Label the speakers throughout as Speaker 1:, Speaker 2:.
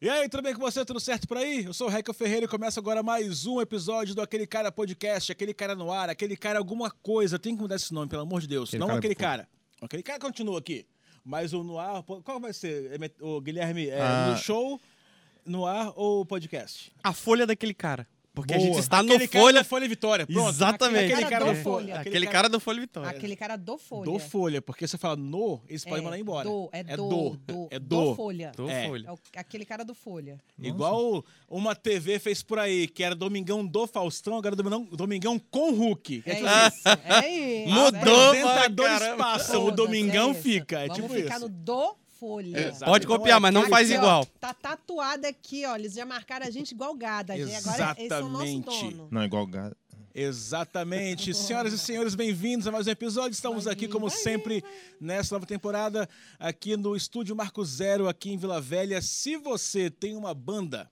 Speaker 1: E aí, tudo bem com você? Tudo certo por aí? Eu sou o Reca Ferreira e começa agora mais um episódio do Aquele Cara Podcast, Aquele Cara no Ar, Aquele Cara Alguma Coisa. Tem que mudar esse nome, pelo amor de Deus.
Speaker 2: Aquele
Speaker 1: Não
Speaker 2: Cara-
Speaker 1: Aquele Cara. Aquele Cara continua aqui. Mas o no ar... pô, Qual vai ser, é, met- ô, Guilherme? É,
Speaker 2: Ah.
Speaker 1: No show, no ar ou podcast?
Speaker 2: a folha daquele cara. Porque a
Speaker 1: Boa.
Speaker 2: gente está
Speaker 1: Aquele
Speaker 2: no
Speaker 1: cara
Speaker 2: Folha.
Speaker 1: da Folha Vitória, pronto.
Speaker 2: Exatamente.
Speaker 1: Aquele cara
Speaker 3: do
Speaker 1: da Folha.
Speaker 3: Folha.
Speaker 2: Aquele cara do Folha Vitória.
Speaker 3: Aquele cara do Folha.
Speaker 1: Do Folha, porque você fala no, eles podem mandar embora.
Speaker 3: Do, é, do,
Speaker 1: do,
Speaker 3: do,
Speaker 1: é
Speaker 3: do
Speaker 1: do.
Speaker 3: Folha.
Speaker 2: Do
Speaker 1: É.
Speaker 3: É
Speaker 2: Folha.
Speaker 3: o- aquele cara do Folha.
Speaker 1: Igual uma TV fez por aí, que era Domingão do Faustão, agora é Domingão, Domingão com Hulk.
Speaker 3: É
Speaker 1: tipo
Speaker 3: isso. É isso.
Speaker 2: Mudou,
Speaker 3: é isso.
Speaker 1: apresentadores
Speaker 2: caramba.
Speaker 1: passam, o
Speaker 3: Todas,
Speaker 1: Domingão
Speaker 3: é isso.
Speaker 1: fica. É
Speaker 3: Vamos
Speaker 1: tipo
Speaker 3: ficar
Speaker 1: isso.
Speaker 3: no do Folha.
Speaker 1: Exato.
Speaker 2: Pode
Speaker 1: Então
Speaker 2: copiar,
Speaker 1: é
Speaker 2: mas não
Speaker 1: aquele
Speaker 2: faz
Speaker 3: Aqui, ó,
Speaker 2: igual.
Speaker 3: tá tatuado aqui, ó. Eles já marcaram a gente igual gada. gente. Agora eles são nosso
Speaker 1: Exatamente.
Speaker 3: dono.
Speaker 4: Não, igual gado.
Speaker 1: Exatamente. Senhoras e senhores, bem-vindos a mais um episódio. Estamos
Speaker 3: Vai
Speaker 1: aqui,
Speaker 3: vir,
Speaker 1: como
Speaker 3: vai vir,
Speaker 1: sempre, nessa nova temporada, aqui no Estúdio Marco Zero, aqui em Vila Velha. Se você tem uma banda,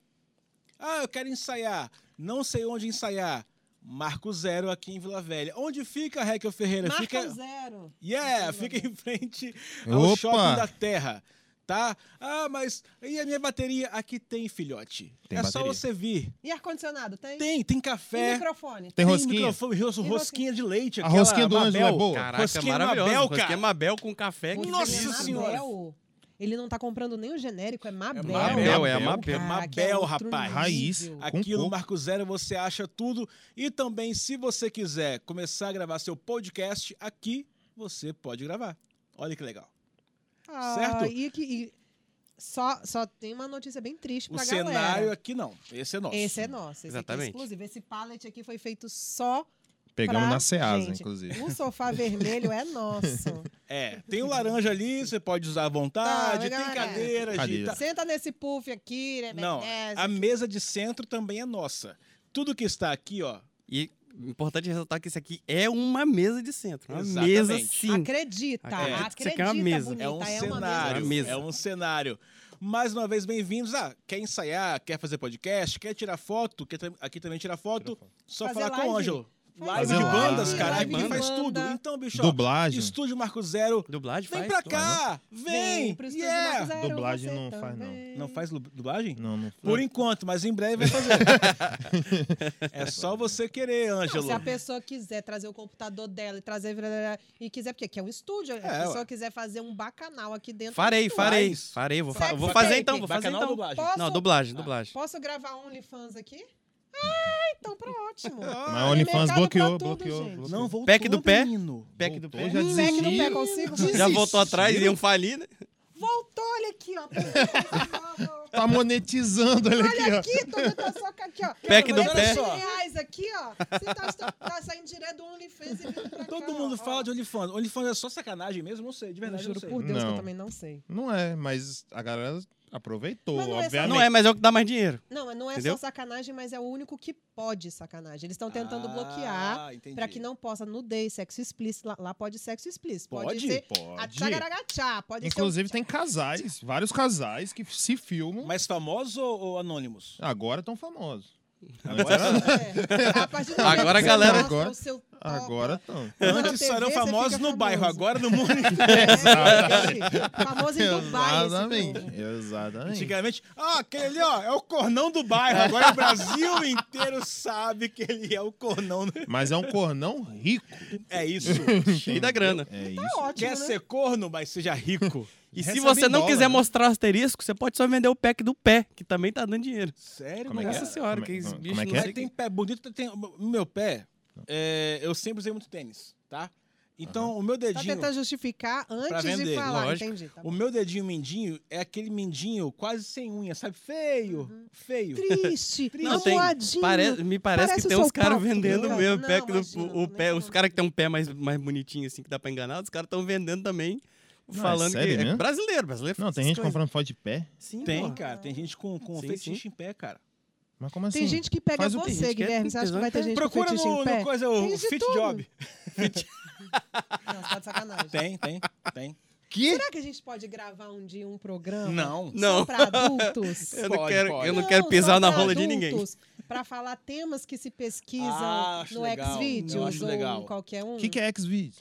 Speaker 1: ah, eu quero ensaiar, não sei onde ensaiar, Marco Zero aqui em Vila Velha. Onde fica, Raquel Ferreira?
Speaker 3: Marca
Speaker 1: fica...
Speaker 3: um zero.
Speaker 1: Yeah, fica em frente ao
Speaker 4: Opa!
Speaker 1: shopping da Terra, tá? Ah, mas e a minha bateria? Aqui tem, filhote.
Speaker 4: Tem
Speaker 1: é só
Speaker 4: bateria.
Speaker 1: você vir.
Speaker 3: E ar-condicionado, tem?
Speaker 1: Tem, tem
Speaker 3: E
Speaker 1: café.
Speaker 3: microfone?
Speaker 4: Tem rosquinha?
Speaker 1: microfone, ros-
Speaker 3: Tem
Speaker 1: rosquinha de leite.
Speaker 4: A
Speaker 1: aquela
Speaker 4: rosquinha do Ângelo é
Speaker 1: Mabel.
Speaker 4: boa?
Speaker 2: Caraca, é
Speaker 1: Rosquinha
Speaker 2: maravilhoso.
Speaker 1: Mabel,
Speaker 2: Rosquinha
Speaker 1: cara.
Speaker 2: Mabel com café.
Speaker 3: Rosquinha
Speaker 1: Nossa
Speaker 3: Mabel.
Speaker 1: senhora.
Speaker 3: Ele não tá comprando nem o genérico, é Mabel.
Speaker 2: Mabel, é a Mabel.
Speaker 3: Caraca,
Speaker 1: Mabel,
Speaker 3: outro
Speaker 1: rapaz.
Speaker 4: Raiz.
Speaker 3: nível.
Speaker 4: Com
Speaker 1: Aqui no
Speaker 4: coco.
Speaker 1: Marco Zero você acha tudo. E também, se você quiser começar a gravar seu podcast aqui, você pode gravar. Olha que legal.
Speaker 3: Ah,
Speaker 1: Certo?
Speaker 3: E, que- e só, só tem uma notícia bem triste
Speaker 1: O
Speaker 3: pra
Speaker 1: cenário
Speaker 3: Tipo galera.
Speaker 1: aqui não. Esse é nosso.
Speaker 3: Esse é nosso, esse
Speaker 2: Exatamente.
Speaker 3: aqui é exclusivo. Esse pallet aqui foi feito só
Speaker 4: Pegamos
Speaker 3: pra
Speaker 4: na Ceasa,
Speaker 3: gente.
Speaker 4: inclusive.
Speaker 3: O sofá vermelho é nosso.
Speaker 1: É, tem o laranja ali, você pode usar à vontade,
Speaker 3: Tá,
Speaker 1: tem
Speaker 3: legal, né?
Speaker 1: cadeira,
Speaker 4: Cadeira.
Speaker 1: Gita.
Speaker 3: Senta nesse puff aqui, né?
Speaker 1: Não,
Speaker 3: Bethesda.
Speaker 1: a mesa de centro também é nossa. Tudo que está aqui, ó,
Speaker 2: E importante ressaltar que isso aqui é uma mesa de centro. Uma
Speaker 1: Exatamente.
Speaker 2: mesa sim.
Speaker 3: Acredita,
Speaker 2: É,
Speaker 3: acredita,
Speaker 2: isso aqui é uma mesa.
Speaker 3: bonita,
Speaker 1: é um
Speaker 3: uma
Speaker 1: cenário.
Speaker 3: mesa.
Speaker 2: mesa.
Speaker 1: É um cenário. Mais uma vez, bem-vindos. Ah, quer ensaiar, quer fazer podcast, quer tirar foto, quer tam- aqui também tirar foto, só
Speaker 3: Fazer
Speaker 1: falar com
Speaker 3: live.
Speaker 1: o Ângelo.
Speaker 3: Faz
Speaker 1: Live
Speaker 4: live,
Speaker 1: de bandas,
Speaker 4: live
Speaker 1: cara,
Speaker 2: de
Speaker 1: aqui faz
Speaker 3: banda.
Speaker 1: tudo. Então, bicho, ó,
Speaker 4: Dublagem.
Speaker 1: Estúdio Marco Zero,
Speaker 2: Dublagem
Speaker 1: vem
Speaker 2: faz.
Speaker 1: pra
Speaker 2: tudo. né?
Speaker 1: cá, vem!
Speaker 3: né? Vem pro estúdio Marco
Speaker 1: Yeah!
Speaker 3: Zero,
Speaker 4: Dublagem
Speaker 3: você
Speaker 4: não faz, não.
Speaker 3: também.
Speaker 1: Não faz lu- dublagem?
Speaker 4: Não, não
Speaker 1: Por enquanto, mas em breve vai fazer. é só você querer,
Speaker 3: Não,
Speaker 1: Ângelo.
Speaker 3: se a pessoa quiser trazer o computador dela e trazer e quiser, porque aqui é um estúdio, se a
Speaker 1: É,
Speaker 3: pessoa
Speaker 1: ué.
Speaker 3: quiser fazer um bacanal aqui dentro.
Speaker 2: Farei,
Speaker 3: do
Speaker 2: farei.
Speaker 1: Faz.
Speaker 2: Farei, vou, fa-
Speaker 3: Sex
Speaker 2: vou
Speaker 3: tape.
Speaker 2: fazer então, vou fazer
Speaker 1: Bacanal ou
Speaker 2: então.
Speaker 1: dublagem. Ah,
Speaker 3: Posso?
Speaker 2: Não, dublagem, dublagem.
Speaker 3: Posso gravar OnlyFans aqui? Ah, então pra ótimo.
Speaker 4: Mas a OnlyFans
Speaker 3: mercado pra
Speaker 4: bloqueou,
Speaker 3: tudo,
Speaker 4: bloqueou,
Speaker 3: gente.
Speaker 4: bloqueou.
Speaker 1: Não voltou,
Speaker 2: Pack do pé?
Speaker 1: menino.
Speaker 2: Pack do pé.
Speaker 4: Voltou, Já
Speaker 3: Hum, pack do
Speaker 4: desisti.
Speaker 3: pé, consigo?
Speaker 2: Já voltou atrás, iam falir, né?
Speaker 3: Voltou, olha aqui, ó. Olha
Speaker 4: Tá monetizando, olha aqui, ó.
Speaker 3: aqui, tô botando só com aqui, ó.
Speaker 2: Pack do
Speaker 3: Olha
Speaker 2: pé.
Speaker 3: esses reais aqui, ó. Você tá, tá- tá saindo direto do OnlyFans e vindo pra cá,
Speaker 1: Todo
Speaker 3: ó,
Speaker 1: mundo
Speaker 3: ó.
Speaker 1: fala de OnlyFans. OnlyFans é só sacanagem mesmo? Não sei, de
Speaker 3: Eu
Speaker 1: verdade,
Speaker 3: juro
Speaker 1: não sei.
Speaker 3: por Deus que eu
Speaker 4: Não.
Speaker 3: também né? não sei.
Speaker 4: Não é, mas a galera aproveitou,
Speaker 3: Mas não é só-
Speaker 4: obviamente.
Speaker 2: Não é, mas é o que dá mais dinheiro.
Speaker 3: Não, mas não é
Speaker 2: Entendeu?
Speaker 3: só sacanagem, mas é o único que pode sacanagem. Eles estão tentando bloquear.
Speaker 1: Ah, entendi.
Speaker 3: Pra que não possa nudez, sexo explícito. Lá, lá pode sexo explícito. Pode,
Speaker 1: Pode?
Speaker 3: ser a
Speaker 4: Pode.
Speaker 3: tchagaragachá, pode
Speaker 4: Inclusive,
Speaker 3: ser.
Speaker 4: tem casais, vários casais que se filmam.
Speaker 1: Mas famoso ou, ou anônimos?
Speaker 4: Agora estão famosos.
Speaker 1: Agora-
Speaker 4: Agora,
Speaker 3: Inclusive, É. a partir do
Speaker 2: Agora
Speaker 3: momento
Speaker 2: a
Speaker 3: que você
Speaker 2: galera-
Speaker 3: mostra
Speaker 4: Agora-
Speaker 3: o seu topa,
Speaker 4: agora estão.
Speaker 3: na
Speaker 1: Antes
Speaker 3: TV,
Speaker 1: só eram
Speaker 3: você
Speaker 1: famosos
Speaker 3: fica
Speaker 1: no
Speaker 3: famoso.
Speaker 1: bairro, agora no mundo.
Speaker 3: né? É, famoso em Dubai. Esse
Speaker 4: Exatamente.
Speaker 3: povo.
Speaker 4: Exatamente.
Speaker 1: Antigamente, ah, aquele ali, ó, é o cornão do bairro. Agora o Brasil inteiro sabe que ele é o cornão. do-
Speaker 4: Mas é um cornão rico.
Speaker 1: É isso.
Speaker 2: Cheio da grana.
Speaker 4: É
Speaker 3: Tá
Speaker 4: isso.
Speaker 3: ótimo,
Speaker 1: Quer
Speaker 3: né?
Speaker 1: ser corno, mas seja rico.
Speaker 2: E se
Speaker 4: Recebe
Speaker 2: você
Speaker 4: em
Speaker 2: não
Speaker 4: dólar,
Speaker 2: quiser
Speaker 4: né?
Speaker 2: mostrar o asterisco, você pode só vender o pack do pé, que também tá dando dinheiro.
Speaker 1: Sério,
Speaker 4: Como é que
Speaker 1: mano?
Speaker 2: Nossa senhora,
Speaker 4: Como é-
Speaker 2: que esse
Speaker 4: como é
Speaker 2: bicho
Speaker 4: que
Speaker 2: não
Speaker 4: é?
Speaker 2: sei
Speaker 1: Aí tem pé bonito, tem. O meu pé, é, eu sempre usei muito tênis, tá? Então, o meu
Speaker 3: Tá
Speaker 1: dedinho.
Speaker 3: tentando justificar antes de
Speaker 1: vender,
Speaker 3: falar.
Speaker 2: lógico.
Speaker 3: Entendi. tá
Speaker 1: O
Speaker 3: bom.
Speaker 1: meu dedinho mindinho é aquele mindinho quase sem unha, sabe? Feio,
Speaker 3: Uhum.
Speaker 1: feio.
Speaker 3: Triste,
Speaker 2: Não, tem,
Speaker 3: amuadinho.
Speaker 2: parece, me parece,
Speaker 3: Parece
Speaker 2: que
Speaker 3: o
Speaker 2: tem uns
Speaker 3: seu
Speaker 2: caras
Speaker 3: papo,
Speaker 2: vendendo
Speaker 3: né?
Speaker 2: mesmo
Speaker 3: Não,
Speaker 2: pack do-
Speaker 3: imagina,
Speaker 2: o
Speaker 3: nem
Speaker 2: pé, os
Speaker 3: fala.
Speaker 2: caras que tem um pé mais, mais bonitinho assim que dá pra enganar, os caras estão vendendo também,
Speaker 4: Não, é
Speaker 2: falando
Speaker 4: sério
Speaker 2: que é
Speaker 4: mesmo?
Speaker 2: brasileiro, brasileiro.
Speaker 4: Não,
Speaker 2: faz
Speaker 4: tem
Speaker 2: essas
Speaker 4: gente
Speaker 2: coisas.
Speaker 4: comprando foto de pé.
Speaker 2: Sim,
Speaker 1: Tem,
Speaker 2: porra.
Speaker 1: cara. Tem gente com, com
Speaker 2: Sim,
Speaker 1: fetiche em pé, cara.
Speaker 4: Mas como assim?
Speaker 3: Tem gente que pega
Speaker 2: Faz o- tem gente
Speaker 3: você,
Speaker 2: que é
Speaker 3: Guilherme. Você acha que vai ter gente com
Speaker 1: Procura
Speaker 3: fetiche
Speaker 1: no,
Speaker 3: em
Speaker 1: no
Speaker 3: pé?
Speaker 1: coisa, o
Speaker 3: Tem de
Speaker 1: Fit
Speaker 3: tudo.
Speaker 1: Job.
Speaker 3: Não, você tá de sacanagem.
Speaker 1: Tem, tem, tem.
Speaker 4: que...
Speaker 3: Será que a gente pode gravar um dia um programa?
Speaker 1: Não.
Speaker 3: Só
Speaker 2: Não.
Speaker 3: pra adultos?
Speaker 2: Eu não
Speaker 1: Pode,
Speaker 2: quero,
Speaker 1: pode.
Speaker 2: eu não quero pisar
Speaker 3: só
Speaker 2: na
Speaker 3: pra
Speaker 2: rola de ninguém.
Speaker 3: adultos, Pra falar temas que se pesquisam
Speaker 1: Ah, acho
Speaker 3: no
Speaker 1: legal, eu
Speaker 3: Xvideos
Speaker 1: acho
Speaker 3: ou
Speaker 1: legal.
Speaker 3: em qualquer um.
Speaker 4: O que, que é X-Videos?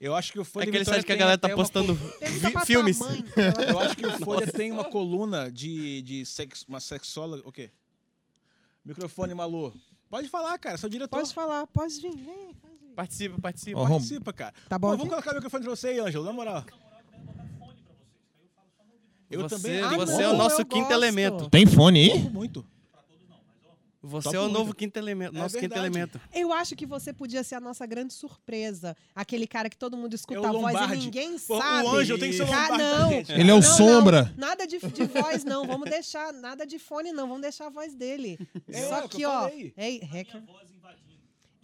Speaker 1: Eu acho que o Folha
Speaker 2: É
Speaker 1: de
Speaker 2: aquele
Speaker 1: Vitória
Speaker 2: site que a
Speaker 1: tem
Speaker 2: galera
Speaker 1: até
Speaker 2: tá
Speaker 1: uma
Speaker 2: postando
Speaker 3: Pergunta
Speaker 2: vi-
Speaker 3: pra
Speaker 2: filmes.
Speaker 3: tua mãe. ela-
Speaker 1: Eu acho que o Folha tem uma coluna de, de sex, uma sexóloga. O quê? Microfone, Malu. Pode falar, cara. Sou diretor.
Speaker 3: Pode falar, pode vir. vem, pode vir.
Speaker 2: Participa, participa.
Speaker 4: Ó,
Speaker 1: Participa, cara.
Speaker 3: Tá
Speaker 1: Pô,
Speaker 3: bom?
Speaker 1: vamos
Speaker 3: aqui?
Speaker 1: colocar o microfone pra você aí, Ângelo. Na moral. Eu
Speaker 2: você,
Speaker 1: também.
Speaker 3: Ah,
Speaker 2: você
Speaker 3: não,
Speaker 2: é o nosso
Speaker 3: eu
Speaker 2: quinto
Speaker 3: gosto.
Speaker 2: elemento.
Speaker 4: Tem fone aí?
Speaker 1: Topo muito.
Speaker 2: Você
Speaker 1: Topo
Speaker 2: é o
Speaker 1: muito.
Speaker 2: novo quinto elemento.
Speaker 1: É
Speaker 2: Nosso quinto
Speaker 1: verdade.
Speaker 2: elemento.
Speaker 3: Eu acho que você podia ser a nossa grande surpresa. Aquele cara que todo mundo escuta
Speaker 1: É o
Speaker 3: a voz
Speaker 1: Lombardi.
Speaker 3: e ninguém
Speaker 1: Pô,
Speaker 3: sabe.
Speaker 1: O Ângelo tem que ser o
Speaker 3: Ca-
Speaker 1: Lombardi da
Speaker 3: não.
Speaker 1: gente.
Speaker 4: Ele é o
Speaker 3: Não, não.
Speaker 4: Sombra.
Speaker 3: Nada de, de voz, não. Vamos deixar. Nada de fone, não. Vamos deixar a voz dele.
Speaker 1: É, é
Speaker 3: Só
Speaker 1: o que
Speaker 3: que,
Speaker 1: eu
Speaker 3: ó.
Speaker 1: falei.
Speaker 3: Ei, hacker.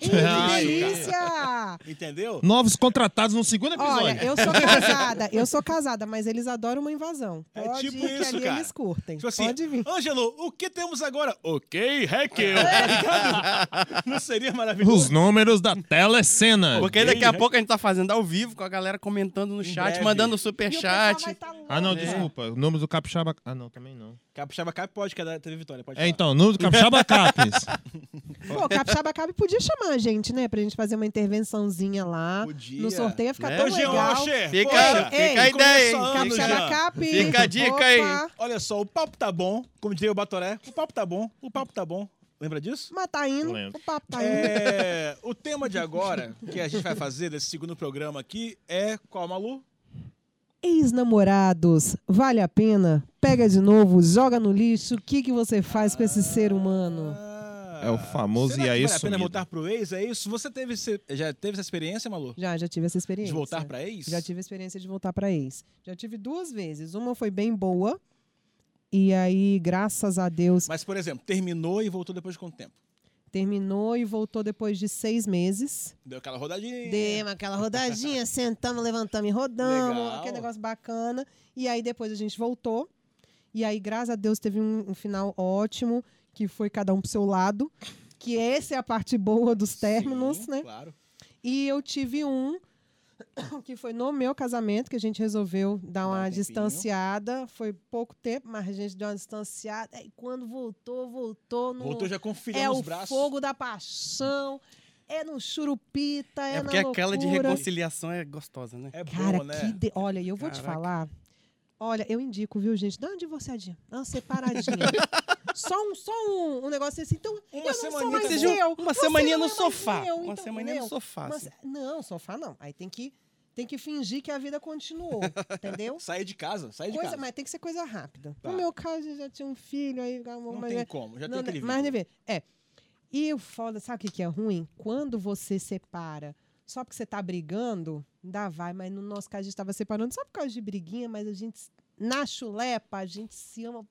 Speaker 3: Ei,
Speaker 4: Ah,
Speaker 3: que
Speaker 1: isso,
Speaker 3: delícia!
Speaker 1: Entendeu?
Speaker 4: Novos contratados no segundo episódio.
Speaker 3: Olha, eu sou casada, eu sou casada, mas eles adoram uma invasão.
Speaker 1: É
Speaker 3: Pode
Speaker 1: tipo
Speaker 3: ir que
Speaker 1: isso,
Speaker 3: ali
Speaker 1: cara.
Speaker 3: eles curtem.
Speaker 1: Tipo assim,
Speaker 3: Pode vir.
Speaker 1: Ângelo, o que temos agora? Ok, hacker. tá ligado? Não seria maravilhoso?
Speaker 4: números da telecena.
Speaker 2: Porque
Speaker 1: Ok,
Speaker 2: daqui a
Speaker 1: né?
Speaker 2: pouco a gente tá fazendo ao vivo com a galera comentando no chat,
Speaker 1: breve.
Speaker 2: mandando
Speaker 3: E o pessoal
Speaker 2: superchat.
Speaker 3: vai tá louco.
Speaker 4: Ah, não,
Speaker 2: É.
Speaker 4: desculpa. O número do Capixaba. Ah, não, também não.
Speaker 1: Capixaba Cap pode, que é da TV Vitória. Pode
Speaker 4: É,
Speaker 1: falar.
Speaker 4: então, número do Capixaba Capes.
Speaker 3: Pô, o Capixaba Cabe podia chamar a gente, né? Pra gente fazer uma intervençãozinha lá.
Speaker 1: Podia.
Speaker 3: No sorteio ia ficar
Speaker 2: Né?
Speaker 3: tão
Speaker 1: Ô, Jean
Speaker 3: é legal.
Speaker 1: Rocher,
Speaker 2: Fica-
Speaker 1: poxa,
Speaker 3: fica a
Speaker 1: começou
Speaker 2: ideia, hein?
Speaker 1: ano,
Speaker 2: Capixaba
Speaker 1: Jean.
Speaker 3: Capixaba Cabe.
Speaker 2: Fica a dica
Speaker 3: Opa.
Speaker 2: aí.
Speaker 1: Olha só, o papo tá bom, como diria o Batoré. O papo tá bom, o papo tá bom. Lembra disso?
Speaker 3: Mas tá indo,
Speaker 4: Lento.
Speaker 3: o papo tá indo.
Speaker 1: É, o tema de agora, que a gente vai fazer desse segundo programa aqui, é qual, Malu?
Speaker 3: Ex-namorados, vale a pena? Pega de novo, joga no lixo. O que, que você faz com esse ser humano?
Speaker 1: Ah,
Speaker 4: É o famoso
Speaker 1: será
Speaker 4: e
Speaker 1: que
Speaker 4: aí
Speaker 1: vale a pena
Speaker 4: sumido.
Speaker 1: voltar pro ex? É isso? Você teve esse- já teve essa experiência, Malu?
Speaker 3: Já, já tive essa experiência.
Speaker 1: De voltar pra ex?
Speaker 3: é, Já tive a experiência de voltar pra ex. Já tive duas vezes. Uma foi bem boa. E aí, graças a Deus,
Speaker 1: Mas, por exemplo, terminou e voltou depois de quanto tempo?
Speaker 3: terminou e voltou depois de seis meses.
Speaker 1: Deu aquela rodadinha.
Speaker 3: Demos aquela rodadinha, sentamos, levantamos e rodamos.
Speaker 1: Legal.
Speaker 3: Aquele negócio bacana. E aí, depois a gente voltou. E aí, graças a Deus, teve um, um final ótimo, que foi cada um pro seu lado. Que essa é a parte boa dos términos,
Speaker 1: Sim,
Speaker 3: né?
Speaker 1: Claro.
Speaker 3: E eu tive um que foi no meu casamento que a gente resolveu dar
Speaker 1: Dar um
Speaker 3: uma
Speaker 1: tempinho.
Speaker 3: distanciada. Foi pouco tempo, mas a gente deu uma distanciada. E quando voltou, voltou no
Speaker 1: Voltou já com o filhão
Speaker 3: é
Speaker 1: nos
Speaker 3: o
Speaker 1: braços.
Speaker 3: fogo da paixão, é no churupita, é,
Speaker 2: É
Speaker 3: na
Speaker 2: porque aquela de
Speaker 3: loucura.
Speaker 2: reconciliação é gostosa, né?
Speaker 1: É
Speaker 3: Cara,
Speaker 1: bom, né?
Speaker 3: que de... olha, eu vou te
Speaker 2: Caraca.
Speaker 3: falar. Olha, eu indico, viu, gente? Dá uma divorciadinha, dá uma separadinha. só um, só um, um negócio assim. Então,
Speaker 1: Uma
Speaker 3: eu não
Speaker 1: semaninha
Speaker 3: sou mais
Speaker 1: tá bom.
Speaker 2: Vocês
Speaker 3: eu.
Speaker 2: vão- uma
Speaker 3: você
Speaker 2: semaninha
Speaker 3: não
Speaker 2: no
Speaker 3: é mais
Speaker 2: sofá.
Speaker 3: eu,
Speaker 2: Uma
Speaker 3: então,
Speaker 2: semaninha no
Speaker 3: entendeu?
Speaker 1: Ah,
Speaker 2: sofá.
Speaker 3: Mas-
Speaker 2: assim.
Speaker 3: não, sofá não. Aí tem que, tem que fingir que a vida continuou, entendeu?
Speaker 1: Sair de casa, sair de
Speaker 3: Coisa,
Speaker 1: casa.
Speaker 3: mas tem que ser coisa rápida.
Speaker 1: Tá.
Speaker 3: No meu caso, eu já tinha um filho, aí
Speaker 1: Não
Speaker 3: mas, é
Speaker 1: tem como, já
Speaker 3: não,
Speaker 1: tem aquele
Speaker 3: mas
Speaker 1: vínculo.
Speaker 3: né, vê, É. E o foda, sabe o que, que é ruim? Quando você separa, só porque você tá brigando, ainda vai, mas no nosso caso a gente tava separando só por causa de briguinha, mas a gente, na chulepa, a gente se ama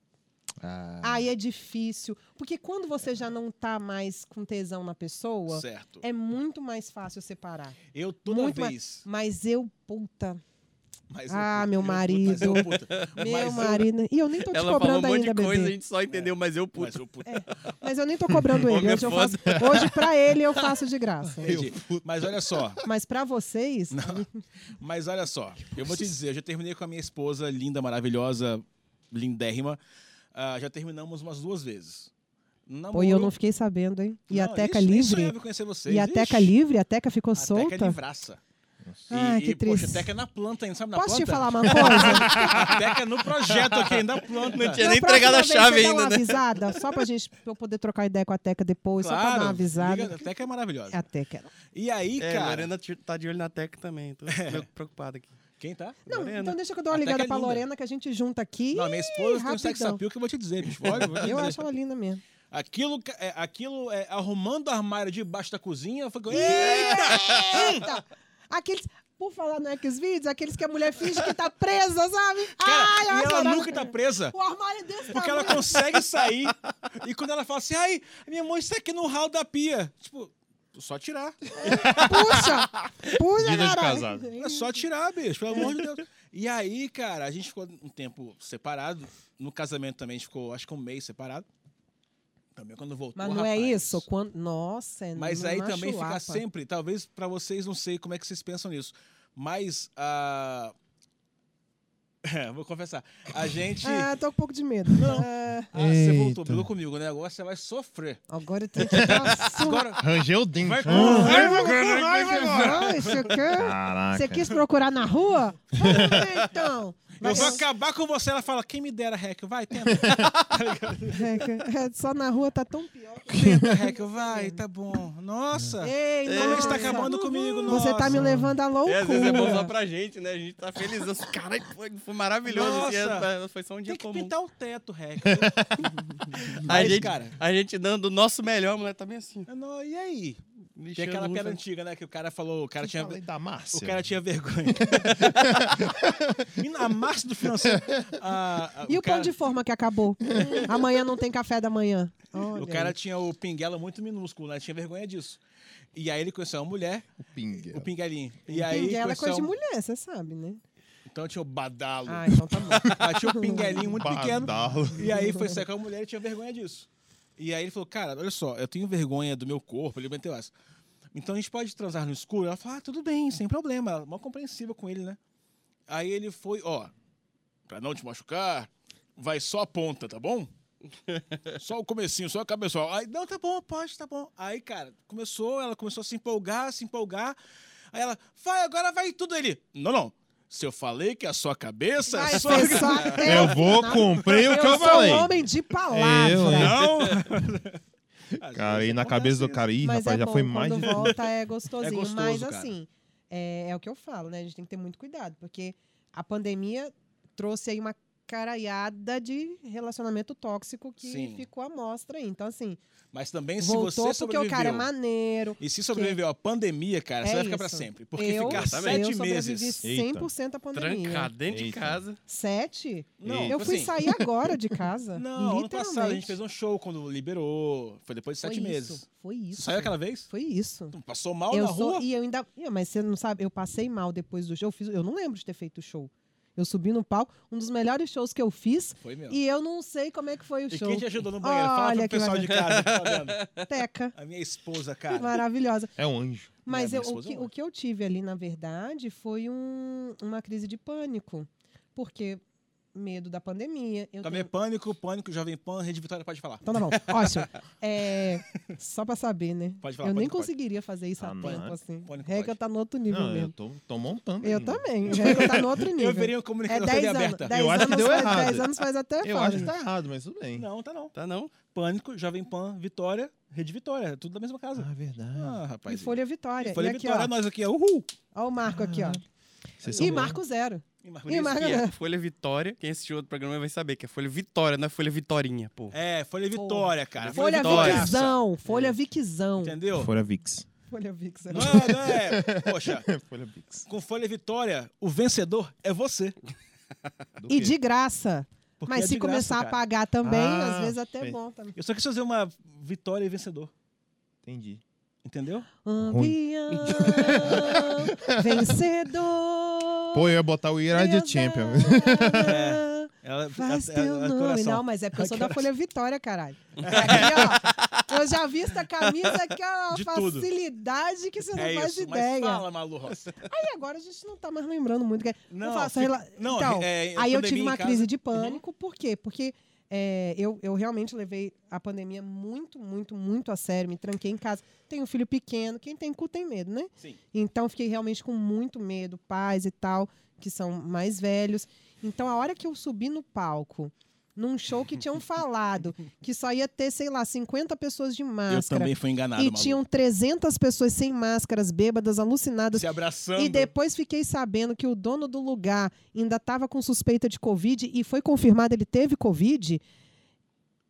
Speaker 2: Ah.
Speaker 3: Aí é difícil. Porque quando você já não tá mais com tesão na pessoa,
Speaker 1: Certo.
Speaker 3: é muito mais fácil separar.
Speaker 1: Eu toda
Speaker 3: muito
Speaker 1: vez.
Speaker 3: Mas eu, puta.
Speaker 1: Mas
Speaker 3: Ah,
Speaker 1: eu,
Speaker 3: meu
Speaker 1: eu,
Speaker 3: marido.
Speaker 1: Mas eu, puta.
Speaker 3: Meu
Speaker 1: mas
Speaker 3: marido. E eu nem tô te
Speaker 2: Ela falou um
Speaker 3: cobrando
Speaker 2: monte
Speaker 3: ainda,
Speaker 2: de coisa, a
Speaker 3: bebê.
Speaker 2: gente só entendeu, mas eu
Speaker 1: Eu, mas
Speaker 2: puto.
Speaker 1: eu,
Speaker 3: É.
Speaker 1: puta.
Speaker 3: Mas eu nem tô cobrando ele.
Speaker 2: Homem é
Speaker 3: Hoje, eu faço... Hoje pra ele, eu faço de graça.
Speaker 1: Entendi. Mas olha só.
Speaker 3: Mas pra vocês,
Speaker 1: Mas olha só. Eu vou te dizer, eu já terminei com a minha esposa, linda, maravilhosa, lindérrima. Ah, já terminamos umas duas vezes. Namoro,
Speaker 3: pô, e eu não fiquei sabendo, hein? E a
Speaker 1: Tá Não,
Speaker 3: Teca
Speaker 1: ixi, nem
Speaker 3: livre?
Speaker 1: sonhava em conhecer vocês.
Speaker 3: E a
Speaker 1: ixi.
Speaker 3: Teca livre? A Teca ficou
Speaker 1: A
Speaker 3: solta?
Speaker 1: Teca é livraça. E,
Speaker 3: Ai, que
Speaker 1: e, poxa, a
Speaker 3: triste.
Speaker 1: Teca é na planta ainda, sabe na
Speaker 3: Posso te
Speaker 1: planta?
Speaker 3: falar uma coisa?
Speaker 1: A Teca é no projeto aqui, ainda na planta. Não
Speaker 2: tinha
Speaker 3: Na
Speaker 2: nem
Speaker 3: Então, próxima
Speaker 2: entregado a
Speaker 3: vez
Speaker 2: chave
Speaker 3: você dá uma
Speaker 2: ainda, né?
Speaker 3: avisada, só pra gente pra eu poder trocar ideia com a Teca depois, só pra dar uma avisada.
Speaker 1: liga, a Teca é maravilhosa.
Speaker 3: A Teca.
Speaker 1: E aí,
Speaker 2: É, a
Speaker 1: cara...
Speaker 2: Lorena ti- tá de olho na Teca também. Tô meio preocupado aqui.
Speaker 1: Quem tá?
Speaker 3: Não,
Speaker 2: Lorena.
Speaker 3: então deixa que eu dou uma
Speaker 1: A Teca
Speaker 3: ligada
Speaker 1: é
Speaker 3: pra
Speaker 1: linda.
Speaker 3: Lorena que a gente junta aqui.
Speaker 1: Não, a minha esposa tem um
Speaker 3: rapidão.
Speaker 1: sex appeal que eu vou te dizer, bicho. Olha, eu vou te
Speaker 3: Eu
Speaker 1: dizer.
Speaker 3: acho ela linda mesmo.
Speaker 1: Aquilo, ca- é, aquilo é, arrumando o armário debaixo da cozinha, foi...
Speaker 3: Eita! Aqueles. Por falar no X-Videos, aqueles que a mulher finge que tá presa, sabe?
Speaker 1: Cara,
Speaker 3: Ai, eu
Speaker 1: e ela
Speaker 3: adorava.
Speaker 1: nunca tá presa.
Speaker 3: O armário é desse
Speaker 1: Porque ela
Speaker 3: tamanho.
Speaker 1: consegue sair. e quando ela fala assim, ai, minha mãe está aqui no ralo da pia. Tipo, só tirar.
Speaker 3: Puxa! Puxa,
Speaker 4: Vida de
Speaker 3: caralho.
Speaker 4: casado.
Speaker 1: É só tirar, bicho, pelo amor de Deus. E aí, cara, a gente ficou um tempo separado. No casamento também a gente ficou, acho que um mês separado. Também quando voltou,
Speaker 3: Mas não é
Speaker 1: rapaz.
Speaker 3: isso? Quando... Nossa, é
Speaker 1: Mas
Speaker 3: numa
Speaker 1: aí também fica
Speaker 3: chulapa.
Speaker 1: sempre, talvez pra vocês não sei como é que vocês pensam nisso, mas ah, É, vou confessar. A gente.
Speaker 3: Ah, tô com um pouco de medo.
Speaker 1: Não.
Speaker 3: Ah,
Speaker 1: Ah, você voltou,
Speaker 4: Eita.
Speaker 1: brigou comigo, né? Agora você vai sofrer.
Speaker 3: agora tem que dar uma surra.
Speaker 1: Agora.
Speaker 4: Rangeu o dente.
Speaker 1: Vai com
Speaker 4: Ah,
Speaker 1: raiva,
Speaker 3: Ah,
Speaker 1: com raiva agora.
Speaker 3: Ah, isso aqui.
Speaker 4: Caraca.
Speaker 3: Você quis procurar na rua? Vamos ver, então.
Speaker 1: Eu
Speaker 3: Vai-
Speaker 1: vou acabar com você. Ela fala: quem me dera, Hack, vai, tenta.
Speaker 3: É, é, Só na rua tá tão pior.
Speaker 1: Tenta, Hack, vai, tá bom. Nossa!
Speaker 3: Ei,
Speaker 1: Como
Speaker 3: nossa.
Speaker 1: está tá acabando comigo, nossa.
Speaker 3: Você tá me levando à loucura.
Speaker 2: É, às vezes é bom só pra gente, né? A gente tá feliz. Nossa, Caralho, foi, foi maravilhoso. esse
Speaker 1: Nossa.
Speaker 2: ano, tá? foi só um dia
Speaker 1: Tem que
Speaker 2: comum.
Speaker 1: pintar o teto, Hack.
Speaker 2: a,
Speaker 1: Mas,
Speaker 2: gente,
Speaker 1: cara.
Speaker 2: a gente dando o nosso melhor, a mulher tá bem assim.
Speaker 1: Não, e aí? Tem
Speaker 2: lixando
Speaker 1: aquela
Speaker 2: muito,
Speaker 1: piada
Speaker 2: né?
Speaker 1: antiga, né? Que o cara falou, o cara tinha.
Speaker 4: Falei da Márcia.
Speaker 1: O cara tinha vergonha. Menina, a massa do financeiro. a- a-
Speaker 3: E o
Speaker 1: cara,
Speaker 3: pão de forma que acabou? Amanhã não tem café da manhã. Olha
Speaker 1: O cara tinha o pinguela muito minúsculo, né? Tinha vergonha disso. E aí ele conheceu uma mulher,
Speaker 4: Pinga.
Speaker 1: o pinguelinho. E
Speaker 3: aí.
Speaker 1: aí
Speaker 3: Pinguela é
Speaker 1: conheceu
Speaker 3: coisa de
Speaker 1: um-
Speaker 3: mulher, você sabe, né?
Speaker 1: Então tinha o badalo.
Speaker 3: Ah, então tá bom.
Speaker 1: Mas tinha o pinguelinho é muito pequeno.
Speaker 4: Badalo.
Speaker 1: E aí foi sair com a mulher e tinha vergonha disso. E aí ele falou, cara, olha só, eu tenho vergonha do meu corpo, ele meteu essa. Então a gente pode transar no escuro? Ela falou, ah, tudo bem, sem problema. Ela, Mó compreensiva com ele, né? Aí ele foi, ó, pra não te machucar, vai só a ponta, tá bom? Só o comecinho, só a cabeçola. Aí, não, tá bom, pode, tá bom. Aí, cara, começou, ela começou a se empolgar, se empolgar. Aí ela, vai, agora vai tudo. Ele, não, não. Se eu falei que a sua cabeça é
Speaker 3: Vai
Speaker 1: só...
Speaker 3: ser só até
Speaker 4: Eu
Speaker 3: o
Speaker 4: vou
Speaker 3: final.
Speaker 4: cumprir o que eu
Speaker 3: sou
Speaker 4: falei.
Speaker 3: um homem de palavra.
Speaker 4: Eu, hein?
Speaker 1: Não!
Speaker 4: Cara, e na cabeça do cara, ih,
Speaker 3: Mas
Speaker 4: rapaz,
Speaker 3: é
Speaker 4: já
Speaker 3: bom,
Speaker 4: foi mais.
Speaker 3: quando
Speaker 4: de-
Speaker 3: volta é gostosinho.
Speaker 1: É gostoso,
Speaker 3: mas
Speaker 1: cara.
Speaker 3: assim, é, é o que eu falo, né? A gente tem que ter muito cuidado, porque a pandemia trouxe aí uma caraiada de relacionamento tóxico que
Speaker 1: Sim.
Speaker 3: ficou à mostra aí. Então, assim,
Speaker 1: Mas também se
Speaker 3: voltou
Speaker 1: você
Speaker 3: porque o cara é
Speaker 1: sobreviveu.
Speaker 3: maneiro.
Speaker 1: e se sobreviveu à pandemia, cara, você
Speaker 3: É
Speaker 1: vai ficar pra
Speaker 3: isso.
Speaker 1: sempre. Porque
Speaker 3: eu,
Speaker 1: ficar
Speaker 2: exatamente.
Speaker 1: sete
Speaker 3: eu sobrevivi
Speaker 1: meses.
Speaker 3: 100% à pandemia.
Speaker 2: Trancado dentro de
Speaker 4: Eita.
Speaker 2: casa.
Speaker 3: Sete?
Speaker 1: Não,
Speaker 3: eu
Speaker 1: tipo
Speaker 3: fui
Speaker 1: assim,
Speaker 3: sair agora de casa.
Speaker 1: Não, ano
Speaker 3: literalmente.
Speaker 1: passado a gente fez um show quando liberou. Foi depois de
Speaker 3: Foi
Speaker 1: sete
Speaker 3: isso,
Speaker 1: meses.
Speaker 3: Foi isso.
Speaker 1: Saiu aquela vez?
Speaker 3: Foi isso.
Speaker 1: Passou mal
Speaker 3: eu
Speaker 1: na
Speaker 3: sou-
Speaker 1: rua?
Speaker 3: E eu ainda. Ih, Mas você não sabe, eu passei mal depois do show. Eu, fiz, eu não lembro de ter feito show. Eu subi no palco, um dos melhores shows que eu fiz,
Speaker 1: Foi mesmo. E,
Speaker 3: e eu não sei como é que foi o show.
Speaker 1: quem te ajudou no banheiro? Fala
Speaker 3: Olha
Speaker 1: pro
Speaker 3: que
Speaker 1: pessoal de casa. que tá vendo.
Speaker 3: Teca.
Speaker 1: A minha esposa, cara.
Speaker 3: Maravilhosa.
Speaker 4: É um anjo.
Speaker 3: Mas
Speaker 1: minha
Speaker 3: eu- o,
Speaker 1: esposa
Speaker 3: que,
Speaker 1: é
Speaker 3: o
Speaker 1: ótima.
Speaker 3: que eu tive ali, na verdade, foi um- uma crise de pânico. Porque medo da pandemia. Eu
Speaker 1: Também é
Speaker 3: tenho-
Speaker 1: pânico, pânico, Jovem Pan, Rede Vitória, pode falar.
Speaker 3: Então tá bom. Ótimo. É, só pra saber, né?
Speaker 1: Pode falar,
Speaker 3: eu
Speaker 1: pode,
Speaker 3: nem
Speaker 1: pode.
Speaker 3: conseguiria fazer isso
Speaker 4: Ah,
Speaker 3: a
Speaker 4: não.
Speaker 3: tempo, assim.
Speaker 1: Pânico
Speaker 3: Regra
Speaker 1: pode.
Speaker 3: tá no outro nível
Speaker 4: Não, eu
Speaker 3: mesmo.
Speaker 4: tô, tô montando.
Speaker 3: Eu,
Speaker 4: ainda.
Speaker 3: também. Regra tá no outro nível.
Speaker 1: Eu virei um
Speaker 3: É
Speaker 1: comunicador
Speaker 3: 10
Speaker 1: TV
Speaker 3: anos.
Speaker 1: aberta.
Speaker 3: 10
Speaker 4: Eu acho que
Speaker 3: anos
Speaker 4: deu
Speaker 3: faz,
Speaker 4: errado.
Speaker 3: 10 anos faz até
Speaker 4: Eu
Speaker 3: falta.
Speaker 4: acho que tá errado, mas tudo bem.
Speaker 1: Não, tá não.
Speaker 2: Tá não?
Speaker 1: Pânico, Jovem Pan, Vitória, Rede Vitória. Tudo da mesma casa.
Speaker 4: Ah, verdade.
Speaker 1: Ah,
Speaker 3: E
Speaker 1: rapaz.
Speaker 3: Folha Vitória.
Speaker 1: Folha
Speaker 3: e aqui,
Speaker 4: é
Speaker 1: Vitória,
Speaker 3: ó.
Speaker 1: nós aqui, ó. Uhul.
Speaker 3: Ó o Marco aqui,
Speaker 4: Ah,
Speaker 3: ó.
Speaker 4: Vocês são
Speaker 3: E
Speaker 4: bons.
Speaker 3: Marco Zero.
Speaker 1: E
Speaker 2: Por
Speaker 1: Marco
Speaker 3: E
Speaker 2: isso
Speaker 3: Marga-
Speaker 2: que é Folha Vitória. Quem assistiu outro programa vai saber que é Folha Vitória, não é Folha Vitorinha, pô.
Speaker 1: É, Folha Vitória, cara.
Speaker 2: Folha
Speaker 3: Folha
Speaker 2: Vitória.
Speaker 4: É.
Speaker 3: Viczão. Folha Viczão.
Speaker 1: Entendeu?
Speaker 4: Fora Vix.
Speaker 3: Folha Vixão.
Speaker 1: Não, é- não é. Poxa,
Speaker 4: Fora Vix.
Speaker 1: com Folha Vitória, o vencedor é você.
Speaker 4: Do quê?
Speaker 3: E de graça.
Speaker 1: Porque
Speaker 3: Mas
Speaker 1: é
Speaker 3: se
Speaker 1: de graça,
Speaker 3: começar
Speaker 1: cara.
Speaker 3: a pagar também,
Speaker 4: Ah,
Speaker 3: às vezes até é
Speaker 4: bem.
Speaker 3: bom também.
Speaker 1: Eu só quis fazer uma vitória e vencedor.
Speaker 4: Entendi.
Speaker 1: Entendeu?
Speaker 3: Campeão, vencedor. é.
Speaker 4: Pô, eu ia botar o Ira de
Speaker 3: Deus
Speaker 4: Champion.
Speaker 3: ama.
Speaker 1: Ela,
Speaker 3: Faz
Speaker 1: a- a-
Speaker 3: teu
Speaker 1: a- a
Speaker 3: nome.
Speaker 1: coração.
Speaker 3: Não, mas é porque eu sou da
Speaker 1: Coração.
Speaker 3: Folha Vitória, caralho. Aqui, ó, eu já vi essa camisa que é uma
Speaker 1: De tudo.
Speaker 3: facilidade que você não
Speaker 1: é
Speaker 3: faz
Speaker 1: isso,
Speaker 3: ideia.
Speaker 1: mas fala, Malu Rossi.
Speaker 3: Aí agora a gente não tá mais lembrando muito. que-
Speaker 1: Não,
Speaker 3: faço
Speaker 1: fica-
Speaker 3: rela-
Speaker 1: não,
Speaker 3: Então,
Speaker 1: é,
Speaker 3: Aí eu
Speaker 1: pandemia
Speaker 3: tive
Speaker 1: em
Speaker 3: uma
Speaker 1: casa.
Speaker 3: crise de pânico. Por quê? Porque é, eu, eu realmente levei a pandemia muito, muito, muito a sério. Me tranquei em casa. Tenho um filho pequeno. Quem tem cu tem medo, né?
Speaker 1: Sim.
Speaker 3: Então fiquei realmente com muito medo, pais e tal, que são mais velhos. Então a hora que eu subi no palco, num show que tinham falado que só ia ter, sei lá, 50 pessoas de
Speaker 1: Eu
Speaker 3: máscara.
Speaker 1: também fui enganado,
Speaker 3: e um
Speaker 1: Malu.
Speaker 3: tinham 300 pessoas sem máscaras, bêbadas, alucinadas.
Speaker 1: Se abraçando.
Speaker 3: E depois fiquei sabendo que o dono do lugar ainda estava com suspeita de Covid e foi confirmado ele teve Covid.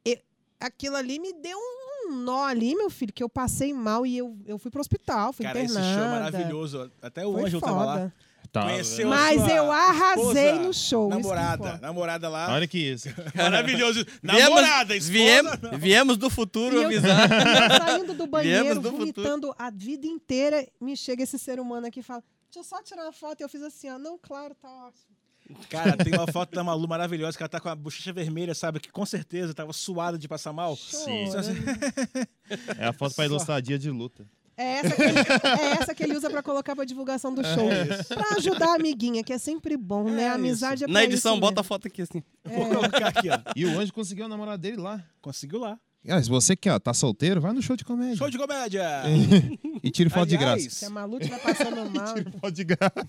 Speaker 3: E- aquilo ali me deu um nó ali, meu filho, que eu passei mal e eu, eu fui pro hospital, fui
Speaker 1: Cara, esse
Speaker 3: internada.
Speaker 1: show é maravilhoso. Até o
Speaker 3: Foi
Speaker 1: Ângelo tava lá.
Speaker 3: foda.
Speaker 4: Tá.
Speaker 1: Conheceu a
Speaker 3: Mas
Speaker 1: sua
Speaker 3: eu arrasei
Speaker 1: esposa,
Speaker 3: no show. isso que é
Speaker 1: Namorada.
Speaker 3: importa.
Speaker 1: Namorada lá.
Speaker 4: Olha que isso.
Speaker 1: Maravilhoso.
Speaker 2: Viemos-
Speaker 1: Namorada, esposa.
Speaker 2: viemos,
Speaker 1: não.
Speaker 2: viemos do futuro
Speaker 3: E eu-
Speaker 2: avisar.
Speaker 3: Eu saindo do banheiro,
Speaker 2: Viemos do futuro.
Speaker 3: vomitando a vida inteira, me chega esse ser humano aqui e fala: Deixa eu só tirar uma foto. E eu fiz assim: ó, não, claro, tá ótimo.
Speaker 1: Cara, tem uma foto da Malu maravilhosa, que ela tá com a bochecha vermelha, sabe? Que com certeza tava suada de passar mal.
Speaker 4: Sim.
Speaker 3: Chorando.
Speaker 4: É a foto pra ilustrar dia de luta.
Speaker 3: É essa que ele, é essa que ele usa pra colocar pra divulgação do show.
Speaker 4: É.
Speaker 3: pra ajudar a amiguinha, que é sempre bom, né?
Speaker 1: É
Speaker 3: A amizade é pra
Speaker 2: Na edição,
Speaker 3: isso
Speaker 2: bota a
Speaker 3: mesmo.
Speaker 2: foto aqui assim.
Speaker 1: Vou colocar aqui, ó.
Speaker 4: E o anjo conseguiu namorar dele lá.
Speaker 1: Conseguiu lá.
Speaker 4: Ah, se você que ó, tá solteiro, vai no show de comédia.
Speaker 1: Show de comédia!
Speaker 4: E tira foto
Speaker 1: Aliás,
Speaker 4: de graça.
Speaker 3: Se a Malute vai passando mal.
Speaker 4: Tira foto de graça.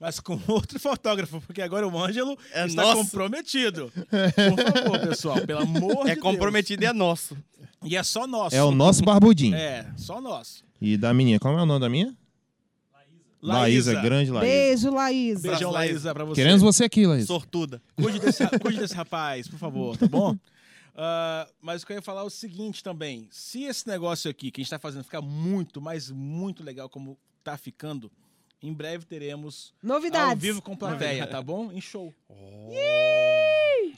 Speaker 1: Mas com outro fotógrafo, porque agora o Ângelo
Speaker 2: É
Speaker 1: está
Speaker 2: nosso.
Speaker 1: comprometido.
Speaker 4: É.
Speaker 1: Por favor, pessoal, pelo amor
Speaker 2: É
Speaker 1: de
Speaker 2: comprometido e é nosso.
Speaker 1: Deus. E é só nosso.
Speaker 4: É o nosso barbudinho.
Speaker 1: É, só nosso.
Speaker 4: E da menina, como é o nome da minha?
Speaker 1: Laísa.
Speaker 4: grande Laísa.
Speaker 3: Beijo, Laís.
Speaker 1: Beijão,
Speaker 2: Abraço,
Speaker 1: Laísa, pra você.
Speaker 4: Queremos você aqui, Laísa.
Speaker 2: Sortuda.
Speaker 1: Cuide desse, cuide desse rapaz, por favor, tá bom? Ah, mas o que eu ia falar é o seguinte também. Se esse negócio aqui que a gente tá fazendo ficar muito, mas muito legal como tá ficando, em breve teremos ao
Speaker 3: Novidades.
Speaker 1: vivo com plateia, tá bom? Em show.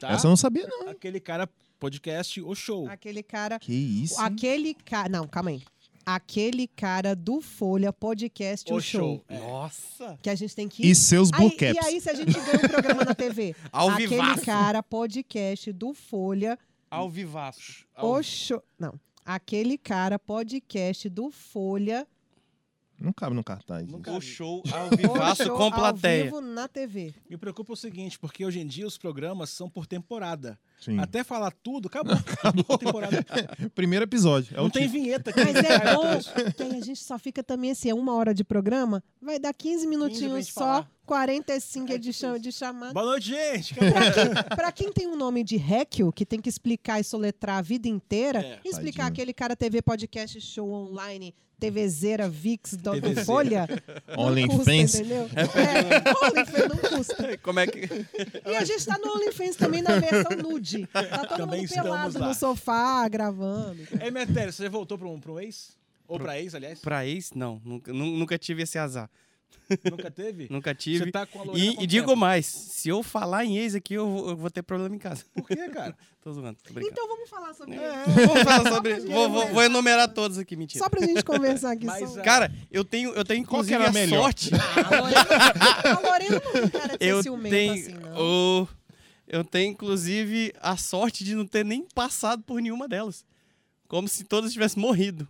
Speaker 1: Tá?
Speaker 4: Essa é eu não sabia, não.
Speaker 1: Aquele cara podcast ou show.
Speaker 3: Aquele cara.
Speaker 4: Que isso. hein?
Speaker 3: Aquele cara. Não, calma aí. Aquele cara do Folha Podcast, o show.
Speaker 1: É.
Speaker 2: Nossa.
Speaker 3: Que a gente tem que
Speaker 4: E seus
Speaker 3: Aí-
Speaker 4: blue
Speaker 3: e
Speaker 4: caps.
Speaker 3: aí, se a gente ganha um programa na TV?
Speaker 2: Ao
Speaker 3: Aquele
Speaker 2: vivaço.
Speaker 3: cara, podcast do Folha.
Speaker 2: Ao vivaço.
Speaker 1: Ao-
Speaker 3: O show. Não. Aquele cara, podcast do Folha.
Speaker 4: Não cabe no cartaz.
Speaker 1: Não
Speaker 4: gente.
Speaker 1: cabe.
Speaker 2: O show ao
Speaker 3: o
Speaker 2: vivaço
Speaker 3: show
Speaker 2: com plateia.
Speaker 3: Ao vivo na TV.
Speaker 1: Me preocupa o seguinte, porque hoje em dia os programas são por temporada.
Speaker 4: Sim.
Speaker 1: Até falar tudo, acabou. acabou. Temporada.
Speaker 4: Primeiro episódio. É o
Speaker 1: Não tem
Speaker 4: título.
Speaker 1: vinheta aqui.
Speaker 3: Mas é bom que aí a gente só fica também assim, é uma hora de programa, vai dar 15 minutinhos
Speaker 1: gente
Speaker 3: só,
Speaker 1: falar.
Speaker 3: 45
Speaker 1: É
Speaker 3: de, cham-
Speaker 1: difícil.
Speaker 3: de chamada.
Speaker 1: Boa noite, gente.
Speaker 3: Pra quem, pra quem tem um nome de Heckel, que tem que explicar e soletrar a vida inteira,
Speaker 1: É,
Speaker 3: explicar
Speaker 4: tadinho.
Speaker 3: aquele cara TV, podcast, show online, TVzeira, Vix, do, do
Speaker 1: TVzeira.
Speaker 3: Folha, Não
Speaker 4: OnlyFans.
Speaker 3: custa, entendeu? É, OnlyFans não custa.
Speaker 2: Como é que.
Speaker 3: E a gente tá no OnlyFans também na versão nude. Tá todo
Speaker 1: Também
Speaker 3: mundo
Speaker 1: estamos
Speaker 3: pelado
Speaker 1: lá.
Speaker 3: no sofá, gravando.
Speaker 1: É, Metério, você já voltou para um, pra um ex? Ou para ex, aliás?
Speaker 2: Pra ex, não. Nunca, nu- nunca tive esse azar.
Speaker 1: Nunca teve?
Speaker 2: Nunca
Speaker 1: Você
Speaker 2: tive.
Speaker 1: tá com a Lorena há
Speaker 2: E,
Speaker 1: quanto
Speaker 2: e digo
Speaker 1: tempo?
Speaker 2: mais, se eu falar em ex aqui, eu vou, eu vou ter problema em casa.
Speaker 1: Por quê, cara?
Speaker 2: Tô zoando, tô brincando.
Speaker 3: Então vamos falar sobre isso.
Speaker 2: Vamos falar sobre.
Speaker 3: Só pra
Speaker 2: Vou,
Speaker 3: gente
Speaker 2: vou- vou
Speaker 3: conversar.
Speaker 2: enumerar todos aqui, mentira.
Speaker 3: Então, Só pra gente conversar aqui.
Speaker 1: Mas
Speaker 3: só.
Speaker 1: a-
Speaker 2: Cara, eu tenho, eu tenho
Speaker 4: Qual que
Speaker 2: inclusive
Speaker 4: era
Speaker 2: a
Speaker 4: melhor?
Speaker 2: sorte.
Speaker 3: A Lorena, a Lorena não tem cara de ser
Speaker 2: Eu
Speaker 3: ciumenta
Speaker 2: tenho.
Speaker 3: assim, não.
Speaker 2: o- eu tenho, inclusive, a sorte de não ter nem passado por nenhuma delas. Como se todas tivessem morrido.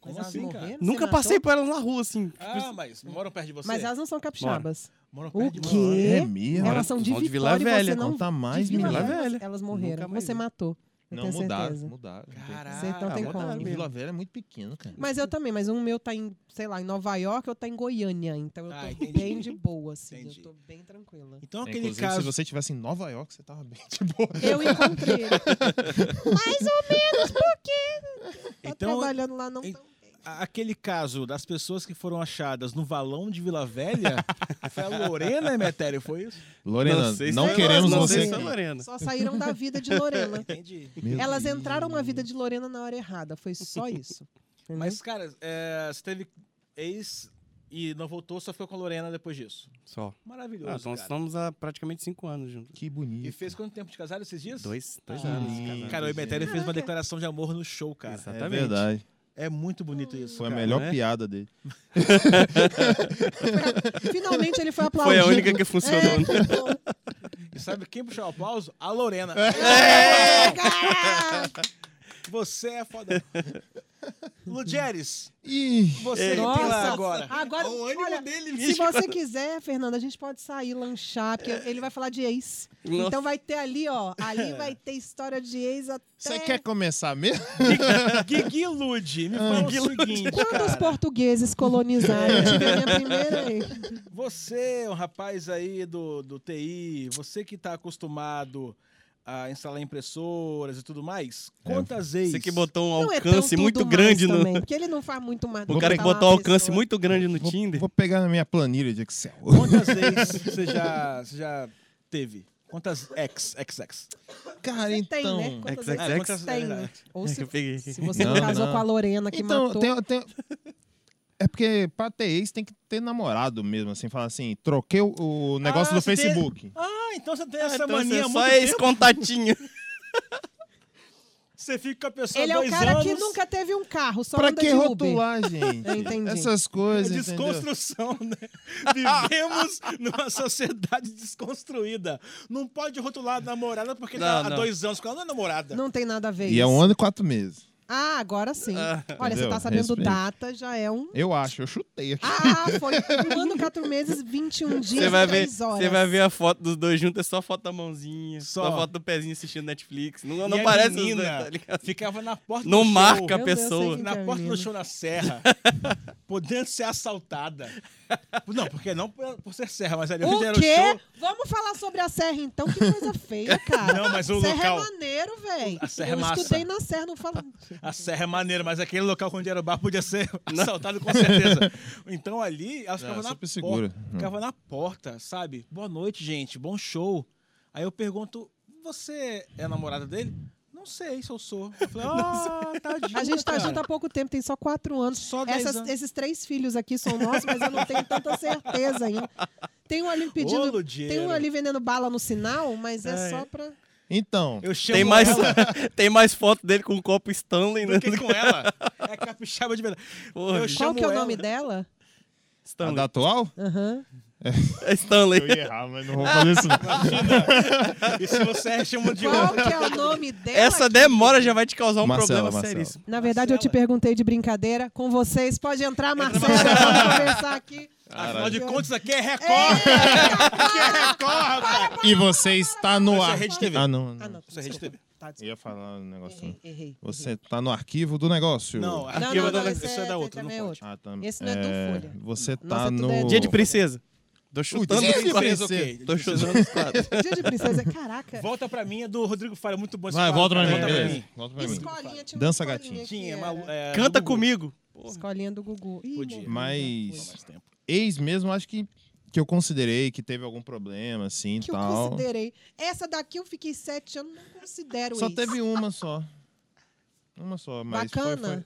Speaker 1: Como
Speaker 3: Mas elas
Speaker 1: assim,
Speaker 3: morreram?
Speaker 1: cara?
Speaker 3: Você
Speaker 2: Nunca
Speaker 3: matou?
Speaker 2: passei por elas na rua, assim.
Speaker 1: Ah, mas moram perto de você?
Speaker 3: Mas elas não são capixabas.
Speaker 1: Moram
Speaker 3: O
Speaker 1: perto de você.
Speaker 3: quê?
Speaker 4: É mesmo?
Speaker 3: Elas são de
Speaker 2: São de Vila
Speaker 3: Vitória e você
Speaker 2: Velha,
Speaker 3: não...
Speaker 4: Conta mais,
Speaker 3: de Vila
Speaker 2: menina.
Speaker 4: menino.
Speaker 3: Velha,
Speaker 2: Velha.
Speaker 3: Elas
Speaker 2: Nunca
Speaker 3: morreram.
Speaker 2: mais
Speaker 3: Você
Speaker 2: vi.
Speaker 3: matou. Eu
Speaker 4: Não,
Speaker 3: tenho
Speaker 4: mudaram,
Speaker 3: certeza.
Speaker 4: mudaram.
Speaker 1: Caraca.
Speaker 3: Você não tem
Speaker 1: mano.
Speaker 3: como.
Speaker 4: E Vila Velha é muito pequeno, cara.
Speaker 3: Mas eu também, mas um meu tá em, sei lá, em Nova York, eu tá em Goiânia, então eu tô
Speaker 1: Ah, entendi.
Speaker 3: bem de boa, assim,
Speaker 1: Entendi.
Speaker 3: eu tô bem tranquila.
Speaker 1: Então
Speaker 4: É,
Speaker 1: aquele
Speaker 4: Inclusive,
Speaker 1: caso...
Speaker 4: se você estivesse em Nova York, você tava bem de boa.
Speaker 3: Eu encontrei Tá ele. Mais ou menos, porque tá
Speaker 1: Então,
Speaker 3: trabalhando lá não
Speaker 1: en-
Speaker 3: tão bem.
Speaker 1: a- aquele caso das pessoas que foram achadas no valão de Vila Velha, foi a Lorena, Emetério, foi isso?
Speaker 4: Lorena, não,
Speaker 2: sei se é
Speaker 4: queremos
Speaker 2: Lorena, não
Speaker 4: você
Speaker 2: sei se é
Speaker 4: aqui.
Speaker 2: Lorena.
Speaker 3: Só saíram da vida de Lorena.
Speaker 1: Entendi.
Speaker 4: Meu
Speaker 3: Elas é
Speaker 4: Deus.
Speaker 3: entraram na vida de Lorena na hora errada, foi só isso.
Speaker 1: Mas, cara, é, você teve ex e não voltou, só ficou com a Lorena depois disso.
Speaker 2: Só.
Speaker 1: Maravilhoso,
Speaker 2: Ah, então
Speaker 1: cara.
Speaker 2: estamos há praticamente cinco anos juntos.
Speaker 4: Que bonito.
Speaker 1: E fez quanto tempo de casado esses dias?
Speaker 2: Dois, dois
Speaker 1: Ah,
Speaker 2: anos.
Speaker 4: lindo.
Speaker 2: casados.
Speaker 1: Cara, o Emetério fez uma
Speaker 3: Caraca.
Speaker 1: declaração de amor no show, cara.
Speaker 2: Exatamente.
Speaker 4: É verdade.
Speaker 1: É muito bonito isso.
Speaker 4: Foi a
Speaker 1: cara.
Speaker 4: melhor
Speaker 2: né?
Speaker 4: piada dele.
Speaker 3: Finalmente ele foi
Speaker 2: Foi
Speaker 3: aplaudido.
Speaker 2: a única que funcionou. né?
Speaker 3: funcionou.
Speaker 1: E sabe quem puxou o aplauso? A Lorena. Você é foda. Ludieres,
Speaker 4: Ih,
Speaker 1: você que tem lá
Speaker 3: Nossa,
Speaker 1: agora. É um
Speaker 3: agora
Speaker 2: O ânimo
Speaker 3: olha,
Speaker 2: dele,
Speaker 3: Se
Speaker 2: bicho.
Speaker 3: você quiser, Fernanda, a gente pode sair, lanchar, porque ele vai falar de ex.
Speaker 2: Nossa.
Speaker 3: Então vai ter ali, ó. Ali vai ter história de ex até.
Speaker 4: você quer começar mesmo?
Speaker 1: Guigui Ah, Lude, me fala o
Speaker 2: Guigui Lude.
Speaker 1: seguinte,
Speaker 3: Quando os
Speaker 1: cara.
Speaker 3: portugueses colonizaram, eu tive a minha primeira ex.
Speaker 1: Você, é um rapaz aí do, do TI, você que tá acostumado a instalar impressoras e tudo mais,
Speaker 4: É,
Speaker 1: quantas vezes...
Speaker 2: Você que botou um
Speaker 3: Não é tão
Speaker 2: alcance
Speaker 3: tudo
Speaker 2: muito
Speaker 3: mais
Speaker 2: grande no.
Speaker 3: também, Porque ele não faz muito mais. tá
Speaker 2: O cara que botou um alcance muito grande no
Speaker 4: Vou-
Speaker 2: Tinder.
Speaker 4: Vou pegar na minha planilha de Excel.
Speaker 1: Quantas vezes você já, você já teve? Quantas ex, ex, ex?
Speaker 4: Cara,
Speaker 3: Tem,
Speaker 4: então.
Speaker 3: né? Quantas
Speaker 2: XXX?
Speaker 3: vezes você tem, né? Ou se,
Speaker 2: É Eu peguei.
Speaker 3: se você não,
Speaker 4: Não,
Speaker 3: casou
Speaker 4: não.
Speaker 3: com a Lorena que
Speaker 4: Então,
Speaker 3: matou.
Speaker 4: tem, tem- É porque pra ter ex tem que ter namorado mesmo, assim, falar assim, troquei o, o negócio
Speaker 1: Ah,
Speaker 4: do
Speaker 1: você tem-
Speaker 4: Facebook.
Speaker 1: Ah, então você tem essa
Speaker 2: Então,
Speaker 1: mania
Speaker 2: você
Speaker 1: há
Speaker 2: só
Speaker 1: muito
Speaker 2: é
Speaker 1: tempo.
Speaker 2: ex-contatinho.
Speaker 1: Você fica com a pessoa
Speaker 3: Ele
Speaker 1: há
Speaker 3: é o
Speaker 1: dois
Speaker 3: cara
Speaker 1: anos.
Speaker 3: que nunca teve um carro, só
Speaker 4: pra
Speaker 3: anda
Speaker 4: que
Speaker 3: de Uber.
Speaker 4: rotular, gente?
Speaker 3: Eu entendi.
Speaker 4: Essas
Speaker 1: É
Speaker 4: coisas. entendeu?
Speaker 1: desconstrução, né? Vivemos numa sociedade desconstruída. Não pode rotular namorada porque
Speaker 2: Não,
Speaker 1: tá há
Speaker 2: não.
Speaker 1: dois anos com ela, não é namorada.
Speaker 3: Não tem nada a ver
Speaker 4: E é
Speaker 3: isso.
Speaker 4: um ano e quatro meses.
Speaker 3: Ah, agora sim.
Speaker 2: Ah,
Speaker 3: Olha, você
Speaker 4: entendeu?
Speaker 3: tá sabendo
Speaker 4: Respeito.
Speaker 3: data, já é um.
Speaker 4: Eu acho, eu chutei aqui.
Speaker 3: Ah, foi um ano, quatro meses, 21 dias,
Speaker 2: Você vai, ver,
Speaker 3: três horas.
Speaker 2: você vai ver a foto dos dois juntos, é só foto da mãozinha, só,
Speaker 1: Só.
Speaker 2: foto do pezinho assistindo Netflix. Não,
Speaker 1: E
Speaker 2: não
Speaker 1: a
Speaker 2: parece os
Speaker 1: menina
Speaker 2: dois, tá ligado?
Speaker 1: Ficava na porta
Speaker 2: Não
Speaker 1: do
Speaker 2: marca
Speaker 1: show,
Speaker 2: a
Speaker 3: Meu Deus,
Speaker 2: pessoa.
Speaker 3: sei
Speaker 1: na
Speaker 3: Fica,
Speaker 1: porta do
Speaker 3: menino.
Speaker 1: show na serra, podendo ser assaltada. Não, porque não por, por ser serra, mas ali onde
Speaker 3: O
Speaker 1: era o show,
Speaker 3: quê? Vamos falar sobre a Serra, então? Que coisa feia, cara.
Speaker 1: Não, mas o
Speaker 3: Serra
Speaker 1: local-
Speaker 3: é maneiro, velho.
Speaker 1: A Serra é
Speaker 3: Eu
Speaker 1: massa.
Speaker 3: estudei na Serra, não fala...
Speaker 1: a serra
Speaker 2: Uhum.
Speaker 1: é maneira, mas aquele local onde era o bar podia ser assaltado com certeza. Então ali,
Speaker 2: É,
Speaker 1: ela ficava
Speaker 4: Não,
Speaker 1: na
Speaker 4: super
Speaker 1: porta.
Speaker 4: segura.
Speaker 2: Hum.
Speaker 1: Ficava na porta, sabe? Boa noite, gente, bom show. Aí eu pergunto, você é a namorada dele? Não sei se eu sou. Eu falei, ah, tadinha,
Speaker 3: A gente tá
Speaker 1: cara.
Speaker 3: junto há pouco tempo, tem só quatro anos.
Speaker 1: Só 10
Speaker 3: Essas-
Speaker 1: anos.
Speaker 3: esses três filhos aqui são nossos, mas eu não tenho tanta certeza ainda. Tem um ali
Speaker 1: Ô,
Speaker 3: pedindo...
Speaker 1: Ludieiro.
Speaker 3: Tem um ali vendendo bala no sinal, mas é
Speaker 1: Ai.
Speaker 3: só pra...
Speaker 4: Então,
Speaker 1: Eu chamo
Speaker 2: Tem mais,
Speaker 1: ela
Speaker 2: tem mais foto dele com o copo Stanley, né?
Speaker 1: do que com ela. É capixaba de verdade.
Speaker 2: Porra,
Speaker 1: Eu
Speaker 2: bicho.
Speaker 3: Qual
Speaker 1: chamo
Speaker 3: que é o
Speaker 1: ela.
Speaker 3: nome dela?
Speaker 4: a
Speaker 2: Stanley.
Speaker 4: da atual?
Speaker 3: Aham.
Speaker 2: É Stanley.
Speaker 4: Eu ia errar, mas não vou fazer isso. não.
Speaker 1: E se você é, chama de
Speaker 3: Qual que é o nome dela?
Speaker 2: Essa demora já vai te causar um
Speaker 4: Marcela,
Speaker 2: problema
Speaker 4: Marcela.
Speaker 2: seríssimo.
Speaker 3: Na verdade, eu te
Speaker 1: Marcela.
Speaker 3: perguntei de brincadeira com vocês. Pode entrar, Marcela,
Speaker 1: Marcela.
Speaker 3: vamos conversar aqui.
Speaker 1: Afinal de
Speaker 3: Caralho.
Speaker 1: contas, aqui é Record.
Speaker 3: Eita!
Speaker 1: Aqui é Record, rapaz.
Speaker 4: E você está no
Speaker 1: Essa é
Speaker 4: ar.
Speaker 1: Rede TV.
Speaker 4: Ah, não.
Speaker 3: Ah, não.
Speaker 1: Isso é Rede
Speaker 3: desculpa.
Speaker 1: TV.
Speaker 3: Tá,
Speaker 4: Eu
Speaker 3: desculpa.
Speaker 4: ia falar um negócio.
Speaker 3: Errei, errei.
Speaker 4: Você está no arquivo do negócio.
Speaker 1: Não,
Speaker 3: Não,
Speaker 1: aqui
Speaker 3: não,
Speaker 1: eu
Speaker 3: não,
Speaker 1: vou isso
Speaker 3: esse
Speaker 1: é
Speaker 3: é-
Speaker 1: da
Speaker 3: esse
Speaker 1: outra, não
Speaker 3: também é
Speaker 1: pode.
Speaker 3: outro.
Speaker 4: Ah, tá.
Speaker 3: Esse não é do Folha.
Speaker 4: Você
Speaker 3: Nossa,
Speaker 4: está
Speaker 3: tudo
Speaker 4: no.
Speaker 3: é
Speaker 2: Dia de princesa. Tô chutando
Speaker 4: dia
Speaker 2: os
Speaker 4: de
Speaker 2: quadros.
Speaker 1: princesa.
Speaker 2: Tô chutando os quadros.
Speaker 3: Dia de princesa. Caraca.
Speaker 1: Volta pra mim, é do Rodrigo Fara, muito bom. esse
Speaker 4: Vai,
Speaker 1: quadro,
Speaker 4: volta pra
Speaker 1: cara,
Speaker 4: mim.
Speaker 1: volta
Speaker 4: Beleza. Volta pra mim.
Speaker 3: Escolinha, tinha
Speaker 4: Dança,
Speaker 3: uma
Speaker 4: gatinho.
Speaker 3: escolinha
Speaker 1: Tinha,
Speaker 3: que
Speaker 1: Malu-
Speaker 3: era.
Speaker 1: é,
Speaker 2: Canta
Speaker 1: Gugu.
Speaker 2: comigo.
Speaker 3: Escolinha do Gugu. Ih,
Speaker 1: Podia.
Speaker 3: morreu,
Speaker 4: Mas-
Speaker 3: já foi.
Speaker 1: Mais tempo.
Speaker 4: Ex mesmo, acho que, que eu considerei que teve algum problema, assim e
Speaker 3: Que eu
Speaker 4: tal.
Speaker 3: considerei. Essa daqui eu fiquei sete anos, não considero
Speaker 4: Só
Speaker 3: ex.
Speaker 4: teve uma só. Uma só, mas foi-
Speaker 3: Bacana.
Speaker 4: foi.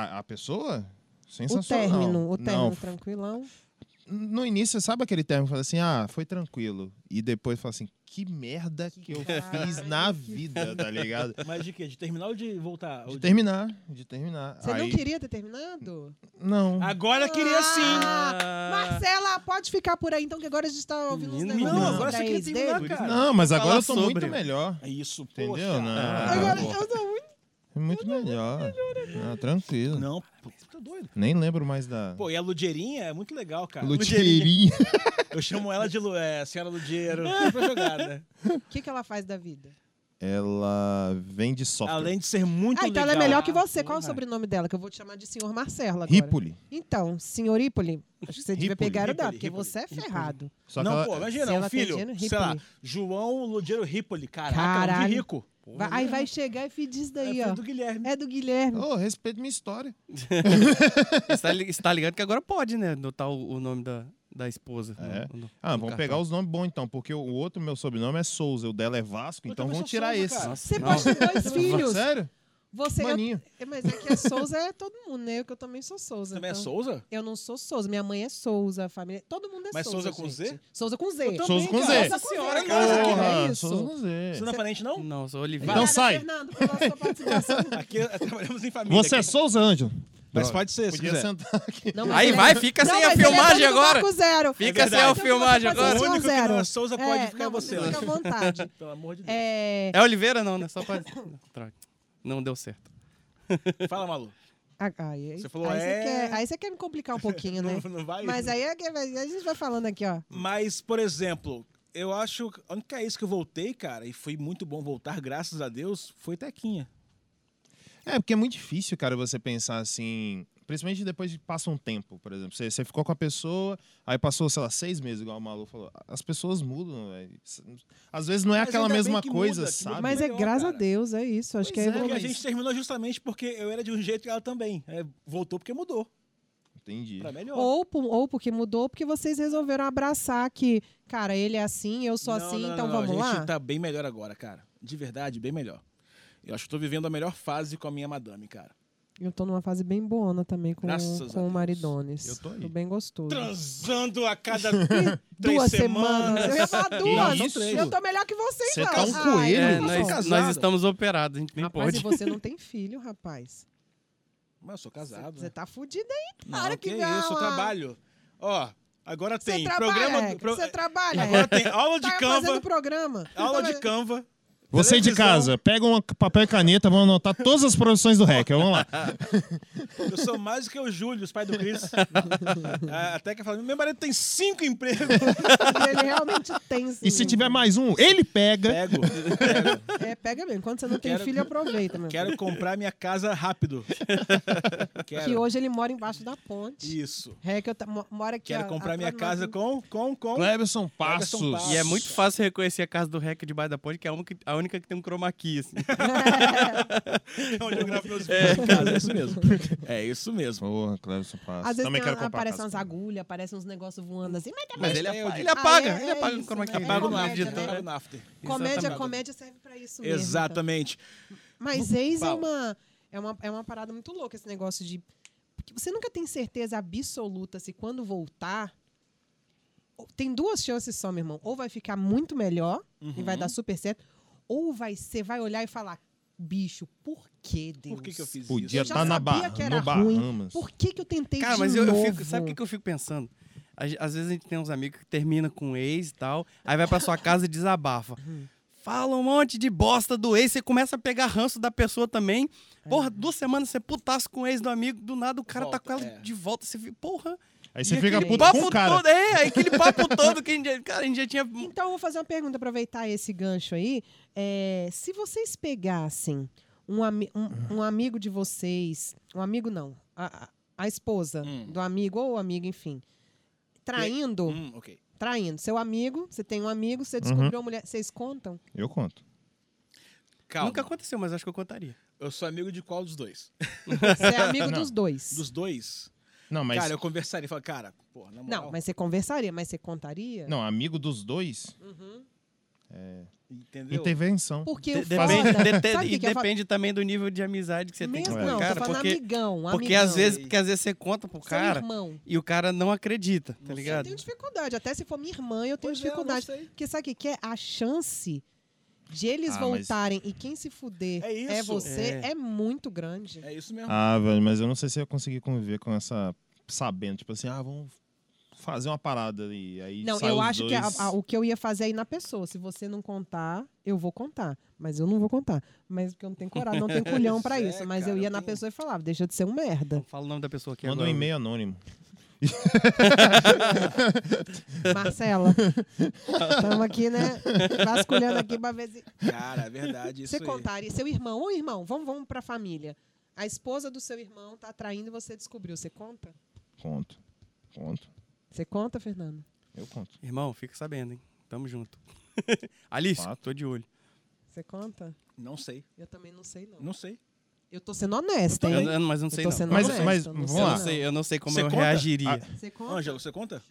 Speaker 4: A, a pessoa?
Speaker 3: O
Speaker 4: Sensacional.
Speaker 3: término, o término
Speaker 4: Não,
Speaker 3: tranquilão.
Speaker 4: no início, você sabe aquele termo? Fala assim, ah, foi tranquilo. E depois fala assim, que merda que, eu
Speaker 3: caralho,
Speaker 4: fiz na
Speaker 3: que-
Speaker 4: vida, tá ligado?
Speaker 1: Mas de quê? De terminar ou de voltar? Ou
Speaker 4: De
Speaker 1: de-
Speaker 4: terminar, de terminar.
Speaker 3: Você não
Speaker 4: Aí-
Speaker 3: queria ter terminado?
Speaker 4: Não.
Speaker 1: Agora queria sim.
Speaker 3: Ah, Marcela, pode ficar por aí então, que agora a gente tá ouvindo
Speaker 2: Menino,
Speaker 3: uns
Speaker 2: menino.
Speaker 3: negócios
Speaker 2: Não, agora
Speaker 3: da
Speaker 1: você quer
Speaker 3: ex
Speaker 1: terminar,
Speaker 3: dele.
Speaker 1: cara.
Speaker 4: Não, mas
Speaker 2: Falar
Speaker 4: agora eu tô
Speaker 2: sobre.
Speaker 4: muito melhor.
Speaker 1: É isso,
Speaker 4: Entendeu?
Speaker 1: poxa.
Speaker 4: Não,
Speaker 2: Ah,
Speaker 3: Agora,
Speaker 4: pô,
Speaker 3: eu sou muito...
Speaker 4: muito melhor. Não, tranquilo.
Speaker 1: Não, pô, tá doido.
Speaker 4: Nem lembro mais da
Speaker 1: Pô, e a Ludeirinha é muito legal, cara.
Speaker 4: Luteirinha.
Speaker 1: Eu chamo ela de Lu- é, Senhora Ludeiro. Tudo pra jogar, né?
Speaker 3: O que, que ela faz da vida?
Speaker 4: Ela vende software.
Speaker 1: Além de ser muito
Speaker 3: ah,
Speaker 1: legal.
Speaker 3: então ela é melhor que você.
Speaker 1: Ah,
Speaker 3: Qual é o
Speaker 1: porra.
Speaker 3: sobrenome dela? Que eu vou te chamar de senhor Marcela agora.
Speaker 1: né?
Speaker 4: Ripoli.
Speaker 3: Então, senhor Ípoli, acho que você devia
Speaker 4: Ripoli,
Speaker 3: pegar o dela,
Speaker 1: Ripoli,
Speaker 3: porque
Speaker 1: Ripoli,
Speaker 3: você é ferrado.
Speaker 4: Só que
Speaker 1: não,
Speaker 4: ela-
Speaker 1: pô,
Speaker 3: Se
Speaker 1: imagina,
Speaker 3: ela tá
Speaker 1: um
Speaker 3: tem
Speaker 1: filho,
Speaker 3: dinheiro,
Speaker 1: sei lá,
Speaker 3: Ripoli.
Speaker 1: João Ludiero Ripoli, caraca,
Speaker 3: Caralho.
Speaker 1: nome de rico.
Speaker 3: Vai, aí vai chegar e pedir isso
Speaker 1: É
Speaker 3: daí,
Speaker 1: filho
Speaker 3: ó.
Speaker 1: do Guilherme.
Speaker 3: É do Guilherme.
Speaker 4: Ô, respeito minha história.
Speaker 2: Você tá li- você tá ligado que agora pode, né? Notar o, o nome da, da esposa. no-
Speaker 4: É?
Speaker 2: no-
Speaker 4: Ah,
Speaker 2: no
Speaker 4: vamos
Speaker 2: cartão.
Speaker 4: pegar os nomes bons então, porque o outro meu sobrenome é Souza, o dela é Vasco,
Speaker 1: Eu
Speaker 4: então
Speaker 1: também
Speaker 4: vamos
Speaker 1: sou
Speaker 4: tirar
Speaker 1: Souza,
Speaker 4: esse. é
Speaker 1: cara.
Speaker 3: Você
Speaker 2: Não.
Speaker 3: pode ter dois filhos.
Speaker 1: é
Speaker 4: Sério?
Speaker 3: Você, eu-
Speaker 4: Maninho.
Speaker 3: mas é que a Souza é todo mundo, né? Eu que eu também sou Souza.
Speaker 1: Também é
Speaker 3: então-
Speaker 1: Souza?
Speaker 3: Eu não sou Souza, minha mãe é Souza, a família. Todo mundo é
Speaker 1: Mas
Speaker 3: Souza.
Speaker 1: Souza com
Speaker 3: gente.
Speaker 1: Z?
Speaker 3: Souza com Z.
Speaker 1: Eu também,
Speaker 4: Souza com
Speaker 1: cara.
Speaker 4: Z.
Speaker 1: Nossa senhora,
Speaker 3: Souza com
Speaker 1: cara.
Speaker 3: Z.
Speaker 1: aqui.
Speaker 4: Porra,
Speaker 3: é isso?
Speaker 4: Souza com Z.
Speaker 1: Você não é parente,
Speaker 3: Hum.
Speaker 1: não?
Speaker 2: Não, sou Oliveira.
Speaker 4: Então
Speaker 3: Obrigada,
Speaker 4: sai.
Speaker 3: Fernando, pela sua participação.
Speaker 1: Aqui é, trabalhamos em família.
Speaker 4: Você é
Speaker 1: aqui.
Speaker 4: Souza, Ângelo?
Speaker 1: Mas pode ser, se
Speaker 4: Podia
Speaker 1: quiser.
Speaker 4: sentar aqui.
Speaker 3: Não, mas
Speaker 2: Aí
Speaker 3: ele-
Speaker 2: vai, fica
Speaker 3: Não,
Speaker 2: sem a
Speaker 3: mas ele é
Speaker 2: filmagem
Speaker 3: dono do
Speaker 2: agora.
Speaker 3: Marco Zero.
Speaker 2: Fica
Speaker 1: É
Speaker 2: sem a
Speaker 1: verdade.
Speaker 2: filmagem
Speaker 3: Então você
Speaker 2: agora.
Speaker 1: O
Speaker 3: Souza
Speaker 1: único que
Speaker 3: zero.
Speaker 1: não é Souza pode
Speaker 3: É,
Speaker 1: ficar
Speaker 3: não,
Speaker 1: você. né?
Speaker 3: Fica à vontade.
Speaker 1: Pelo amor de Deus.
Speaker 3: É,
Speaker 2: É Oliveira não, né? Só pra... Droga. Não deu certo.
Speaker 1: Fala, Malu.
Speaker 3: ah, aí,
Speaker 1: Você falou,
Speaker 3: aí
Speaker 1: é.
Speaker 3: Você quer, aí você quer me complicar um pouquinho, né?
Speaker 1: Não, não vai?
Speaker 3: Mas aí é que- a gente vai falando aqui, ó.
Speaker 1: Mas, por exemplo, eu acho... A única ex que eu voltei, cara, e foi muito bom voltar, graças a Deus, foi Tequinha.
Speaker 4: É, porque é muito difícil, cara, você pensar assim. Principalmente depois de passa um tempo, por exemplo. Você, você ficou com a pessoa, aí passou, sei lá, seis meses, igual o Malu falou. As pessoas mudam, velho. Às vezes não é
Speaker 1: Mas
Speaker 4: aquela
Speaker 1: ainda bem
Speaker 4: mesma
Speaker 1: que
Speaker 4: coisa,
Speaker 1: muda, que muda.
Speaker 4: sabe?
Speaker 3: Mas é
Speaker 1: melhor,
Speaker 3: graças a
Speaker 1: cara.
Speaker 3: Deus, é isso. Acho
Speaker 4: Pois
Speaker 3: que é,
Speaker 4: é,
Speaker 1: Porque a
Speaker 3: evolução.
Speaker 1: gente terminou justamente porque eu era de um jeito e ela também. É, voltou porque mudou.
Speaker 4: Entendi.
Speaker 1: Pra melhor.
Speaker 3: Ou, por- ou porque mudou, ou porque vocês resolveram abraçar que, cara, ele é assim, eu sou
Speaker 1: Não,
Speaker 3: assim,
Speaker 1: não, não,
Speaker 3: então
Speaker 1: não,
Speaker 3: vamos
Speaker 1: A
Speaker 3: lá.
Speaker 1: gente tá bem melhor agora, cara. De verdade, bem melhor. Eu acho que tô vivendo a melhor fase com a minha madame, cara.
Speaker 3: Eu tô numa fase bem boa também com,
Speaker 1: Graças a
Speaker 3: com
Speaker 1: Deus.
Speaker 3: o Maridones.
Speaker 4: Eu tô aí.
Speaker 3: bem gostoso.
Speaker 1: Transando a cada
Speaker 3: duas semanas. Eu ia falar duas.
Speaker 4: isso?
Speaker 3: Eu tô melhor que você,
Speaker 4: Você
Speaker 3: então.
Speaker 4: tá um
Speaker 3: Ah,
Speaker 4: coelho.
Speaker 3: então
Speaker 1: né?
Speaker 2: É,
Speaker 3: tá bom.
Speaker 2: nós,
Speaker 1: casado.
Speaker 2: nós estamos operados, a gente nem
Speaker 3: Rapaz, e
Speaker 2: pode.
Speaker 3: você não tem filho, rapaz.
Speaker 1: Mas eu sou casado.
Speaker 3: Você
Speaker 1: né?
Speaker 3: tá fudido aí.
Speaker 1: Não,
Speaker 3: para que
Speaker 1: que
Speaker 3: não,
Speaker 1: isso, eu
Speaker 3: ah.
Speaker 1: trabalho. Ó, agora
Speaker 3: Você
Speaker 1: tem
Speaker 3: trabalha,
Speaker 1: programa.
Speaker 3: é,
Speaker 1: pro-
Speaker 3: Você trabalha.
Speaker 1: Agora
Speaker 3: é.
Speaker 1: tem aula
Speaker 3: Tá
Speaker 1: de
Speaker 3: fazendo
Speaker 1: Canva.
Speaker 3: programa.
Speaker 1: Aula
Speaker 3: Tá
Speaker 1: de
Speaker 3: fazendo-
Speaker 1: Canva.
Speaker 4: Você é de
Speaker 2: Televisão.
Speaker 4: casa, pega um papel e caneta, vamos anotar todas as profissões do hacker. Vamos lá.
Speaker 1: Eu sou mais do que o Júlio, os pais do Cris. Ah, Até que falando, meu marido tem cinco empregos.
Speaker 3: Ele realmente tem.
Speaker 4: E se
Speaker 3: sim.
Speaker 4: tiver mais um, ele pega.
Speaker 1: Pego. Pego.
Speaker 3: É, pega mesmo. Quando você não tem
Speaker 1: Quero-
Speaker 3: filho, aproveita. Meu.
Speaker 1: Quero comprar minha casa rápido.
Speaker 3: Que
Speaker 1: Quero.
Speaker 3: hoje ele mora embaixo da ponte.
Speaker 1: Isso.
Speaker 3: É que eu ta- mo- mora aqui.
Speaker 1: Quero
Speaker 3: ó,
Speaker 1: comprar minha
Speaker 3: atrás do
Speaker 1: casa
Speaker 3: navio.
Speaker 1: com, com, com.
Speaker 4: Cleberson Passos.
Speaker 1: um Cleberson Passos.
Speaker 2: E é muito fácil reconhecer a casa do Rec debaixo da ponte, que é a única, a única que tem um chroma key, assim.
Speaker 1: Onde eu gravo meus vídeos em casa, é isso mesmo. É isso mesmo.
Speaker 4: Porra, Cleberson Passos.
Speaker 3: Às vezes
Speaker 4: Também
Speaker 3: tem,
Speaker 4: quero comprar
Speaker 3: aparecem
Speaker 4: casa.
Speaker 3: umas agulhas, aparecem uns negócios voando assim. Mas
Speaker 2: Mas ele,
Speaker 1: é o
Speaker 2: apa
Speaker 1: de-
Speaker 2: ele apaga,
Speaker 3: Ah, é-
Speaker 2: ele
Speaker 3: é
Speaker 2: apaga o
Speaker 3: isso,
Speaker 2: chroma
Speaker 3: né?
Speaker 2: key.
Speaker 3: É
Speaker 1: Apago no
Speaker 3: comédia,
Speaker 1: after.
Speaker 3: né?
Speaker 1: Apago no after.
Speaker 3: comédia,
Speaker 2: Exatamente.
Speaker 3: comédia serve pra isso mesmo. então.
Speaker 1: Exatamente.
Speaker 3: Mas ex é
Speaker 1: Fala.
Speaker 3: uma, é uma é uma parada muito louca esse negócio de porque você nunca tem certeza absoluta se quando voltar ou- tem duas chances só, meu irmão. Ou vai ficar muito melhor e
Speaker 1: Uhum.
Speaker 3: vai dar super certo, ou vai ser vai olhar e falar bicho, por que Deus?
Speaker 1: Por que, que eu fiz
Speaker 4: Podia
Speaker 3: Eu
Speaker 1: isso?
Speaker 3: já
Speaker 2: Tá
Speaker 4: estar na
Speaker 3: sabia
Speaker 4: barra,
Speaker 3: que era
Speaker 4: no
Speaker 3: ruim.
Speaker 4: Bahamas.
Speaker 3: Por que, que eu tentei
Speaker 2: Cara,
Speaker 3: de
Speaker 2: mas eu, eu fico.
Speaker 3: novo?
Speaker 2: Sabe o que, que eu fico pensando? Às às vezes a gente tem uns amigos que termina com um ex e tal, aí vai pra sua casa e desabafa. Fala um monte de bosta do ex, você começa a pegar ranço da pessoa também. Porra, duas semanas você putasse com o ex do amigo, do nada o cara tá com
Speaker 1: Volta,
Speaker 2: ela
Speaker 1: é.
Speaker 2: de volta, você fica, porra.
Speaker 4: Aí você
Speaker 2: E
Speaker 4: fica
Speaker 2: aquele
Speaker 4: puto
Speaker 2: papo
Speaker 4: com o cara.
Speaker 2: todo, é, aí aquele papo todo que a gente, já- cara, a gente já tinha.
Speaker 3: Então, eu vou fazer uma pergunta, aproveitar esse gancho aí. É, se vocês pegassem um, ami- um- um amigo de vocês, um amigo não, a, a- a esposa
Speaker 1: Hum.
Speaker 3: do amigo ou amiga, enfim,
Speaker 2: um
Speaker 3: traindo,
Speaker 1: Hum, ok.
Speaker 3: traindo, seu amigo, você tem um amigo, você descobriu
Speaker 2: Uhum.
Speaker 3: uma mulher, vocês contam?
Speaker 4: Eu conto.
Speaker 1: Calma.
Speaker 2: Nunca aconteceu, mas acho que eu contaria.
Speaker 1: Eu sou amigo de qual dos dois?
Speaker 3: Você é amigo
Speaker 4: Não.
Speaker 3: dos dois.
Speaker 1: Dos dois?
Speaker 4: Não, mas.
Speaker 1: Cara, eu conversaria e falaria, cara, pô, na moral.
Speaker 3: Não, mas você conversaria, mas você contaria?
Speaker 4: Não, amigo dos dois,
Speaker 1: Entendeu?
Speaker 4: intervenção.
Speaker 3: Porque
Speaker 2: De-
Speaker 3: o foda,
Speaker 2: depende de-
Speaker 3: sabe o
Speaker 2: e
Speaker 3: que que eu falo?
Speaker 2: depende também do nível de amizade que você tem
Speaker 3: Mesmo,
Speaker 2: com o
Speaker 3: não,
Speaker 2: cara.
Speaker 3: tô falando
Speaker 2: porque
Speaker 3: amigão,
Speaker 2: porque
Speaker 3: amigão.
Speaker 2: às vezes, porque às vezes você conta pro
Speaker 3: Seu
Speaker 2: Tipo, cara
Speaker 3: irmão.
Speaker 2: e o cara não acredita, tá
Speaker 3: Eu
Speaker 2: ligado?
Speaker 3: tenho dificuldade, até se for minha irmã, eu tenho
Speaker 1: Pois é, eu não
Speaker 3: dificuldade.
Speaker 1: sei.
Speaker 3: Porque sabe o que que é? A chance de eles
Speaker 4: Ah, mas-
Speaker 3: voltarem e quem se fuder
Speaker 1: É
Speaker 3: é,
Speaker 1: isso.
Speaker 3: você é,
Speaker 2: É.
Speaker 3: muito grande.
Speaker 1: É isso mesmo.
Speaker 4: Ah, velho, mas eu não sei se eu ia conseguir conviver com essa. Sabendo, tipo assim, ah, vamos fazer uma parada e aí.
Speaker 3: Não,
Speaker 4: sai
Speaker 3: eu
Speaker 4: os
Speaker 3: acho que a-
Speaker 4: dois.
Speaker 3: a- o que eu ia fazer aí na pessoa. Se você não contar, eu vou contar. Mas eu não vou contar. Mas porque eu não tenho coragem, não tenho culhão pra
Speaker 1: Pois é,
Speaker 3: isso. Mas
Speaker 1: cara,
Speaker 3: eu ia
Speaker 1: eu
Speaker 3: na
Speaker 1: tenho-
Speaker 3: pessoa e falava, deixa de ser um merda.
Speaker 2: Não fala o nome da pessoa aqui
Speaker 4: Manda um
Speaker 2: agora.
Speaker 4: e-mail anônimo.
Speaker 3: Marcela, estamos aqui, né? Vasculhando aqui pra ver se...
Speaker 1: Cara, é verdade. Isso
Speaker 3: Você
Speaker 1: aí.
Speaker 3: contaria. Seu irmão, ô irmão, vamos, vamos pra família. A esposa do seu irmão tá traindo e você descobriu. Você conta?
Speaker 4: Conto. Conto.
Speaker 3: Você conta, Fernando?
Speaker 4: Eu conto.
Speaker 2: Irmão, fica sabendo, hein? Tamo junto. Alice,
Speaker 4: Fato.
Speaker 2: tô de olho.
Speaker 3: Você conta?
Speaker 1: Não sei.
Speaker 3: Eu também não sei, não.
Speaker 1: Não sei.
Speaker 3: Eu tô sendo honesta,
Speaker 2: Eu,
Speaker 3: hein?
Speaker 2: eu- mas eu não
Speaker 3: Eu
Speaker 2: sei
Speaker 3: tô
Speaker 2: não.
Speaker 3: sendo
Speaker 4: Mas-
Speaker 3: honesta.
Speaker 4: mas,
Speaker 3: não
Speaker 4: vamos
Speaker 2: eu
Speaker 3: sei,
Speaker 4: lá.
Speaker 2: não
Speaker 3: não.
Speaker 2: sei, eu não sei como
Speaker 1: Você
Speaker 2: eu
Speaker 1: conta?
Speaker 2: reagiria.
Speaker 4: Ah,
Speaker 3: Você conta?
Speaker 1: Ângelo, você conta?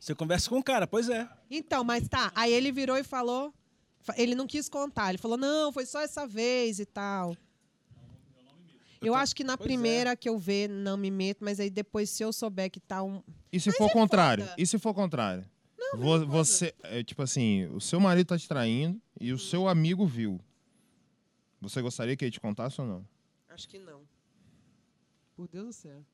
Speaker 1: Você conversa com o cara, pois é.
Speaker 3: Então, mas tá. Aí ele virou e falou... fa- Ele não quis contar. Ele falou, não, foi só essa vez e tal. Eu acho que na
Speaker 1: Pois é.
Speaker 3: primeira que eu ver, não me meto. Mas aí depois, se eu souber que tá um...
Speaker 4: E se for o contrário? E se for o contrário? Vo- você, é, tipo assim, o seu marido tá te traindo e
Speaker 3: Hum.
Speaker 4: o seu amigo viu. Você gostaria que ele te contasse ou não?
Speaker 3: Acho que não. Por Deus do céu.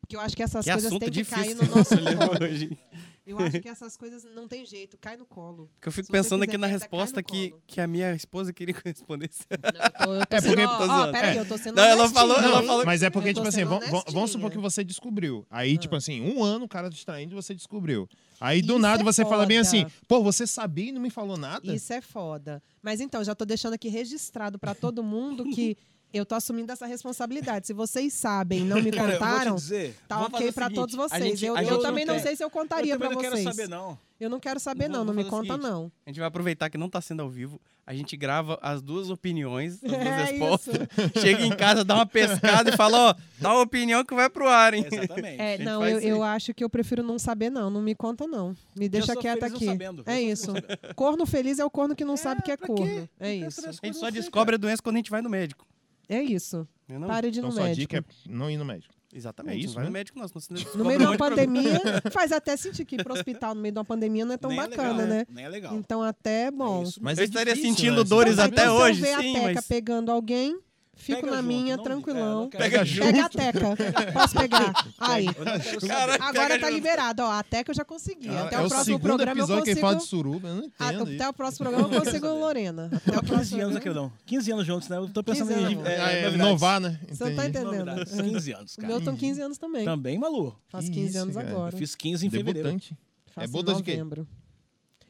Speaker 3: Porque eu acho que essas
Speaker 2: Que
Speaker 3: coisas
Speaker 2: assunto
Speaker 3: têm que
Speaker 2: difícil.
Speaker 3: cair no nosso
Speaker 2: olhando
Speaker 3: colo.
Speaker 2: hoje.
Speaker 3: Eu acho que essas coisas não tem jeito, cai no colo.
Speaker 2: Porque eu fico
Speaker 3: Se você
Speaker 2: pensando aqui
Speaker 3: quiser
Speaker 2: na
Speaker 3: merda, cai
Speaker 2: resposta
Speaker 3: no
Speaker 2: que,
Speaker 3: colo.
Speaker 2: que a minha esposa queria que eu respondesse.
Speaker 3: Não, eu tô, eu tô
Speaker 4: É,
Speaker 3: sendo,
Speaker 4: porque-
Speaker 3: ó,
Speaker 2: tô
Speaker 3: ó,
Speaker 2: zoando.
Speaker 3: peraí, eu tô sendo
Speaker 2: Não, ela
Speaker 3: honestinha,
Speaker 2: falou- ela
Speaker 3: hein?
Speaker 2: falou-
Speaker 4: Mas é porque,
Speaker 3: Eu tô
Speaker 4: tipo assim,
Speaker 3: sendo
Speaker 4: vam- vam-
Speaker 3: honestinha. Ah.
Speaker 4: vamos supor que você descobriu. Aí, tipo assim, um ano o cara te traindo você descobriu. Aí, do
Speaker 3: Isso
Speaker 4: nada,
Speaker 3: é
Speaker 4: você fala bem
Speaker 3: foda.
Speaker 4: assim, pô, você sabia e não me falou nada?
Speaker 3: Isso é foda. Mas então, já tô deixando aqui registrado pra todo mundo que eu tô assumindo essa responsabilidade. Se vocês sabem, não me
Speaker 1: Cara, eu vou
Speaker 3: contaram,
Speaker 1: te dizer.
Speaker 3: tá
Speaker 2: Vamos
Speaker 3: ok
Speaker 2: fazer o
Speaker 3: pra
Speaker 2: seguinte,
Speaker 3: todos
Speaker 2: a
Speaker 3: vocês.
Speaker 2: gente-
Speaker 3: eu
Speaker 2: a
Speaker 3: eu
Speaker 2: gente
Speaker 3: também
Speaker 2: não
Speaker 3: não
Speaker 2: quer.
Speaker 3: sei se eu
Speaker 1: eu
Speaker 3: contaria pra
Speaker 1: também não
Speaker 3: vocês.
Speaker 1: quero saber, não.
Speaker 3: Eu não quero saber,
Speaker 2: Vamos-
Speaker 3: não. Não me
Speaker 2: vamos fazer o
Speaker 3: conta,
Speaker 2: seguinte.
Speaker 3: não.
Speaker 2: A gente vai aproveitar que não tá sendo ao vivo. A gente grava as duas opiniões, as duas
Speaker 3: É
Speaker 2: respostas. Chega em casa, dá uma pescada e fala, ó, dá uma opinião que vai pro ar, hein?
Speaker 1: Exatamente.
Speaker 3: É,
Speaker 2: gente
Speaker 3: não,
Speaker 2: faz
Speaker 3: eu,
Speaker 2: isso
Speaker 3: eu acho que eu prefiro não saber, não. Não me conta, não. Me deixa
Speaker 1: sou
Speaker 3: quieta
Speaker 1: feliz não
Speaker 3: aqui.
Speaker 1: sabendo. Eu
Speaker 3: É
Speaker 1: sou
Speaker 3: isso.
Speaker 1: feliz não
Speaker 3: Corno feliz é o corno que não sabe que é
Speaker 1: pra
Speaker 3: corno.
Speaker 1: quê?
Speaker 3: É
Speaker 1: Fica
Speaker 3: isso.
Speaker 1: atrás-
Speaker 2: A gente
Speaker 1: Eu
Speaker 2: só
Speaker 1: não sei,
Speaker 2: descobre a doença quando a gente vai no médico.
Speaker 3: É isso.
Speaker 2: Não é não?
Speaker 3: Pare de ir
Speaker 4: Então,
Speaker 3: no
Speaker 4: sua
Speaker 3: médico.
Speaker 4: dica é não ir no médico.
Speaker 2: Exatamente.
Speaker 4: É isso,
Speaker 2: não vai
Speaker 4: né?
Speaker 2: no médico, não. senão você descobre
Speaker 3: No meio
Speaker 2: um
Speaker 3: de uma
Speaker 2: monte de
Speaker 3: pandemia, faz até sentir que ir pro hospital no meio de uma pandemia não é tão
Speaker 1: Nem é
Speaker 3: bacana,
Speaker 1: legal,
Speaker 3: né?
Speaker 1: Nem é legal.
Speaker 3: Então, até, bom.
Speaker 1: É isso mesmo.
Speaker 4: Mas
Speaker 2: Eu
Speaker 4: é
Speaker 2: estaria
Speaker 4: difícil,
Speaker 2: sentindo
Speaker 4: né?
Speaker 2: dores
Speaker 3: Então,
Speaker 2: até
Speaker 3: então, se eu
Speaker 2: hoje,
Speaker 3: ver a
Speaker 2: sim,
Speaker 3: Teca
Speaker 2: mas-
Speaker 3: pegando alguém, Fico
Speaker 1: Pega
Speaker 3: na
Speaker 1: junto,
Speaker 3: minha,
Speaker 1: não- é,
Speaker 3: tranquilão.
Speaker 1: não quero-
Speaker 2: Pega junto.
Speaker 3: Pega a teca. Posso pegar? Aí.
Speaker 1: Eu não quero saber.
Speaker 2: Caraca.
Speaker 3: Agora
Speaker 2: pega
Speaker 3: tá
Speaker 2: junto.
Speaker 3: liberado, ó. A teca eu já consegui.
Speaker 4: Cara,
Speaker 3: Até
Speaker 4: é
Speaker 3: o
Speaker 4: o
Speaker 3: próximo
Speaker 4: segundo
Speaker 3: programa eu
Speaker 4: episódio que ele fala de
Speaker 3: consigo.
Speaker 4: suruba, eu não
Speaker 3: Ah,
Speaker 4: entendo. isso.
Speaker 3: Até o próximo programa eu consigo, Lorena. Até o próximo
Speaker 1: 15 anos,
Speaker 3: programa.
Speaker 1: acredão. 15 anos juntos, né? Eu tô pensando
Speaker 3: 15
Speaker 1: em.
Speaker 3: anos.
Speaker 4: É, é,
Speaker 1: novidades.
Speaker 4: inovar, né?
Speaker 3: Você não tá
Speaker 4: Entendi.
Speaker 3: entendendo.
Speaker 1: Novidades. 15 anos,
Speaker 3: O
Speaker 1: Um cara.
Speaker 3: meu estão 15 anos também.
Speaker 1: Também, Malu.
Speaker 3: Faz
Speaker 4: Que
Speaker 3: 15
Speaker 4: isso,
Speaker 3: anos
Speaker 4: cara.
Speaker 1: Eu
Speaker 3: agora.
Speaker 1: fiz 15 em fevereiro.
Speaker 4: Debutante.
Speaker 3: Faço
Speaker 4: é boda
Speaker 3: em
Speaker 4: de quê?
Speaker 3: novembro.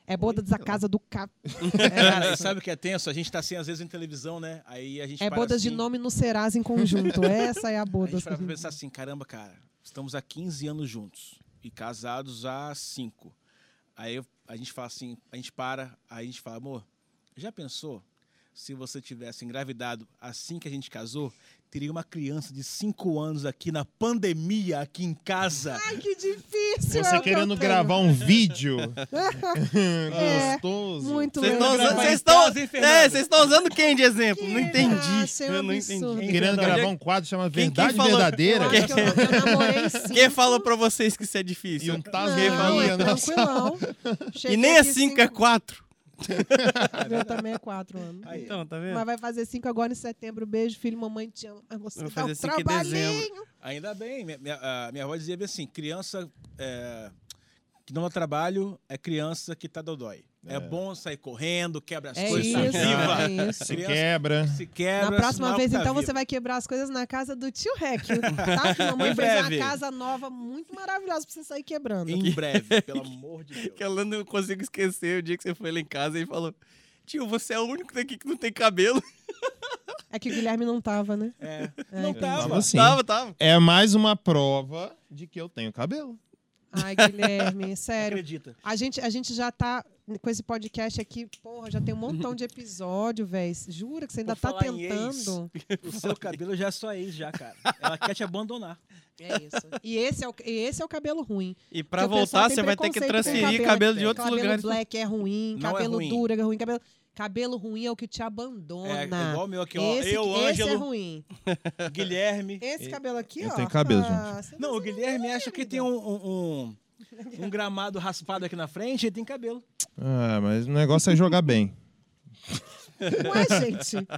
Speaker 3: É boda da casa do cap.
Speaker 1: Cara,
Speaker 3: É,
Speaker 1: e sabe o que é tenso? A gente tá assim, às vezes, em televisão, né? Aí a gente
Speaker 3: é
Speaker 1: para
Speaker 3: boda de
Speaker 1: assim,
Speaker 3: nome no Serasa em conjunto. Essa é a
Speaker 1: A
Speaker 3: boda.
Speaker 1: gente para pra pensar assim, caramba, cara, estamos há 15 anos juntos e casados há 5. Aí eu- a gente fala assim, a gente para, aí a gente fala, amor, já pensou se você tivesse engravidado assim que a gente casou, teria uma criança de 5 anos aqui na pandemia, aqui em casa?
Speaker 3: Ai, que difícil! é
Speaker 4: Você
Speaker 3: o que
Speaker 4: querendo
Speaker 3: eu tenho.
Speaker 4: gravar um vídeo
Speaker 3: É,
Speaker 4: gostoso.
Speaker 3: Muito
Speaker 2: Vocês
Speaker 3: legal.
Speaker 2: estão usando,
Speaker 1: gravar
Speaker 2: vocês
Speaker 1: em
Speaker 2: estão-
Speaker 1: casa, hein, Fernando?
Speaker 2: é, vocês estão usando quem de exemplo? Não
Speaker 3: Que
Speaker 2: entendi.
Speaker 3: achei um
Speaker 2: Eu não
Speaker 3: absurdo.
Speaker 2: entendi.
Speaker 4: Querendo
Speaker 1: Verdade.
Speaker 4: gravar um quadro chamado
Speaker 2: Quem- quem
Speaker 4: Verdade
Speaker 2: falou-
Speaker 4: Verdadeira.
Speaker 3: Eu acho que eu, eu namorei sim.
Speaker 2: Quem falou pra vocês que isso é difícil?
Speaker 4: E um
Speaker 3: Não,
Speaker 4: tasminha
Speaker 3: é
Speaker 4: na sala.
Speaker 3: tranquilão.
Speaker 2: E
Speaker 3: Cheguei
Speaker 2: nem é
Speaker 3: aqui
Speaker 2: 5, é 4.
Speaker 3: O meu também é quatro anos.
Speaker 1: Aí,
Speaker 2: Então, tá
Speaker 3: Mas
Speaker 2: vendo?
Speaker 3: vai fazer cinco agora em setembro. Beijo, filho, mamãe te ama. Ah, Você
Speaker 2: Vai
Speaker 3: dá um
Speaker 2: fazer cinco em
Speaker 3: trabalhinho.
Speaker 1: Ainda bem, minha, minha, a minha avó dizia bem assim, criança é, que não dá trabalho é criança que tá dodói. É,
Speaker 4: É.
Speaker 1: bom sair correndo, quebra as
Speaker 3: É
Speaker 1: coisas, tá
Speaker 3: isso,
Speaker 1: viva.
Speaker 3: é isso.
Speaker 4: Se quebra.
Speaker 2: É.
Speaker 1: Se quebra,
Speaker 3: Na próxima
Speaker 1: sinal
Speaker 3: vez,
Speaker 1: que tá
Speaker 3: então,
Speaker 1: vivo.
Speaker 3: você vai quebrar as coisas na casa do tio Rec. Tá? Que a mamãe
Speaker 1: Em
Speaker 3: fez uma
Speaker 1: breve.
Speaker 3: casa nova muito maravilhosa pra você sair quebrando.
Speaker 1: Em breve, pelo amor de Deus.
Speaker 2: Que ela não consigo esquecer o dia que você foi lá em casa e falou: Tio, você é o único daqui que não tem cabelo.
Speaker 3: É que o Guilherme não tava, né?
Speaker 1: É.
Speaker 3: É,
Speaker 1: Não
Speaker 3: entendi.
Speaker 2: tá,
Speaker 1: tava.
Speaker 4: Tava sim.
Speaker 2: Tava, tava.
Speaker 4: É mais uma prova de que eu tenho cabelo.
Speaker 3: Ai, Guilherme, sério.
Speaker 1: Acredita.
Speaker 3: A gente, a gente já tá com esse podcast aqui, porra, já tem um montão de episódio, velho. Jura que você ainda
Speaker 1: Por
Speaker 3: tá
Speaker 1: falar em
Speaker 3: tentando?
Speaker 1: O seu cabelo já é só ex, já, cara. Ela quer te abandonar.
Speaker 3: É isso. E esse é o, e esse é o cabelo ruim.
Speaker 2: E pra
Speaker 3: Porque o pessoal
Speaker 2: voltar,
Speaker 3: tem
Speaker 2: você vai ter que
Speaker 3: preconceito com
Speaker 2: transferir
Speaker 3: cabelo.
Speaker 2: cabelo, de outros
Speaker 3: cabelo
Speaker 2: lugares.
Speaker 3: black é ruim,
Speaker 1: Não é
Speaker 3: cabelo
Speaker 1: ruim.
Speaker 3: duro é ruim, cabelo cabelo ruim é o que te
Speaker 1: É,
Speaker 3: abandona.
Speaker 1: igual o meu aqui, ó.
Speaker 3: esse,
Speaker 1: eu,
Speaker 3: esse é
Speaker 1: Ângelo,
Speaker 3: ruim.
Speaker 1: Guilherme.
Speaker 3: Esse
Speaker 4: Eu-
Speaker 3: cabelo aqui,
Speaker 4: eu
Speaker 3: ó. Ah,
Speaker 4: tenho cabelo,
Speaker 3: gente.
Speaker 1: Não, o
Speaker 2: é
Speaker 1: Guilherme acha que tem um, um, um- um gramado raspado aqui na frente e tem cabelo.
Speaker 4: Ah, mas o negócio é jogar bem.
Speaker 3: Não é, gente?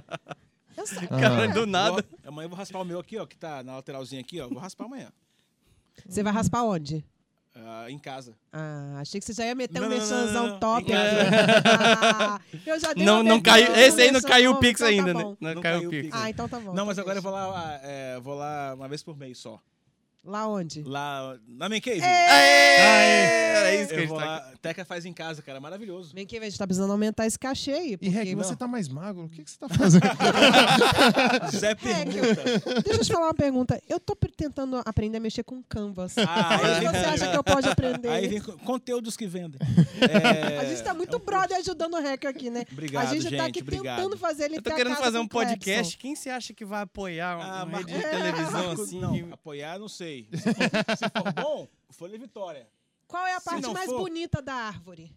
Speaker 3: Eu sei.
Speaker 4: Ah.
Speaker 2: Cara, do nada.
Speaker 1: Ó, amanhã eu vou raspar o meu aqui, ó, que tá na lateralzinha aqui, ó. Vou raspar amanhã.
Speaker 3: Você vai raspar onde?
Speaker 1: Ah, em casa.
Speaker 3: Ah, achei que você já ia meter
Speaker 1: Não,
Speaker 3: um
Speaker 1: não, não, não, É.
Speaker 3: mexanzão
Speaker 1: não.
Speaker 3: top.
Speaker 1: Em
Speaker 3: Ah, eu já dei
Speaker 2: Não,
Speaker 3: uma
Speaker 2: não
Speaker 3: dedada
Speaker 2: caiu.
Speaker 3: no
Speaker 2: Esse aí não
Speaker 3: mexanzão,
Speaker 2: caiu o Pix
Speaker 3: então tá
Speaker 2: ainda, né?
Speaker 3: bom.
Speaker 2: Não,
Speaker 1: Não caiu
Speaker 2: caiu o
Speaker 1: o
Speaker 2: Pix.
Speaker 1: Pix.
Speaker 3: Ah, então tá bom.
Speaker 1: Não,
Speaker 3: então
Speaker 1: mas agora eu
Speaker 3: deixa.
Speaker 1: vou lá, é, vou lá uma vez por mês só.
Speaker 3: Lá onde?
Speaker 1: Lá na main cave.
Speaker 3: É.
Speaker 2: Era isso que a
Speaker 1: Eu
Speaker 2: gente
Speaker 1: vou
Speaker 2: tá
Speaker 1: lá, Teca faz em casa, cara. Maravilhoso.
Speaker 3: Vem aqui, velho, a gente tá precisando aumentar esse cachê aí.
Speaker 4: E
Speaker 3: porque,
Speaker 4: Rec,
Speaker 3: meu-
Speaker 4: você tá mais magro? O que, que você tá fazendo?
Speaker 1: Zé é Pergunta.
Speaker 3: Deixa É eu te falar uma pergunta. Eu tô pre- tentando aprender a mexer com Canvas.
Speaker 1: Ah,
Speaker 3: Onde
Speaker 1: aí
Speaker 3: você
Speaker 1: vem-
Speaker 3: acha que eu posso aprender?
Speaker 1: Aí vem co- conteúdos que vendem.
Speaker 3: A gente tá muito brother ajudando o Rec aqui, né?
Speaker 1: É, Obrigado,
Speaker 3: a gente, tá aqui
Speaker 1: obrigado.
Speaker 3: tentando fazer ele
Speaker 2: Eu tô
Speaker 3: ter a
Speaker 2: querendo
Speaker 3: casa
Speaker 2: fazer
Speaker 3: com
Speaker 2: um
Speaker 3: o Clebson.
Speaker 2: podcast. Quem você acha que vai apoiar uma,
Speaker 1: Ah,
Speaker 2: uma rede de
Speaker 1: Marco-
Speaker 2: televisão
Speaker 1: Marco,
Speaker 2: assim?
Speaker 1: Não, apoiar, não sei. Se for, se for bom, Folha Vitória.
Speaker 3: Qual é a
Speaker 1: Se
Speaker 3: parte
Speaker 1: não
Speaker 3: mais
Speaker 1: for-
Speaker 3: bonita da árvore?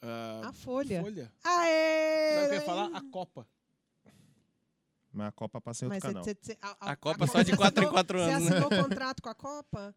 Speaker 1: Ah,
Speaker 3: A folha. É,
Speaker 1: Folha.
Speaker 3: Aê!
Speaker 1: Sabe o que eu ia falar? A Copa.
Speaker 4: mas a Copa passei outro
Speaker 3: Mas é cê-
Speaker 4: canal.
Speaker 3: cê- cê-
Speaker 2: A Copa só de
Speaker 3: você
Speaker 2: quatro em
Speaker 3: assinou-
Speaker 2: quatro anos,
Speaker 3: Você
Speaker 2: né?
Speaker 3: assinou contrato com a Copa?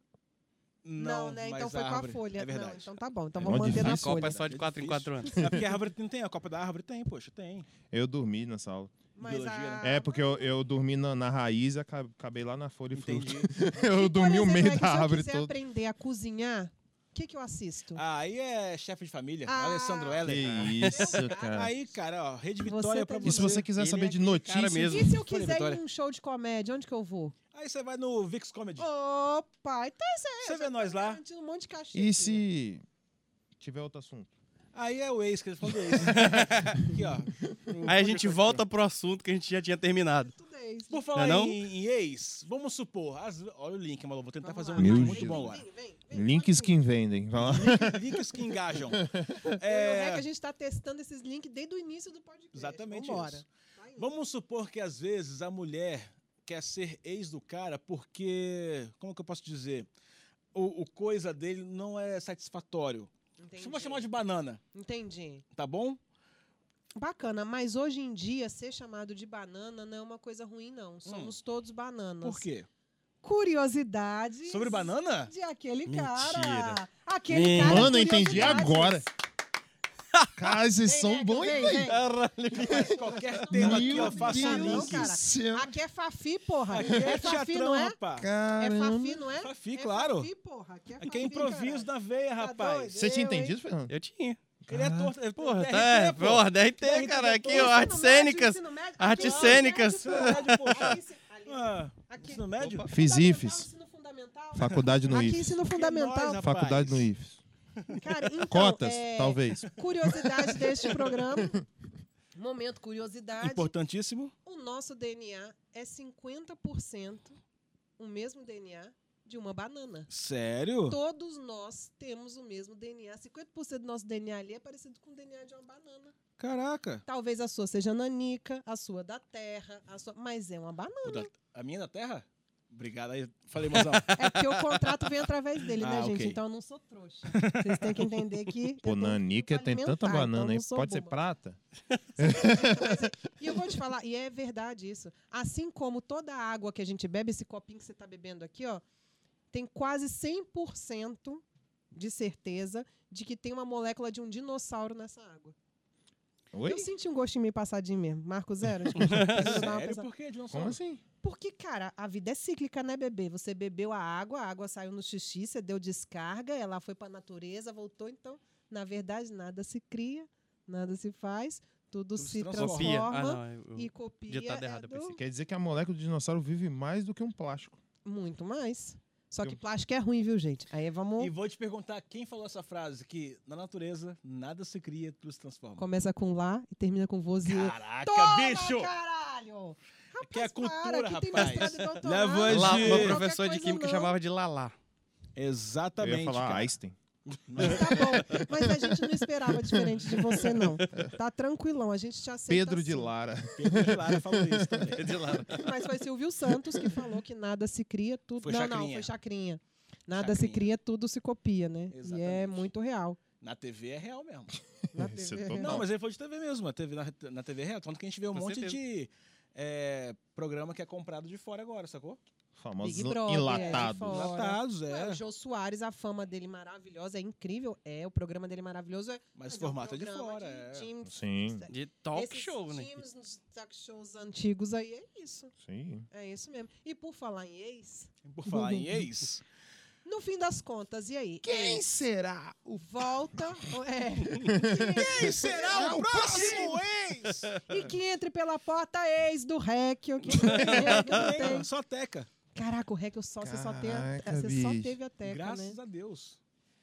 Speaker 3: Não, né?
Speaker 1: mas
Speaker 3: Então foi com a
Speaker 1: árvore.
Speaker 3: folha.
Speaker 1: É verdade.
Speaker 3: Não, então tá bom. Então
Speaker 4: É
Speaker 3: vamos
Speaker 4: mó
Speaker 3: manter na
Speaker 2: A
Speaker 4: difícil.
Speaker 3: folha.
Speaker 2: Copa é só de
Speaker 1: É
Speaker 2: 4 em 4 anos.
Speaker 1: É porque a árvore não tem, a Copa da Árvore tem, poxa, tem.
Speaker 4: Eu dormi nessa aula.
Speaker 3: Mas
Speaker 1: biologia, né?
Speaker 3: a...
Speaker 4: É, porque eu, eu dormi na, na raiz e aca- acabei lá na folha e fruta.
Speaker 1: Entendi.
Speaker 4: Eu
Speaker 3: Por
Speaker 4: dormi o
Speaker 3: exemplo,
Speaker 4: meio
Speaker 3: é que
Speaker 4: da árvore
Speaker 3: Se eu quiser
Speaker 4: toda.
Speaker 3: aprender a cozinhar, o que, que eu assisto?
Speaker 1: Ah, aí é chefe de família,
Speaker 3: Ah.
Speaker 1: Alessandro
Speaker 4: Que
Speaker 1: Heller.
Speaker 4: isso, cara.
Speaker 1: Aí, cara, ó, Rede
Speaker 3: Você
Speaker 1: Vitória pra
Speaker 3: tá
Speaker 4: E
Speaker 1: você.
Speaker 4: se você quiser
Speaker 2: Ele
Speaker 4: saber
Speaker 2: é
Speaker 4: de
Speaker 2: aquele cara
Speaker 4: notícias,
Speaker 2: mesmo.
Speaker 3: E se
Speaker 1: Folha
Speaker 3: eu quiser ir
Speaker 1: Vitória.
Speaker 3: num show de comédia, onde que eu vou?
Speaker 1: Aí você vai no Vix Comedy.
Speaker 3: Opa, então isso aí.
Speaker 1: Você
Speaker 3: eu
Speaker 1: vê
Speaker 3: já
Speaker 1: nós
Speaker 3: tô
Speaker 1: lá.
Speaker 3: garantindo Um monte de cachê.
Speaker 4: E
Speaker 3: aqui.
Speaker 4: se tiver outro assunto?
Speaker 1: Aí é o ex, que eles falam do ex. Aqui, ó.
Speaker 2: Aí a gente volta pro assunto que a gente já tinha terminado.
Speaker 3: Tudo é isso.
Speaker 1: Por falar
Speaker 2: Não é não?
Speaker 1: Em, em ex, vamos supor. as- olha o link, maluco. Vou tentar
Speaker 3: Vamos
Speaker 1: fazer um
Speaker 3: lá.
Speaker 1: link
Speaker 4: Meu
Speaker 1: muito
Speaker 4: Jesus.
Speaker 1: bom agora.
Speaker 3: Vem, vem, vem,
Speaker 4: Links
Speaker 3: pode
Speaker 4: que vendem. Vai lá.
Speaker 1: Link- Links que engajam.
Speaker 3: vir. Eu e o
Speaker 1: É,
Speaker 3: Rec, a gente tá testando esses links desde o início do podcast.
Speaker 1: Exatamente
Speaker 3: Vambora. Tá
Speaker 1: isso.
Speaker 3: Vai indo.
Speaker 1: Vamos supor que às vezes a mulher quer ser ex do cara porque. Como que eu posso dizer? O, o coisa dele não é satisfatório.
Speaker 3: Entendi.
Speaker 1: Vamos chamar de banana,
Speaker 3: Entendi.
Speaker 1: tá bom?
Speaker 3: Bacana, mas hoje em dia ser chamado de banana não é uma coisa ruim, não. Somos todos bananas.
Speaker 1: Hum. Por quê?
Speaker 3: Curiosidades.
Speaker 1: Sobre banana?
Speaker 3: De aquele
Speaker 2: Mentira.
Speaker 3: cara. Aquele
Speaker 2: Mentira.
Speaker 3: cara. é
Speaker 4: Mano, eu entendi
Speaker 3: curiosidades.
Speaker 4: agora. Cara, vocês
Speaker 3: Vem,
Speaker 4: são
Speaker 3: Neca,
Speaker 4: bons,
Speaker 3: vem,
Speaker 4: hein, velho?
Speaker 3: vem.
Speaker 1: Rapaz, qualquer tema aqui, eu faço um
Speaker 3: Deus.
Speaker 1: link.
Speaker 3: Não, cara.
Speaker 4: céu.
Speaker 3: Aqui é Fafi, porra.
Speaker 1: Aqui é
Speaker 3: é Fafi,
Speaker 1: teatrão,
Speaker 3: não é?
Speaker 1: rapaz.
Speaker 3: É
Speaker 4: Caramba.
Speaker 3: Fafi, não é?
Speaker 1: Fafi,
Speaker 3: É
Speaker 1: claro.
Speaker 3: Fafi, porra. Aqui é,
Speaker 1: Aqui é
Speaker 3: Fafi,
Speaker 1: improviso
Speaker 3: caralho.
Speaker 1: na veia,
Speaker 3: Tá
Speaker 1: rapaz.
Speaker 3: doido?
Speaker 4: Você tinha
Speaker 3: Eu, hein?
Speaker 4: entendido, Fernando?
Speaker 2: Eu tinha.
Speaker 1: Ele é torto. é
Speaker 2: Porra,
Speaker 1: DRT,
Speaker 2: tá, é,
Speaker 1: pô.
Speaker 2: porra,
Speaker 1: DRT,
Speaker 2: DRT,
Speaker 3: é
Speaker 2: cara, aqui,
Speaker 1: pô,
Speaker 2: ó,
Speaker 1: ensino
Speaker 2: artes cênicas.
Speaker 3: Ensino médio,
Speaker 2: Artes
Speaker 3: aqui, ó,
Speaker 2: cênicas.
Speaker 3: ensino médio, porra.
Speaker 1: Aqui,
Speaker 3: Ali,
Speaker 1: Ah,
Speaker 3: aqui.
Speaker 1: ensino médio?
Speaker 2: Opa.
Speaker 4: Fiz
Speaker 3: Fundamental,
Speaker 4: IFES.
Speaker 3: ensino fundamental.
Speaker 4: Faculdade no
Speaker 3: Aqui,
Speaker 4: IFES.
Speaker 3: ensino fundamental.
Speaker 1: nós,
Speaker 4: Faculdade no
Speaker 1: Rapaz.
Speaker 4: IFES.
Speaker 3: Cara, então,
Speaker 4: Cotas,
Speaker 3: é,
Speaker 4: talvez.
Speaker 3: Curiosidade deste programa. Momento curiosidade.
Speaker 1: Importantíssimo.
Speaker 3: O nosso DNA é 50% o mesmo DNA de uma banana.
Speaker 1: Sério?
Speaker 3: Todos nós temos o mesmo DNA. 50% do nosso DNA ali é parecido com o DNA de uma banana.
Speaker 1: Caraca.
Speaker 3: Talvez a sua seja nanica, a sua da terra, a sua... mas é uma banana.
Speaker 1: O da- a minha é da terra? Obrigado aí. Falei, mozão.
Speaker 3: É porque o contrato vem através dele, né,
Speaker 1: Ah,
Speaker 3: gente?
Speaker 1: ok.
Speaker 3: Então eu não sou trouxa. Vocês têm que entender que. eu
Speaker 4: Pô,
Speaker 3: tenho
Speaker 4: Nanica
Speaker 3: que
Speaker 4: tem tanta
Speaker 3: alimentar,
Speaker 4: banana,
Speaker 3: então eu
Speaker 4: hein?
Speaker 3: não sou
Speaker 4: Pode ser
Speaker 3: boba.
Speaker 4: prata?
Speaker 3: E eu vou te falar, e é verdade isso. Assim como toda a água que a gente bebe, esse copinho que você está bebendo aqui, ó, tem quase 100% de certeza de que tem uma molécula de um dinossauro nessa água.
Speaker 4: Oi?
Speaker 3: Eu senti um gostinho meio passadinho mesmo. Marco zero. Tipo, eu dava uma
Speaker 1: Sério?
Speaker 3: pensada.
Speaker 1: Por que,
Speaker 4: Como
Speaker 1: dinossauro?
Speaker 4: assim?
Speaker 3: Porque, cara, a vida é cíclica, né, bebê? Você bebeu a água, a água saiu no xixi, você deu descarga, ela foi para a natureza, voltou. Então, na verdade, nada se cria, nada se faz, tudo,
Speaker 1: se
Speaker 3: se,
Speaker 1: transforma.
Speaker 3: transforma,
Speaker 2: Copia. Ah, não. eu- eu-
Speaker 3: e copia.
Speaker 2: ditado
Speaker 3: é
Speaker 2: errado, eu
Speaker 3: do-
Speaker 2: pensei.
Speaker 4: Quer dizer que a molécula do dinossauro vive mais do que um plástico.
Speaker 3: Muito mais. Só
Speaker 4: Eu-
Speaker 3: que plástico é ruim, viu, gente? Aí vamos.
Speaker 1: E vou te perguntar quem falou essa frase: que na natureza nada se cria, tudo se transforma.
Speaker 3: Começa com lá e termina com voz e.
Speaker 1: Caraca,
Speaker 3: Toma,
Speaker 1: bicho!
Speaker 3: caralho! Rapaz,
Speaker 1: Que é cultura,
Speaker 3: para, que tem
Speaker 1: rapaz.
Speaker 3: mestrado e doutorado.
Speaker 1: Leva
Speaker 2: Lá,
Speaker 1: Hoje-
Speaker 2: meu
Speaker 3: Qualquer
Speaker 2: professor de
Speaker 3: coisa
Speaker 2: química
Speaker 3: não.
Speaker 2: chamava de Lalá.
Speaker 1: Exatamente.
Speaker 4: Eu ia falar
Speaker 1: cara. é
Speaker 4: Einstein.
Speaker 3: Tá bom, mas a gente não esperava diferente de você, não. Tá tranquilão, a gente te aceita.
Speaker 4: Pedro de
Speaker 3: assim.
Speaker 4: Lara.
Speaker 1: Pedro de Lara falou isso também.
Speaker 2: É De Lalá.
Speaker 3: Mas foi Silvio Santos que falou que nada se cria, tudo.
Speaker 1: Foi
Speaker 3: não, não,
Speaker 1: Chacrinha.
Speaker 3: foi Chacrinha. Nada se
Speaker 1: Chacrinha.
Speaker 3: cria, tudo se copia, né? E é
Speaker 1: Exatamente.
Speaker 3: muito real.
Speaker 1: Na TV é real mesmo.
Speaker 3: Na
Speaker 4: Isso é
Speaker 3: TV
Speaker 4: total.
Speaker 1: Não,
Speaker 3: real.
Speaker 1: mas ele foi de TV mesmo. A TV, na, na TV é real. Tanto que a gente vê um
Speaker 2: Com
Speaker 1: monte
Speaker 2: certeza.
Speaker 1: de é, programa que é comprado de fora agora, sacou?
Speaker 4: Famosos
Speaker 3: Big Brother, é, de
Speaker 4: enlatados.
Speaker 3: fora.
Speaker 1: Enlatados,
Speaker 3: Ué,
Speaker 1: é.
Speaker 3: o Jô Soares, a fama dele maravilhosa, é incrível. É, o programa dele maravilhoso. É,
Speaker 1: Mas
Speaker 3: é
Speaker 1: o
Speaker 3: um
Speaker 1: formato é de
Speaker 3: programa
Speaker 1: fora. é.
Speaker 3: time-
Speaker 4: Sim,
Speaker 2: De talk
Speaker 3: esses
Speaker 2: show, né?
Speaker 3: times nos talk shows antigos aí, é isso.
Speaker 4: sim.
Speaker 3: É isso mesmo. E por falar em ex,
Speaker 1: Por falar em ex,
Speaker 3: no fim das contas, e aí?
Speaker 4: Quem
Speaker 3: Ex
Speaker 4: será o
Speaker 3: volta. é,
Speaker 1: quem será É o próximo ex?
Speaker 3: e que entre pela porta, ex do Réquio. Que
Speaker 1: Não
Speaker 3: não
Speaker 1: tem,
Speaker 3: tem.
Speaker 1: Só teca.
Speaker 3: Caraca, o Réquio só, você só, tem a,
Speaker 4: Caraca,
Speaker 3: você só
Speaker 4: bicho.
Speaker 3: teve a teca,
Speaker 1: Graças
Speaker 3: né?
Speaker 1: a Deus.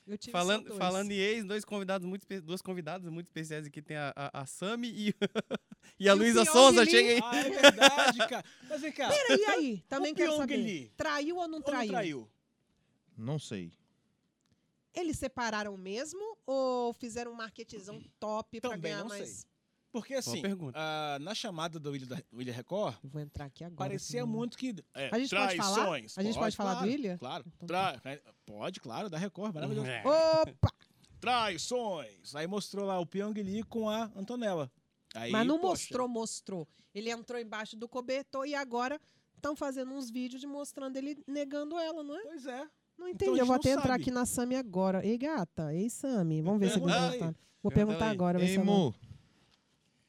Speaker 3: Eu tive só
Speaker 2: Falando,
Speaker 3: dois.
Speaker 2: falando em ex, dois convidados muito, espe- duas convidadas muito especiais aqui. Tem a, a, a Sami e, e a
Speaker 3: E o
Speaker 2: Luísa
Speaker 3: Pyong
Speaker 2: Souza.
Speaker 3: Lee.
Speaker 2: Chega aí.
Speaker 1: Ah, é verdade, cara. Mas vem cá.
Speaker 3: E aí, também
Speaker 1: O
Speaker 3: quero
Speaker 1: Pyong
Speaker 3: saber.
Speaker 1: Lee.
Speaker 3: Traiu ou não
Speaker 1: Ou não
Speaker 3: traiu?
Speaker 1: traiu?
Speaker 4: Não sei.
Speaker 3: Eles separaram mesmo ou fizeram um marketzão top pra
Speaker 1: Também
Speaker 3: ganhar
Speaker 1: não
Speaker 3: mais?
Speaker 1: Porque assim,
Speaker 2: pergunta.
Speaker 1: ah, na chamada do William, da, William Record,
Speaker 3: Eu Vou entrar aqui agora.
Speaker 1: parecia
Speaker 3: senão-
Speaker 1: muito que. é,
Speaker 3: A gente pode falar?
Speaker 1: traições.
Speaker 3: A gente pode falar do
Speaker 1: claro,
Speaker 3: William?
Speaker 1: Claro.
Speaker 3: Então
Speaker 1: Tra- é, Pode, claro, da Record, maravilhoso.
Speaker 2: É.
Speaker 3: Opa!
Speaker 1: Traições! Aí mostrou lá o Pyong Lee com a Antonella. Aí,
Speaker 3: Mas não
Speaker 1: poxa,
Speaker 3: mostrou, mostrou. Ele entrou embaixo do cobertor e agora estão fazendo uns vídeos de mostrando ele negando ela, não é?
Speaker 1: Pois é. Então
Speaker 3: Não
Speaker 1: a
Speaker 3: entendi.
Speaker 1: gente
Speaker 3: eu vou
Speaker 1: não
Speaker 3: até entrar
Speaker 1: sabe.
Speaker 3: aqui na Sami agora. Ei, gata. Ei, Sami. Vamos ver se eles
Speaker 1: Pergunta aí.
Speaker 3: voltaram. Vou
Speaker 2: Pergunta
Speaker 3: perguntar
Speaker 2: aí.
Speaker 3: agora. vai
Speaker 4: Ei,
Speaker 3: ser bom.
Speaker 4: Mo,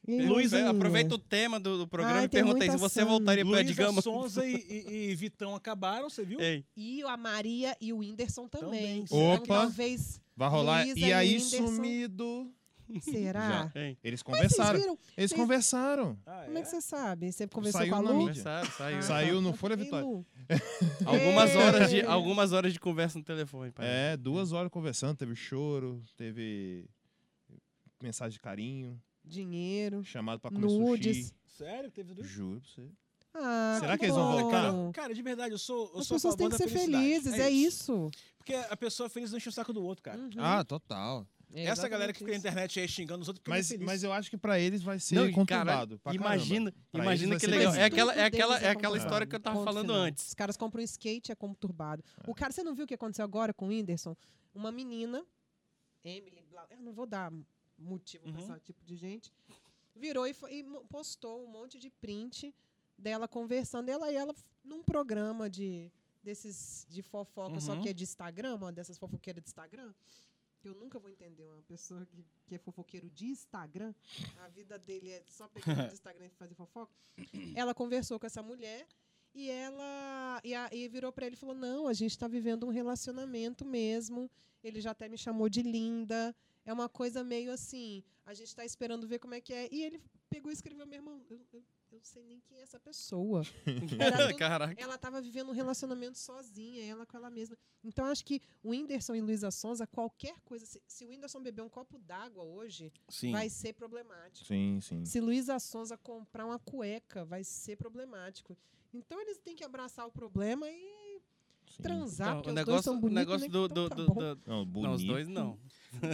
Speaker 3: Ei,
Speaker 2: Luísa,
Speaker 3: Luizinha.
Speaker 2: aproveita o tema do, do programa
Speaker 3: Ai,
Speaker 2: e
Speaker 3: tem
Speaker 2: pergunta aí se
Speaker 3: muita
Speaker 2: você
Speaker 3: Sami.
Speaker 2: voltaria pra,
Speaker 1: Luísa
Speaker 2: digamos.
Speaker 1: Sonza e, e- e Vitão acabaram, você viu?
Speaker 2: Ei,
Speaker 3: E a Maria e o Whindersson também.
Speaker 1: Também.
Speaker 3: Então,
Speaker 4: Opa.
Speaker 3: talvez.
Speaker 4: vai rolar.
Speaker 3: Luísa
Speaker 4: e aí,
Speaker 3: Whindersson.
Speaker 4: sumido.
Speaker 3: Será?
Speaker 2: ei.
Speaker 4: Eles
Speaker 3: Vocês
Speaker 4: conversaram.
Speaker 3: viram?
Speaker 4: Eles
Speaker 3: Vocês-
Speaker 4: conversaram.
Speaker 1: Ah,
Speaker 3: Como é que você sabe? Você conversou
Speaker 4: Saiu
Speaker 3: com a
Speaker 4: na
Speaker 3: Lu?
Speaker 4: mídia.
Speaker 2: Conversaram, saiu.
Speaker 4: Saiu no Folha
Speaker 3: Ei,
Speaker 4: Vitória.
Speaker 3: Lu.
Speaker 2: Algumas horas, de,
Speaker 3: Ei.
Speaker 2: algumas horas de conversa no telefone, pai.
Speaker 4: É, duas horas conversando. Teve choro, teve mensagem de carinho,
Speaker 3: Dinheiro.
Speaker 4: chamado pra comer
Speaker 3: Nudes.
Speaker 4: sushi.
Speaker 1: Sério? Teve tudo isso?
Speaker 4: Juro pra você.
Speaker 3: Ah,
Speaker 4: Será que
Speaker 1: Olha,
Speaker 4: eles vão
Speaker 3: bom.
Speaker 4: voltar?
Speaker 1: Cara, cara, de verdade, eu sou. Eu
Speaker 3: As
Speaker 1: sou a
Speaker 3: pessoas têm
Speaker 1: favor
Speaker 3: que
Speaker 1: da
Speaker 3: ser
Speaker 1: felicidade.
Speaker 3: felizes, é isso.
Speaker 1: Porque a pessoa feliz não enche o saco do outro,
Speaker 3: Uhum,
Speaker 1: cara.
Speaker 4: Ah, total.
Speaker 3: É,
Speaker 1: Essa galera que fica na internet aí xingando os outros porque
Speaker 4: Mas,
Speaker 1: não é feliz.
Speaker 4: mas eu acho que pra eles vai ser
Speaker 2: Não, e,
Speaker 4: é conturbado.
Speaker 2: caralho,
Speaker 4: pra caramba.
Speaker 2: imagina,
Speaker 4: Pra
Speaker 2: imagina
Speaker 4: eles
Speaker 2: que
Speaker 4: vai ser
Speaker 2: legal.
Speaker 4: bem
Speaker 2: É aquela, é
Speaker 3: Tudo
Speaker 2: aquela,
Speaker 3: deles
Speaker 2: é aquela
Speaker 3: conturbado.
Speaker 2: história que eu tava
Speaker 3: Ponto
Speaker 2: falando
Speaker 3: final.
Speaker 2: antes.
Speaker 3: Os caras compram um skate, é conturbado. O cara, você não viu o que aconteceu agora com o Whindersson? Uma menina, Emily, blá, eu não vou dar motivo pra
Speaker 1: Uhum.
Speaker 3: esse tipo de gente, virou e, fo- e mo- postou um monte de print dela conversando, ela e ela num programa de desses de fofoca, só
Speaker 1: Uhum.
Speaker 3: que é de Instagram, uma dessas fofoqueiras de Instagram. Eu nunca vou entender uma pessoa que, que é fofoqueiro de Instagram. A vida dele é só pegar o Instagram e fazer fofoca. Ela conversou com essa mulher e ela e, a- e virou para ele e falou: "Não, a gente está vivendo um relacionamento mesmo. Ele já até me chamou de linda. É uma coisa meio assim. A gente está esperando ver como é que é. E ele pegou e escreveu: "Meu irmão, eu, eu, eu não sei nem quem é essa pessoa. Era tudo-
Speaker 2: Caraca.
Speaker 3: ela estava vivendo um relacionamento sozinha, ela com ela mesma. Então, acho que o Whindersson e Luísa Sonza, qualquer coisa, se, se o Whindersson beber um copo d'água hoje,
Speaker 1: Sim.
Speaker 3: vai ser problemático.
Speaker 4: Sim, sim.
Speaker 3: Se Luísa Sonza comprar uma cueca, vai ser problemático. Então, eles têm que abraçar o problema e
Speaker 4: sim.
Speaker 3: transar,
Speaker 2: Então,
Speaker 3: porque
Speaker 2: o
Speaker 3: os dois
Speaker 2: negócio,
Speaker 3: são bonitos,
Speaker 2: o negócio
Speaker 3: né?
Speaker 2: do.
Speaker 3: Então
Speaker 2: do,
Speaker 3: tá
Speaker 2: do-
Speaker 3: bom.
Speaker 2: do-
Speaker 4: Não, bonito.
Speaker 2: Não, os dois não.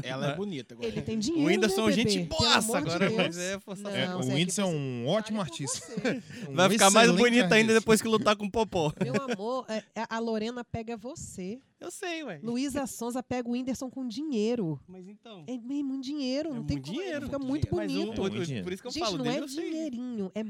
Speaker 1: Ela é bonita agora.
Speaker 3: Ele tem dinheiro,
Speaker 2: o Whindersson, é
Speaker 3: né, bebê?
Speaker 2: gente
Speaker 3: Pelo
Speaker 2: boassa
Speaker 3: amor de
Speaker 2: agora,
Speaker 3: Deus.
Speaker 2: mas é forçação.
Speaker 3: Não,
Speaker 4: É, o
Speaker 3: Zé, que
Speaker 4: Whindersson é
Speaker 3: você-
Speaker 4: um ótimo
Speaker 3: Fale por
Speaker 4: artista.
Speaker 3: você.
Speaker 4: Um
Speaker 2: Vai ficar mais
Speaker 4: excelente
Speaker 2: bonito ainda
Speaker 4: artista.
Speaker 2: depois que lutar com o Popó.
Speaker 3: Meu amor, é- é- a Lorena pega você.
Speaker 2: Eu sei, ué.
Speaker 3: Luísa Sonza pega o Whindersson com dinheiro.
Speaker 2: Mas então.
Speaker 3: É meio muito dinheiro,
Speaker 2: É
Speaker 3: não tem
Speaker 2: muito
Speaker 3: como.
Speaker 2: dinheiro,
Speaker 3: Ele fica
Speaker 1: muito
Speaker 3: muito
Speaker 1: dinheiro.
Speaker 2: Mas o-
Speaker 3: bonito.
Speaker 4: É muito
Speaker 2: o-
Speaker 4: dinheiro.
Speaker 2: por isso que eu
Speaker 3: Gente,
Speaker 2: falo
Speaker 3: não
Speaker 2: dele,
Speaker 3: é
Speaker 2: eu sei.
Speaker 3: dinheirinho, é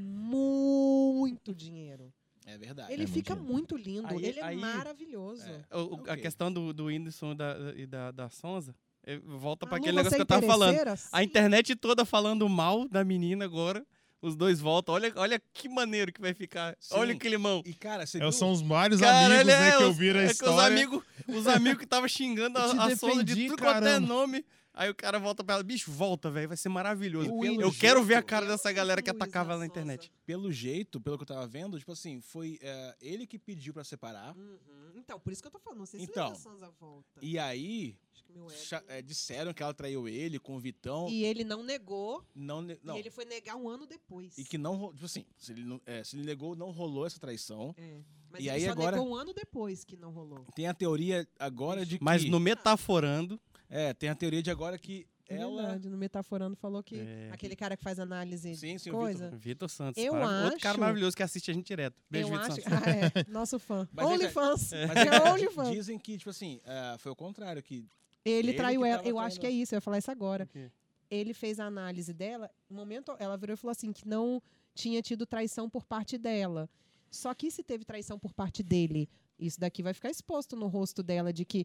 Speaker 3: muito dinheiro.
Speaker 1: É
Speaker 2: Ah,
Speaker 1: verdade.
Speaker 3: ele
Speaker 4: muito
Speaker 3: fica
Speaker 4: dinheiro.
Speaker 3: muito lindo,
Speaker 2: Aí-
Speaker 3: ele é
Speaker 2: aí-
Speaker 3: maravilhoso.
Speaker 1: É.
Speaker 2: O- o-
Speaker 1: Ok.
Speaker 2: A questão do, do Whindersson e da, e da, da Sonza eh, volta pra
Speaker 3: Malu,
Speaker 2: aquele negócio
Speaker 3: você
Speaker 2: que
Speaker 3: é
Speaker 2: eu tava falando.
Speaker 3: interesseira?
Speaker 2: A internet toda falando mal da menina agora. Os dois voltam. Olha, olha que maneiro que vai ficar.
Speaker 1: Sim.
Speaker 2: Olha o climão.
Speaker 1: E cara, você
Speaker 4: É,
Speaker 1: viu?
Speaker 4: São os vários
Speaker 2: Cara,
Speaker 4: amigos
Speaker 2: ele
Speaker 4: né,
Speaker 2: é
Speaker 4: que eu
Speaker 2: os-
Speaker 4: vi na
Speaker 2: é que os
Speaker 4: história.
Speaker 2: amigos, os amigos que estavam xingando
Speaker 4: Eu te
Speaker 2: a, a Sonza de
Speaker 4: defendi,
Speaker 2: tudo quanto é
Speaker 4: caramba.
Speaker 2: nome. Aí o cara volta pra ela, bicho, volta, velho, vai ser maravilhoso.
Speaker 1: O
Speaker 2: eu
Speaker 1: Whindersson-
Speaker 2: quero ver a cara
Speaker 3: Eu
Speaker 2: dessa
Speaker 3: amo
Speaker 2: galera que
Speaker 3: Luísa
Speaker 2: atacava ela na
Speaker 3: Sonza.
Speaker 2: internet.
Speaker 1: Pelo jeito, pelo que eu tava vendo, tipo assim, foi é, ele que pediu pra separar.
Speaker 3: Uhum. Então, por isso que eu tô falando, não sei se
Speaker 1: Então.
Speaker 3: Luísa Sonza volta.
Speaker 1: E aí,
Speaker 3: Acho que meu ego-
Speaker 1: cha- é, disseram que ela traiu ele com o Vitão.
Speaker 3: E ele não negou,
Speaker 1: Não, ne- não.
Speaker 3: e ele foi negar um ano depois.
Speaker 1: E que não, ro- tipo assim, se ele, não- é, se ele negou, não rolou essa traição.
Speaker 3: É. Mas
Speaker 1: E
Speaker 3: ele
Speaker 1: aí
Speaker 3: só
Speaker 1: agora-
Speaker 3: negou um ano depois que não rolou.
Speaker 1: Tem a teoria agora de que.
Speaker 2: Mas no metaforando,
Speaker 1: É, tem a teoria de agora que
Speaker 3: É
Speaker 1: É ela.
Speaker 3: no Metaforando falou que
Speaker 2: É.
Speaker 3: aquele cara que faz análise
Speaker 1: Sim, sim, o
Speaker 3: coisa.
Speaker 2: Vitor Santos,
Speaker 3: Eu
Speaker 2: maravilhoso. outro cara
Speaker 3: acho-
Speaker 2: maravilhoso que assiste a gente direto. Beijo,
Speaker 3: eu
Speaker 2: Vitor
Speaker 3: acho.
Speaker 2: Santos.
Speaker 3: Ah, é. Nosso fã.
Speaker 1: Mas ele-
Speaker 3: OnlyFans.
Speaker 1: Mas
Speaker 3: É
Speaker 1: é,
Speaker 3: OnlyFans.
Speaker 1: dizem que, tipo assim, é, foi o contrário, que
Speaker 3: Ele,
Speaker 1: Ele
Speaker 3: traiu
Speaker 1: que
Speaker 3: ela.
Speaker 1: tava
Speaker 3: Eu acho
Speaker 1: traindo
Speaker 3: que é isso, eu ia falar isso agora.
Speaker 2: O quê?
Speaker 3: Ele fez a análise dela, no momento ela virou e falou assim que não tinha tido traição por parte dela. Só que se teve traição por parte dele, isso daqui vai ficar exposto no rosto dela de que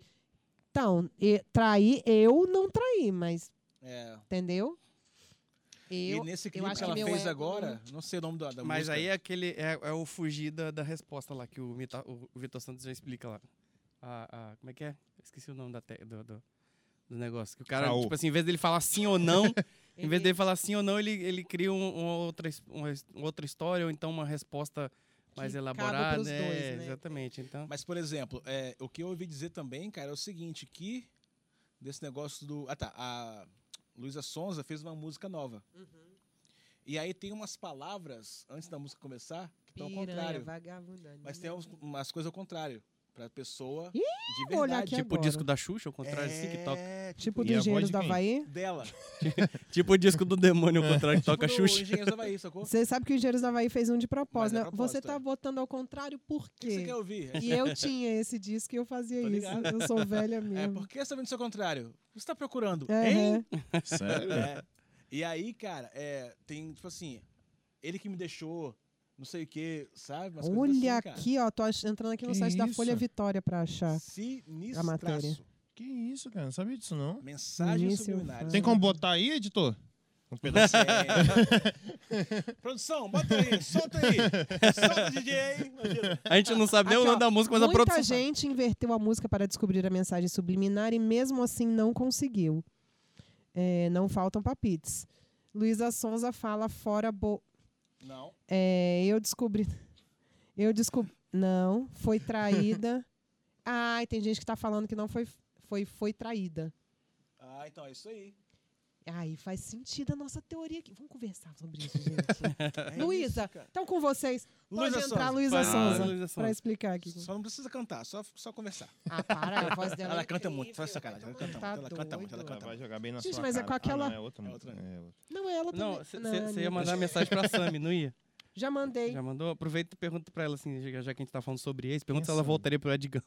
Speaker 3: então, e- trair eu não traí, mas
Speaker 1: é,
Speaker 3: entendeu?
Speaker 1: E
Speaker 3: Eu
Speaker 1: nesse
Speaker 3: eu
Speaker 1: clipe
Speaker 3: acho
Speaker 1: que
Speaker 3: que
Speaker 1: ela
Speaker 3: meu é um
Speaker 1: fez
Speaker 3: ego
Speaker 1: agora, não sei o nome da, da
Speaker 2: Mas
Speaker 1: Tá música.
Speaker 2: aí é aquele. É, é o fugir da, da resposta lá que o, meta- o- o Vitor Santos já explica lá. A- a- como é que é? Esqueci o nome da te- do, do- do negócio. Que o cara,
Speaker 4: Caô.
Speaker 2: tipo assim, em vez dele falar sim ou não, em vez
Speaker 3: Ele-
Speaker 2: dele falar sim ou não, ele, ele cria um- uma outra, es- uma es- uma outra história ou então uma resposta mais
Speaker 3: cabe
Speaker 2: elaborada.
Speaker 3: pros
Speaker 2: é,
Speaker 3: dois, né?
Speaker 2: Exatamente. Então.
Speaker 1: Mas, por exemplo, é, o que eu ouvi dizer também, cara, é o seguinte, que desse negócio do... Ah, tá. A Luísa Sonza fez uma música nova. E aí tem umas palavras, antes da música começar, que estão ao
Speaker 3: piranha,
Speaker 1: contrário.
Speaker 3: vagabunda.
Speaker 1: Mas tem uns- umas coisas ao contrário. Pra pessoa
Speaker 3: Ih,
Speaker 1: de
Speaker 3: vou olhar
Speaker 1: verdade.
Speaker 3: aqui
Speaker 2: Tipo o
Speaker 3: agora.
Speaker 2: disco da Xuxa, ao contrário, assim que toca.
Speaker 1: É,
Speaker 3: tipo
Speaker 4: E
Speaker 3: do
Speaker 4: a voz
Speaker 3: Engenheiros
Speaker 4: de
Speaker 3: do
Speaker 4: quem?
Speaker 3: Havaí.
Speaker 1: dela.
Speaker 2: Tipo o disco do demônio,
Speaker 4: É.
Speaker 2: ao contrário, que toca
Speaker 1: tipo do
Speaker 2: Xuxa.
Speaker 1: Engenheiros do Havaí, sacou?
Speaker 3: Você sabe que o Engenheiros do Havaí fez um de
Speaker 1: Mas
Speaker 3: propósito,
Speaker 1: é
Speaker 3: né? Você
Speaker 1: propósito,
Speaker 3: tá
Speaker 1: é.
Speaker 3: votando ao contrário por
Speaker 1: O que você
Speaker 3: quê?
Speaker 1: quer ouvir?
Speaker 3: E eu tinha esse disco e eu fazia
Speaker 1: Tô
Speaker 3: isso.
Speaker 1: ligado.
Speaker 3: Eu sou velha
Speaker 1: É,
Speaker 3: mesmo.
Speaker 1: por que você tá vendo isso ao contrário? O que você tá procurando? Hein?
Speaker 3: Aham.
Speaker 4: Sério?
Speaker 1: É. E aí, cara, é, tem, tipo assim, ele que me deixou, não sei o quê, sabe? Umas coisas
Speaker 3: Olha
Speaker 1: assim, cara.
Speaker 3: aqui, ó. Tô ach- entrando aqui no
Speaker 4: Que
Speaker 3: site da
Speaker 4: isso?
Speaker 3: Folha Vitória pra achar. A matéria.
Speaker 1: Sinistraço.
Speaker 4: Que isso, cara? Não sabia disso, não.
Speaker 1: Mensagens
Speaker 3: Início,
Speaker 1: subliminares.
Speaker 4: Tem como botar aí, editor? Um pedaço.
Speaker 1: É. Produção, bota aí, solta aí. Solta, DJ. Imagina.
Speaker 2: A gente não sabe nem o
Speaker 3: Aqui,
Speaker 2: nome
Speaker 3: ó,
Speaker 2: da música, mas a
Speaker 3: Muita
Speaker 2: produção. sabe.
Speaker 3: gente inverteu a música para descobrir a mensagem subliminar e mesmo assim não conseguiu. É, não faltam papites. Luísa Sonza fala fora bo...
Speaker 1: Não.
Speaker 3: É, eu descobri... Eu descobri... Não, foi traída. Ai, tem gente que tá falando que não foi... Foi, foi traída.
Speaker 1: Ah, então é isso aí.
Speaker 3: Aí faz sentido a nossa teoria aqui. Vamos conversar sobre isso, gente.
Speaker 1: É
Speaker 3: Luísa,
Speaker 1: isso, cara.
Speaker 3: então com vocês. Pode
Speaker 1: Luísa
Speaker 3: entrar,
Speaker 1: Sonza.
Speaker 3: Luísa
Speaker 2: Vai lá,
Speaker 3: Sonza,
Speaker 2: Luísa Sonza.
Speaker 3: pra explicar aqui.
Speaker 1: Só não precisa cantar, só, só conversar.
Speaker 3: Ah, para, a voz dela
Speaker 1: Ela
Speaker 3: é
Speaker 1: canta
Speaker 3: incrível,
Speaker 1: muito, só sacanagem. Ela canta
Speaker 3: tá
Speaker 1: muito, ela canta muito, ela
Speaker 3: doido.
Speaker 1: canta
Speaker 4: Vai
Speaker 1: muito.
Speaker 4: jogar bem na
Speaker 3: Gente,
Speaker 4: sua
Speaker 3: mas é com
Speaker 4: cara.
Speaker 3: aquela-
Speaker 4: Ah, não, é outra.
Speaker 1: É outra.
Speaker 4: É outra.
Speaker 3: Não, ela também.
Speaker 2: Não,
Speaker 3: Não,
Speaker 2: você ia
Speaker 3: não.
Speaker 2: mandar uma mensagem pra Sammy, não ia?
Speaker 3: Já mandei.
Speaker 2: Já mandou? Aproveita e pergunta pra ela, assim, já já que a gente tá falando sobre ex, pergunta se
Speaker 4: Quem é
Speaker 2: ela
Speaker 4: Sammy?
Speaker 2: voltaria pro Ed Gama.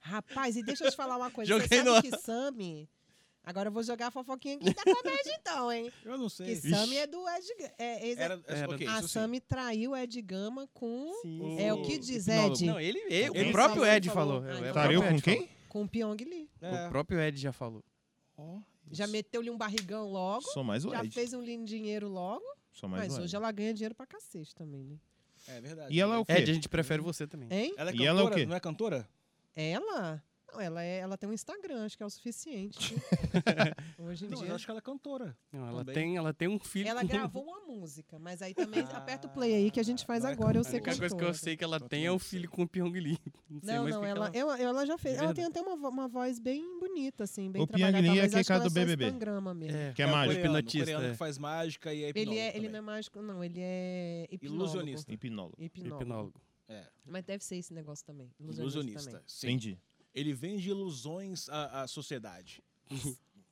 Speaker 3: Rapaz, e deixa eu te falar uma coisa.
Speaker 2: Joguei
Speaker 3: Você sabe
Speaker 2: no ar.
Speaker 3: que Sammy... Agora eu vou jogar a fofoquinha aqui da comédia, então, hein?
Speaker 1: Eu não
Speaker 3: Que
Speaker 1: sei.
Speaker 3: Sammy é do Ed Gama. É, ex-
Speaker 1: Era,
Speaker 2: Era-
Speaker 1: ok,
Speaker 3: a
Speaker 1: isso sim.
Speaker 3: Sammy traiu o Ed Gama com...
Speaker 1: sim.
Speaker 3: É o que diz
Speaker 2: Não,
Speaker 3: Ed.
Speaker 2: Não, ele, ele-
Speaker 4: Ele
Speaker 2: o próprio
Speaker 3: falou,
Speaker 2: Ed
Speaker 3: ele falou.
Speaker 2: falou. É
Speaker 3: Ah,
Speaker 2: o
Speaker 3: então.
Speaker 4: Traiu
Speaker 2: próprio
Speaker 4: com
Speaker 2: Ed
Speaker 4: quem?
Speaker 2: falou.
Speaker 3: Com Com o Pyong Lee.
Speaker 1: É.
Speaker 2: O próprio Ed já falou.
Speaker 1: Ó,
Speaker 3: Já
Speaker 1: isso.
Speaker 3: meteu-lhe um barrigão logo.
Speaker 4: Sou mais o
Speaker 3: já
Speaker 4: é Ed. é.
Speaker 3: fez um lindo dinheiro logo.
Speaker 4: Sou mais
Speaker 3: Mas,
Speaker 4: o Ed.
Speaker 3: hoje ela ganha dinheiro pra cacete também, né?
Speaker 1: É verdade.
Speaker 4: E ela é o quê?
Speaker 2: Ed, a gente prefere você também.
Speaker 3: Hein?
Speaker 1: Ela é
Speaker 4: E
Speaker 1: cantora,
Speaker 4: ela é o quê?
Speaker 1: não é cantora?
Speaker 3: Ela? Não, ela, é, ela tem um Instagram, acho que é o suficiente. hoje em
Speaker 1: Não,
Speaker 3: dia.
Speaker 1: eu acho que ela é cantora.
Speaker 2: Não, ela,
Speaker 1: Também.
Speaker 2: tem, ela tem um filho.
Speaker 3: Ela
Speaker 2: com-
Speaker 3: gravou uma música, mas aí também
Speaker 1: Ah,
Speaker 3: aperta o play aí que a gente faz
Speaker 1: não é
Speaker 3: agora. Eu
Speaker 2: A
Speaker 1: com-
Speaker 3: sei
Speaker 2: única coisa que eu
Speaker 3: cantora.
Speaker 2: sei que ela
Speaker 1: Só
Speaker 2: tem é
Speaker 1: tem
Speaker 2: o
Speaker 1: isso.
Speaker 2: filho com o Pyong Lee. Não sei
Speaker 3: Não,
Speaker 2: mais o
Speaker 3: não,
Speaker 2: que que
Speaker 3: ela, ela... ela já fez.
Speaker 2: É
Speaker 3: Ela tem até uma, uma voz bem bonita, assim, bem
Speaker 4: O Pyong
Speaker 3: trabalhada.
Speaker 4: Lee é
Speaker 3: mas
Speaker 4: aquele
Speaker 3: acho que ela
Speaker 4: cara do
Speaker 3: é só
Speaker 4: BBB.
Speaker 3: Instagrama mesmo.
Speaker 2: É,
Speaker 4: Que é
Speaker 1: o
Speaker 4: mágico.
Speaker 1: coreano,
Speaker 2: hipnotista,
Speaker 1: O coreano
Speaker 2: é.
Speaker 1: que faz mágica e é
Speaker 3: Ele,
Speaker 1: hipnólogo
Speaker 3: é, ele não é
Speaker 1: também.
Speaker 3: mágico, não. Ele é hipnólogo.
Speaker 1: Ilusionista.
Speaker 4: Hipnólogo.
Speaker 3: Hipnólogo.
Speaker 2: hipnólogo.
Speaker 1: É,
Speaker 3: Mas deve ser esse negócio também. é Ilusionista.
Speaker 1: ilusionista.
Speaker 3: também.
Speaker 1: Sim.
Speaker 4: Entendi.
Speaker 1: Ele vende ilusões à, à sociedade.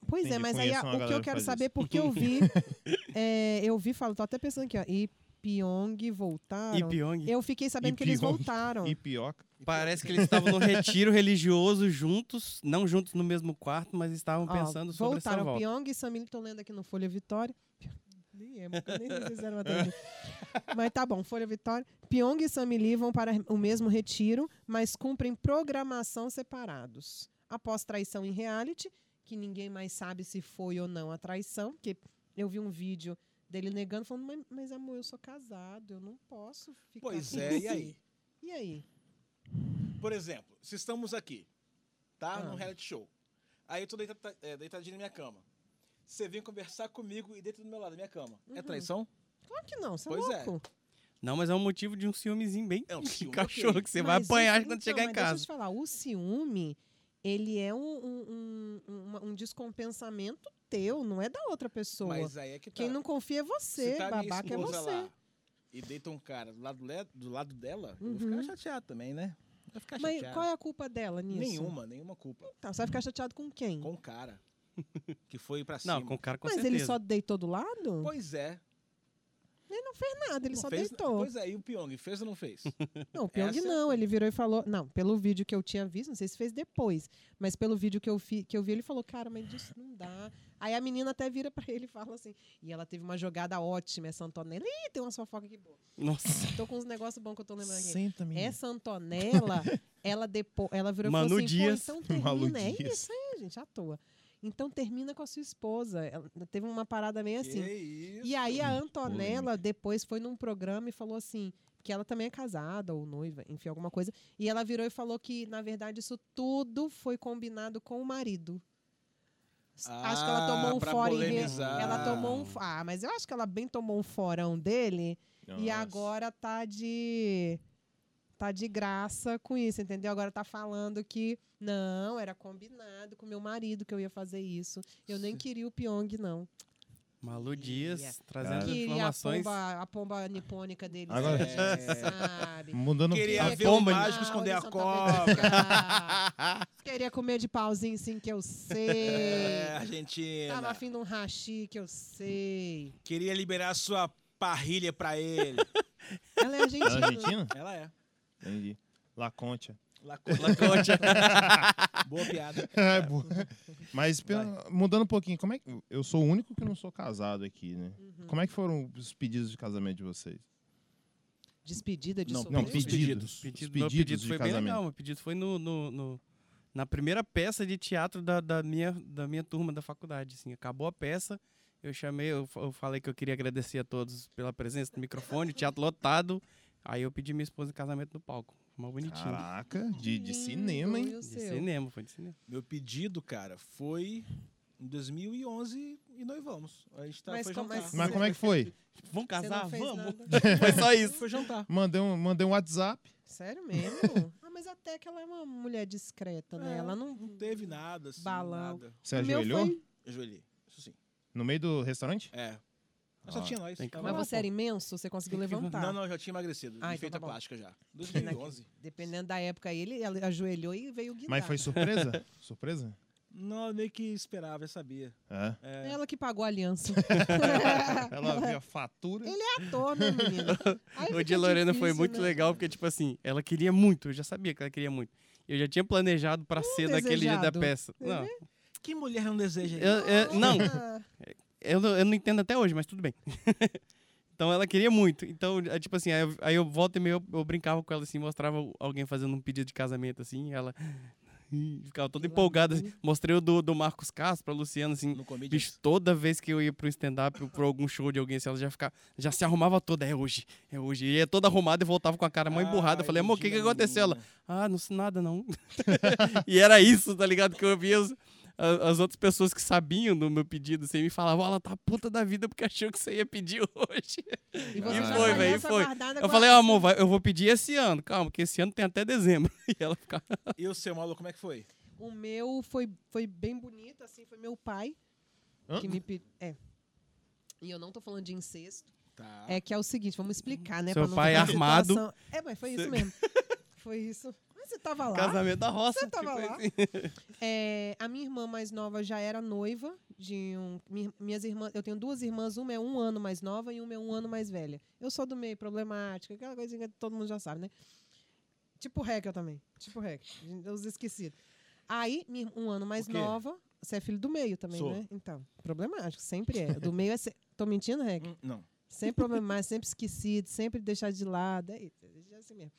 Speaker 3: Pois é,
Speaker 4: Entendi,
Speaker 3: mas aí
Speaker 4: conheço uma
Speaker 3: a- o que
Speaker 4: galera
Speaker 3: eu
Speaker 4: que
Speaker 3: quero
Speaker 4: faz
Speaker 3: saber,
Speaker 4: isso.
Speaker 3: porque eu vi. é, eu vi, falo, tô até pensando aqui, ó. E Pyong voltaram.
Speaker 2: E Pyong.
Speaker 3: Eu fiquei sabendo
Speaker 4: E
Speaker 3: que eles
Speaker 4: Pyong.
Speaker 3: voltaram.
Speaker 4: E pioca.
Speaker 2: Parece que eles estavam no retiro religioso juntos, não juntos no mesmo quarto, mas estavam
Speaker 3: Ó,
Speaker 2: pensando sobre essa
Speaker 3: Voltaram
Speaker 2: volta.
Speaker 3: Pyong e Samir, tô lendo aqui no Folha Vitória. Nem é, porque eu nem sei se fizeram uma trilha. Mas tá bom, Folha Vitória. Pyong e Samili vão para o mesmo retiro, mas cumprem programação separados. Após traição em reality, que ninguém mais sabe se foi ou não a traição, porque eu vi um vídeo dele negando, falando, mas, mas amor, eu sou casado, eu não posso ficar
Speaker 1: Pois
Speaker 3: com
Speaker 1: é,
Speaker 3: você."
Speaker 1: e aí?
Speaker 3: E aí?
Speaker 1: Por exemplo, se estamos aqui, tá?
Speaker 3: Ah.
Speaker 1: Num reality show. Aí eu tô deita- é, deitadinho na minha cama. Você vem conversar comigo e deita do meu lado da minha cama. É
Speaker 3: Uhum.
Speaker 1: traição?
Speaker 3: Claro que não, você é
Speaker 1: Pois é.
Speaker 3: louco.
Speaker 2: Não, mas é um motivo de um ciúmezinho bem
Speaker 1: É um ciúme,
Speaker 2: cachorro
Speaker 1: ok.
Speaker 2: que você vai
Speaker 3: Mas
Speaker 2: apanhar
Speaker 3: isso-
Speaker 2: quando
Speaker 3: então,
Speaker 2: chegar em
Speaker 3: mas
Speaker 2: casa.
Speaker 3: Deixa eu te falar, o ciúme, ele é um, um, um, uma- um descompensamento teu, não é da outra pessoa.
Speaker 1: Mas aí é que tá.
Speaker 3: Quem não confia é você,
Speaker 1: se tá a minha
Speaker 3: babaca é
Speaker 1: esposa
Speaker 3: você.
Speaker 1: lá e deita um cara do lado, le- do lado dela, eu vou
Speaker 3: Uhum.
Speaker 1: ficar chateado também, né? Vai ficar
Speaker 3: Mas
Speaker 1: chateado.
Speaker 3: qual é a culpa dela nisso?
Speaker 1: Nenhuma, nenhuma culpa.
Speaker 3: Tá, você vai ficar chateado com quem?
Speaker 1: Com o cara que foi pra cima.
Speaker 2: Não, com o cara com
Speaker 3: Mas
Speaker 2: certeza.
Speaker 3: ele só deitou do lado?
Speaker 1: Pois é.
Speaker 3: Ele não fez nada, ele
Speaker 1: Não
Speaker 3: só
Speaker 1: fez-
Speaker 3: deitou.
Speaker 1: Pois é, e o Pyong fez ou não fez?
Speaker 3: Não, o Pyong
Speaker 1: Essa é a
Speaker 3: não, ele virou e falou. Não, pelo vídeo que eu tinha visto, não sei se fez depois, mas pelo vídeo que eu, fi- que eu vi, ele falou, cara, mas isso não dá. Aí a menina até vira pra ele e fala assim. E ela teve uma jogada ótima, essa Antonella. Ih, tem uma fofoca aqui boa.
Speaker 2: Nossa,
Speaker 3: Tô com uns negócios bons que eu tô lembrando aqui. É
Speaker 4: Senta, menina.
Speaker 3: Essa Antonella, ela depois. Ela virou e
Speaker 2: Manu
Speaker 3: falou assim:
Speaker 2: Dias.
Speaker 3: Pô, então termina.
Speaker 4: Malu
Speaker 3: é
Speaker 4: Dias.
Speaker 3: isso aí, gente, à toa. Então termina com a sua esposa. Ela teve uma parada meio assim.
Speaker 1: Que isso?
Speaker 3: E aí a Antonella depois foi num programa e falou assim, que ela também é casada ou noiva, enfim, alguma coisa. E ela virou e falou que, na verdade, isso tudo foi combinado com o marido. S- acho que ela tomou
Speaker 1: Ah,
Speaker 3: um
Speaker 1: pra
Speaker 3: fora em re-
Speaker 1: polemizar.
Speaker 3: Ela tomou um. fo- Ah, mas eu acho que ela bem tomou um forão dele e
Speaker 4: Nossa.
Speaker 3: agora tá de. Tá de graça com isso, entendeu? Agora tá falando que não, era combinado com meu marido que eu ia fazer isso. Eu nem queria o Pyong, não
Speaker 2: Malu Dias
Speaker 3: Queria.
Speaker 2: trazendo
Speaker 3: que a
Speaker 2: informações.
Speaker 3: pomba, a pomba nipônica dele
Speaker 4: Agora-
Speaker 3: sabe? É,
Speaker 4: Mudando
Speaker 1: Queria
Speaker 4: Ah,
Speaker 1: ver
Speaker 2: pomba,
Speaker 1: o mágico esconder a
Speaker 3: Santa
Speaker 1: cobra.
Speaker 3: Petrificada. Queria comer de pauzinho, sim, que eu
Speaker 1: É,
Speaker 3: sei.
Speaker 1: Argentina.
Speaker 3: Tava afim de um hashi, que eu sei.
Speaker 1: Queria liberar sua parrilha pra ele.
Speaker 3: Ela é
Speaker 4: é
Speaker 3: argentina.
Speaker 4: Argentina?
Speaker 1: Ela é.
Speaker 4: Entendi. La Concha.
Speaker 1: Lacote.
Speaker 2: Lacote.
Speaker 1: Boa piada.
Speaker 4: É, boa. Mas pela- mudando um pouquinho, como é que eu sou o único que não sou casado aqui, né?
Speaker 3: Uhum.
Speaker 4: Como é que foram os pedidos de casamento de vocês?
Speaker 3: Despedida de
Speaker 1: Não,
Speaker 3: solteiro.
Speaker 1: não, pedi-
Speaker 2: Os
Speaker 4: pedidos.
Speaker 2: pedidos,
Speaker 4: Os
Speaker 2: não, o pedido
Speaker 4: de
Speaker 2: foi bem
Speaker 4: casamento.
Speaker 2: legal. mas O pedido foi no, no- no- na primeira peça de teatro da, da minha, da minha turma da faculdade. Assim. Acabou a peça, eu chamei, eu, fa- eu falei que eu queria agradecer a todos pela presença do microfone, teatro lotado. Aí eu pedi minha esposa em casamento no palco. Uma bonitinha.
Speaker 4: Caraca, de, de
Speaker 3: Lindo,
Speaker 4: cinema,
Speaker 3: e
Speaker 4: hein?
Speaker 2: De
Speaker 3: o Ah, seu?
Speaker 2: cinema, foi de cinema.
Speaker 1: Meu pedido, cara, foi em 2011 e nós vamos. A gente tá,
Speaker 3: Mas
Speaker 1: foi
Speaker 3: como-
Speaker 1: jantar.
Speaker 3: mas-
Speaker 4: Mas como é que foi?
Speaker 2: Vamos
Speaker 3: Você não
Speaker 2: casar?
Speaker 3: fez
Speaker 2: Vamos!
Speaker 3: nada?
Speaker 2: Foi só isso.
Speaker 1: Foi jantar.
Speaker 4: Mandei um, mandei um WhatsApp.
Speaker 3: Sério mesmo? Ah, mas até que ela é uma mulher discreta, né?
Speaker 1: É,
Speaker 3: Ela não.
Speaker 1: Não teve nada, assim,
Speaker 3: Balão.
Speaker 1: nada.
Speaker 4: Você
Speaker 3: O meu
Speaker 4: ajoelhou?
Speaker 3: foi-
Speaker 1: Ajoelhei. Isso sim.
Speaker 4: No meio do restaurante?
Speaker 1: É. Mas só
Speaker 4: Ah,
Speaker 1: tinha nós.
Speaker 2: tem que
Speaker 1: Tá
Speaker 3: Mas
Speaker 1: bom.
Speaker 3: você era imenso, você conseguiu
Speaker 2: Tem que-
Speaker 3: levantar.
Speaker 1: Não, não, eu já tinha emagrecido.
Speaker 3: Ah,
Speaker 1: Ah,
Speaker 3: então
Speaker 1: feita
Speaker 3: tá bom.
Speaker 1: plástica já. 2011.
Speaker 3: Dependendo da época, aí ele ele ajoelhou e veio guiar.
Speaker 4: Mas foi surpresa? surpresa?
Speaker 1: Não, eu meio que esperava, eu sabia.
Speaker 4: É.
Speaker 3: Ela que pagou a aliança. É.
Speaker 4: Ela viu a fatura.
Speaker 3: Ele é ator, né, menino? Aí
Speaker 2: O
Speaker 3: fica
Speaker 2: de Lorena foi
Speaker 3: é difícil,
Speaker 2: muito
Speaker 3: né?
Speaker 2: legal, porque, tipo assim, ela queria muito, eu já sabia que ela queria muito. Eu já tinha planejado pra ser daquele dia da
Speaker 3: desejado. É
Speaker 2: peça. Não,
Speaker 1: Que mulher não deseja isso?
Speaker 2: eu, eu- não
Speaker 3: Ah,
Speaker 2: eu, não- eu não entendo até hoje, mas tudo bem. então ela queria muito. Então, é, tipo assim, aí eu, aí eu volta e meio eu, eu brincava com ela assim, mostrava alguém fazendo um pedido de casamento assim, e ela. Ficava todo empolgado. assim. Mostrei o do, do Marcos Castro pra Luciana, assim.
Speaker 1: No comedy.
Speaker 2: Bicho, toda vez que eu ia pro stand-up, ou pra algum show de alguém, assim, ela já ficava, já se arrumava toda, é hoje, é hoje. E ia toda arrumada e voltava com a
Speaker 1: Ah,
Speaker 2: cara mó emburrada. Eu falei, amor, o que que aconteceu? Ela, ah, não sei nada não. e era isso, tá ligado? Que eu via as, a- as outras pessoas que sabiam do meu pedido, assim, me falavam, "Ó, ela tá puta da vida porque achou que você ia pedir hoje.
Speaker 3: E
Speaker 4: E
Speaker 3: já
Speaker 4: foi,
Speaker 3: tá
Speaker 2: véi, e
Speaker 3: nessa
Speaker 2: Ah. foi.
Speaker 3: guardada
Speaker 2: Eu
Speaker 3: guardada.
Speaker 2: falei, ó, amor, vai- eu vou pedir esse ano, calma, que esse ano tem até dezembro. E ela ficava,
Speaker 1: E o seu maluco, como é que foi?
Speaker 3: O meu foi, foi bem bonito, assim, foi meu pai
Speaker 4: Hã?
Speaker 3: que me pediu. É. E eu não tô falando de incesto.
Speaker 1: Tá.
Speaker 3: É que é o seguinte, vamos explicar, né?
Speaker 2: Seu
Speaker 3: pra não
Speaker 2: pai
Speaker 3: ficar uma
Speaker 2: armado.
Speaker 3: situação- É, mas foi
Speaker 2: Você-
Speaker 3: isso mesmo. Foi isso. Mas você tava lá.
Speaker 2: casamento da roça.
Speaker 3: Você tava
Speaker 2: tipo
Speaker 3: lá?
Speaker 2: assim.
Speaker 3: É, a minha irmã mais nova já era noiva de um. mi- Minhas irmãs, eu tenho duas irmãs, uma é um ano mais nova e uma é um ano mais velha. Eu sou do meio problemática, aquela coisinha que todo mundo já sabe, né? Tipo rec eu também. Tipo rec. Os esquecidos. Aí, minha- um ano mais
Speaker 1: O quê?
Speaker 3: nova. Você é filho do meio também,
Speaker 1: Sou.
Speaker 3: né? Então, problemático, sempre é. Do meio é. Se... Tô mentindo, Reg?
Speaker 1: Hum, Não.
Speaker 3: Sempre problemático, sempre esquecido, sempre deixar de lado. É isso, é assim mesmo.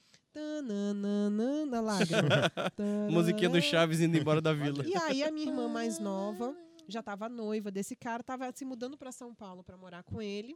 Speaker 3: Tananana, lágrima.
Speaker 2: Musiquinha do
Speaker 3: Tarará.
Speaker 2: Chaves indo embora da vila.
Speaker 3: E aí a minha irmã mais nova já estava noiva desse cara, estava se mudando para São Paulo para morar com ele,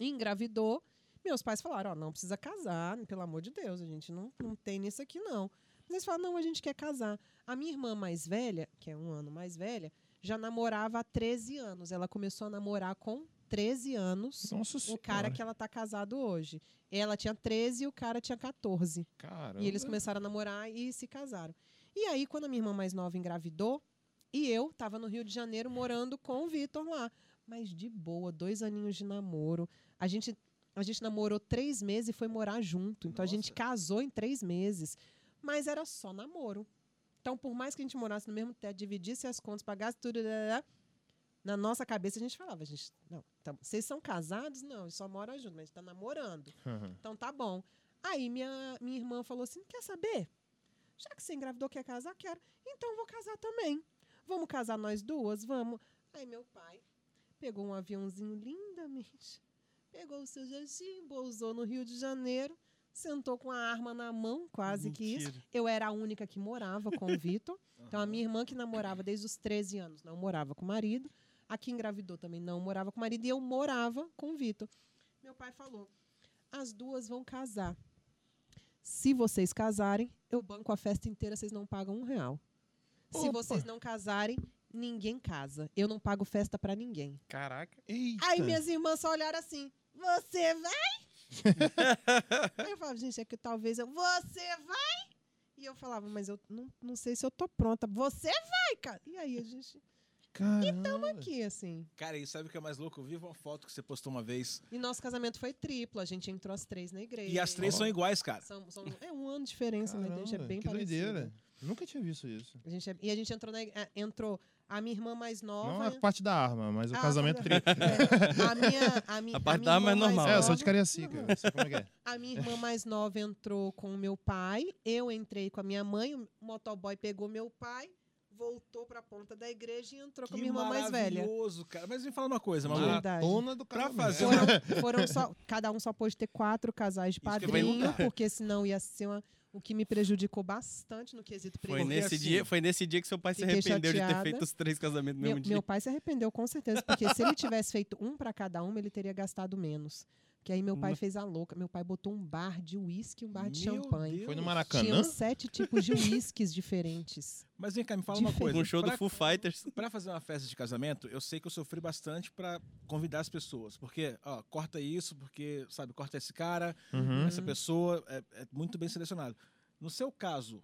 Speaker 3: engravidou. Meus pais falaram, ó, não precisa casar, pelo amor de Deus, a gente não, não tem nisso aqui não. Mas eles falaram, não, a gente quer casar. A minha irmã mais velha, que é um ano mais velha, já namorava há 13 anos. Ela começou a namorar com 13 anos
Speaker 4: Nossa
Speaker 3: o
Speaker 4: senhora.
Speaker 3: cara que ela tá casado hoje. Ela tinha 13 e o cara tinha 14.
Speaker 4: Caramba.
Speaker 3: E eles começaram a namorar e se casaram. E aí, quando a minha irmã mais nova engravidou, e eu tava no Rio de Janeiro morando com o Vitor lá. Mas de boa, dois aninhos de namoro. A gente, a gente namorou três meses e foi morar junto. Então a gente
Speaker 1: Nossa.
Speaker 3: casou em três meses. Mas era só namoro. Então, por mais que a gente morasse no mesmo teto, dividisse as contas, pagasse tudo, dadadá, na nossa cabeça a gente falava, a gente, não, tá- vocês são casados? Não, a gente só mora junto, mas a gente tá namorando.
Speaker 4: Aham.
Speaker 3: Então tá bom. Aí minha, minha irmã falou assim: quer saber? Já que você engravidou, quer casar? Quero. Então vou casar também. Vamos casar nós duas? Vamos. Aí meu pai pegou um aviãozinho lindamente, pegou o seu jatinho, pousou no Rio de Janeiro, sentou com a arma na mão, quase que isso.
Speaker 2: Mentira.
Speaker 3: Eu era a única que morava com o Vitor. Então, a minha irmã que namorava desde os 13 anos não morava com o marido. A que engravidou também não morava com o marido. E eu morava com o Vitor. Meu pai falou: as duas vão casar. Se vocês casarem, eu banco a festa inteira, vocês não pagam um real. Se
Speaker 4: Opa!
Speaker 3: vocês não casarem, ninguém casa. Eu não pago festa pra ninguém.
Speaker 2: Caraca.
Speaker 4: Eita.
Speaker 3: Aí minhas irmãs só olharam assim: Você vai? Aí eu falava, gente, é que talvez eu. Você vai? E eu falava, mas eu não, não sei se eu tô pronta. Você vai, cara. E aí a gente
Speaker 4: Caramba.
Speaker 3: aqui, assim.
Speaker 1: Cara, e sabe o que é mais louco? Eu vi uma foto que você postou uma vez.
Speaker 3: E nosso casamento foi triplo. A gente entrou as três na igreja.
Speaker 1: E as três
Speaker 4: Ó.
Speaker 1: são iguais, cara.
Speaker 3: São, são- é um ano de diferença, mas a gente é
Speaker 4: Caramba,
Speaker 3: bem
Speaker 4: que doideira.
Speaker 3: parecida.
Speaker 4: Nunca tinha visto isso.
Speaker 3: A gente é- e a gente entrou na igre- ah, entrou a minha irmã mais nova.
Speaker 4: Não a parte da arma, mas o
Speaker 3: Ah,
Speaker 4: casamento
Speaker 3: tá.
Speaker 4: triplo.
Speaker 3: é, a minha a minha
Speaker 2: A parte
Speaker 3: minha
Speaker 2: da arma
Speaker 3: irmã
Speaker 2: é normal.
Speaker 4: É, eu sou de
Speaker 3: nova-
Speaker 4: Cariacica. eu sei como é que é.
Speaker 3: A minha irmã mais nova entrou com o meu pai, eu entrei com a minha mãe, o motoboy pegou meu pai, voltou pra ponta da igreja e entrou com a
Speaker 1: Que
Speaker 3: minha irmã mais velha.
Speaker 1: maravilhoso, cara. Mas me fala uma coisa, maluco.
Speaker 2: Ah.
Speaker 3: Verdade.
Speaker 4: Maratona do
Speaker 1: Pra
Speaker 4: casamento.
Speaker 1: fazer uma-
Speaker 3: Foram, foram só, cada um só pôde ter quatro casais
Speaker 1: Isso
Speaker 3: de
Speaker 1: que eu ia
Speaker 3: padrinho,
Speaker 1: perguntar.
Speaker 3: porque senão ia ser uma, o que me prejudicou bastante no quesito
Speaker 2: Foi
Speaker 1: Porque
Speaker 3: presente.
Speaker 2: nesse,
Speaker 1: assim,
Speaker 2: dia, foi nesse dia que seu pai se
Speaker 3: fiquei
Speaker 2: arrependeu de ter
Speaker 3: chateada.
Speaker 2: feito os três casamentos no
Speaker 3: Meu,
Speaker 2: mesmo
Speaker 3: meu
Speaker 2: dia.
Speaker 3: pai se arrependeu com certeza, porque se ele tivesse feito um pra cada uma, ele teria gastado menos. Porque aí meu pai
Speaker 2: Nossa.
Speaker 3: fez a louca. Meu pai botou um bar de uísque e um bar de
Speaker 1: Meu
Speaker 3: champanhe.
Speaker 1: Deus.
Speaker 4: Foi no
Speaker 3: Tinham
Speaker 4: Maracanã?
Speaker 3: sete tipos de uísques diferentes.
Speaker 1: Mas vem cá, me fala uma
Speaker 3: Diferente.
Speaker 1: coisa.
Speaker 2: Um show do
Speaker 1: Pra-
Speaker 2: Foo Fighters.
Speaker 1: Pra fazer uma festa de casamento, eu sei que eu sofri bastante pra convidar as pessoas. Porque, ó, corta isso, porque, sabe, corta esse cara,
Speaker 4: Uhum.
Speaker 1: essa pessoa. É, é muito bem selecionado. No seu caso,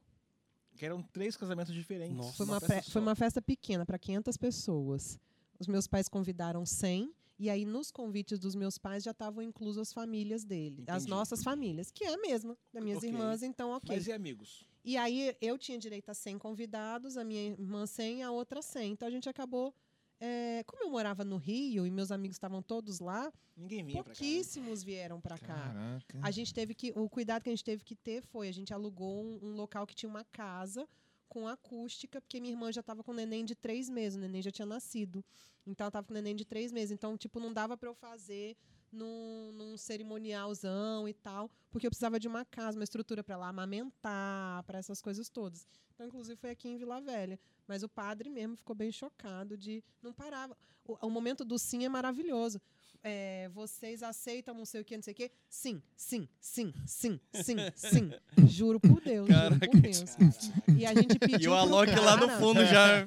Speaker 1: que eram três casamentos diferentes.
Speaker 2: Nossa.
Speaker 3: Foi uma,
Speaker 1: festa
Speaker 3: pre-
Speaker 1: só.
Speaker 3: foi uma festa pequena, para 500 pessoas. Os meus pais convidaram 100, e aí nos convites dos meus pais já estavam inclusas as famílias dele, as
Speaker 1: Entendi.
Speaker 3: nossas famílias, que é a mesma, das minhas
Speaker 1: Ok.
Speaker 3: irmãs, então ok.
Speaker 1: Mas e amigos?
Speaker 3: E aí eu tinha direito a 100 convidados, a minha irmã 100 e a outra 100. Então a gente acabou. eh, como eu morava no Rio e meus amigos estavam todos lá,
Speaker 1: Ninguém vinha pra cá. né?
Speaker 3: pouquíssimos vieram para cá.
Speaker 4: Caraca.
Speaker 3: A gente teve que. O cuidado que a gente teve que ter foi: a gente alugou um, um local que tinha uma casa com acústica, porque minha irmã já estava com o neném de três meses, o neném já tinha nascido. Então ela tava com o neném de três meses. Então, tipo, não dava para eu fazer num, num cerimonialzão e tal, porque eu precisava de uma casa, uma estrutura para lá amamentar, para essas coisas todas. Então, inclusive, foi aqui em Vila Velha. Mas o padre mesmo ficou bem chocado de não parava. O, o momento do sim é maravilhoso. É, vocês aceitam não sei o que, não sei o que? Sim, sim, sim, sim, sim, sim. Juro por Deus, juro
Speaker 2: Caraca.
Speaker 3: por Deus. E a gente pediu.
Speaker 2: E o
Speaker 3: pro
Speaker 2: Alok lá no
Speaker 3: cara- É.
Speaker 2: fundo já.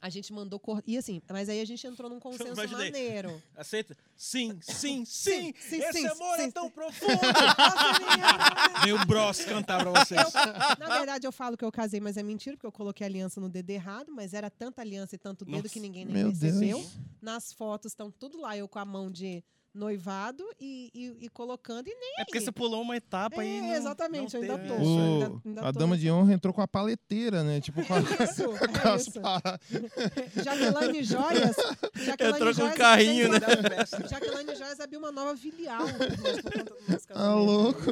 Speaker 3: a gente mandou cor... E assim, mas aí a gente entrou num consenso
Speaker 1: Imaginei.
Speaker 3: maneiro.
Speaker 1: Aceita? Sim, sim, sim.
Speaker 3: Sim, sim,
Speaker 1: Esse
Speaker 3: sim,
Speaker 1: amor
Speaker 3: sim,
Speaker 1: é
Speaker 3: sim.
Speaker 1: tão profundo.
Speaker 3: Nossa, menina!
Speaker 1: Vem o Bros cantar pra vocês.
Speaker 3: Na verdade, eu falo que eu casei, mas é mentira, porque eu coloquei a aliança no dedo errado, mas era tanta aliança e tanto dedo
Speaker 2: Nossa.
Speaker 3: que ninguém nem
Speaker 4: Meu Deus.
Speaker 3: percebeu. Nas fotos estão tudo lá, eu com a mão de noivado e, e- e colocando e nem
Speaker 2: É porque
Speaker 3: aí.
Speaker 2: você pulou uma etapa aí.
Speaker 3: É,
Speaker 2: não-
Speaker 3: exatamente,
Speaker 2: não
Speaker 3: eu ainda
Speaker 2: teve
Speaker 3: tô.
Speaker 2: isso.
Speaker 3: ainda-
Speaker 4: O-
Speaker 3: ainda
Speaker 4: a
Speaker 3: tô-
Speaker 4: dama de honra entrou com a paleteira, né? Tipo, com a.
Speaker 3: É isso,
Speaker 4: com
Speaker 3: é
Speaker 4: as
Speaker 3: isso.
Speaker 4: paradas.
Speaker 3: Jaqueline Joias. Jaqueline
Speaker 2: Entrou com
Speaker 3: Joias
Speaker 2: um carrinho,
Speaker 3: abriu
Speaker 1: né?
Speaker 3: uma- Jaqueline Joias abriu uma nova filial. por conta do nosso
Speaker 4: Ah,
Speaker 3: casamento.
Speaker 4: louco.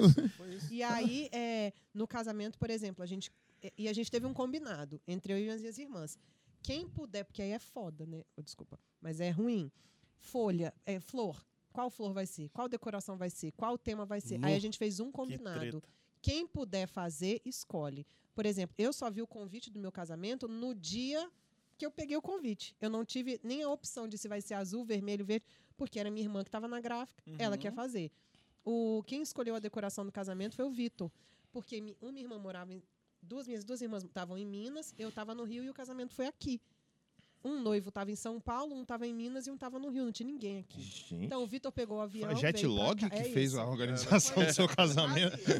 Speaker 3: E aí, é, no casamento, por exemplo, a gente. e- E a gente teve um combinado entre eu e as minhas irmãs. Quem puder, porque aí é foda, né? Oh, Desculpa, mas é ruim. Folha, é flor. Qual flor vai ser? Qual decoração vai ser? Qual tema vai ser? Aí
Speaker 2: Nu,
Speaker 3: a gente fez um
Speaker 2: Que
Speaker 3: combinado.
Speaker 2: treta.
Speaker 3: Quem puder fazer, escolhe. Por exemplo, eu só vi o convite do meu casamento no dia que eu peguei o convite. Eu não tive nem a opção de se vai ser azul, vermelho, verde, porque era minha irmã que estava na gráfica, ela que ia
Speaker 1: Uhum.
Speaker 3: fazer. O, quem escolheu a decoração do casamento foi o Vitor, porque mi- uma irmã morava em. Duas minhas duas irmãs estavam em Minas, eu estava no Rio e o casamento foi aqui. Um noivo estava em São Paulo, um estava em Minas e um estava no Rio, não tinha ninguém aqui.
Speaker 4: Gente.
Speaker 3: Então o Vitor pegou o avião.
Speaker 4: Foi a Jetlog
Speaker 3: veio
Speaker 4: que
Speaker 3: pra cá. É
Speaker 4: fez
Speaker 3: isso.
Speaker 4: a organização do seu casamento.
Speaker 3: Quase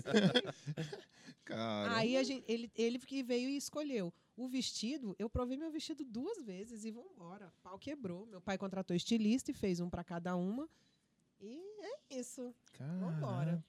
Speaker 3: isso.
Speaker 4: Cara.
Speaker 3: Aí a gente- ele, ele que veio e escolheu. O vestido, eu provei meu vestido duas vezes e vambora. Pau quebrou. Meu pai contratou estilista e fez um pra cada uma. E é isso. Vambora.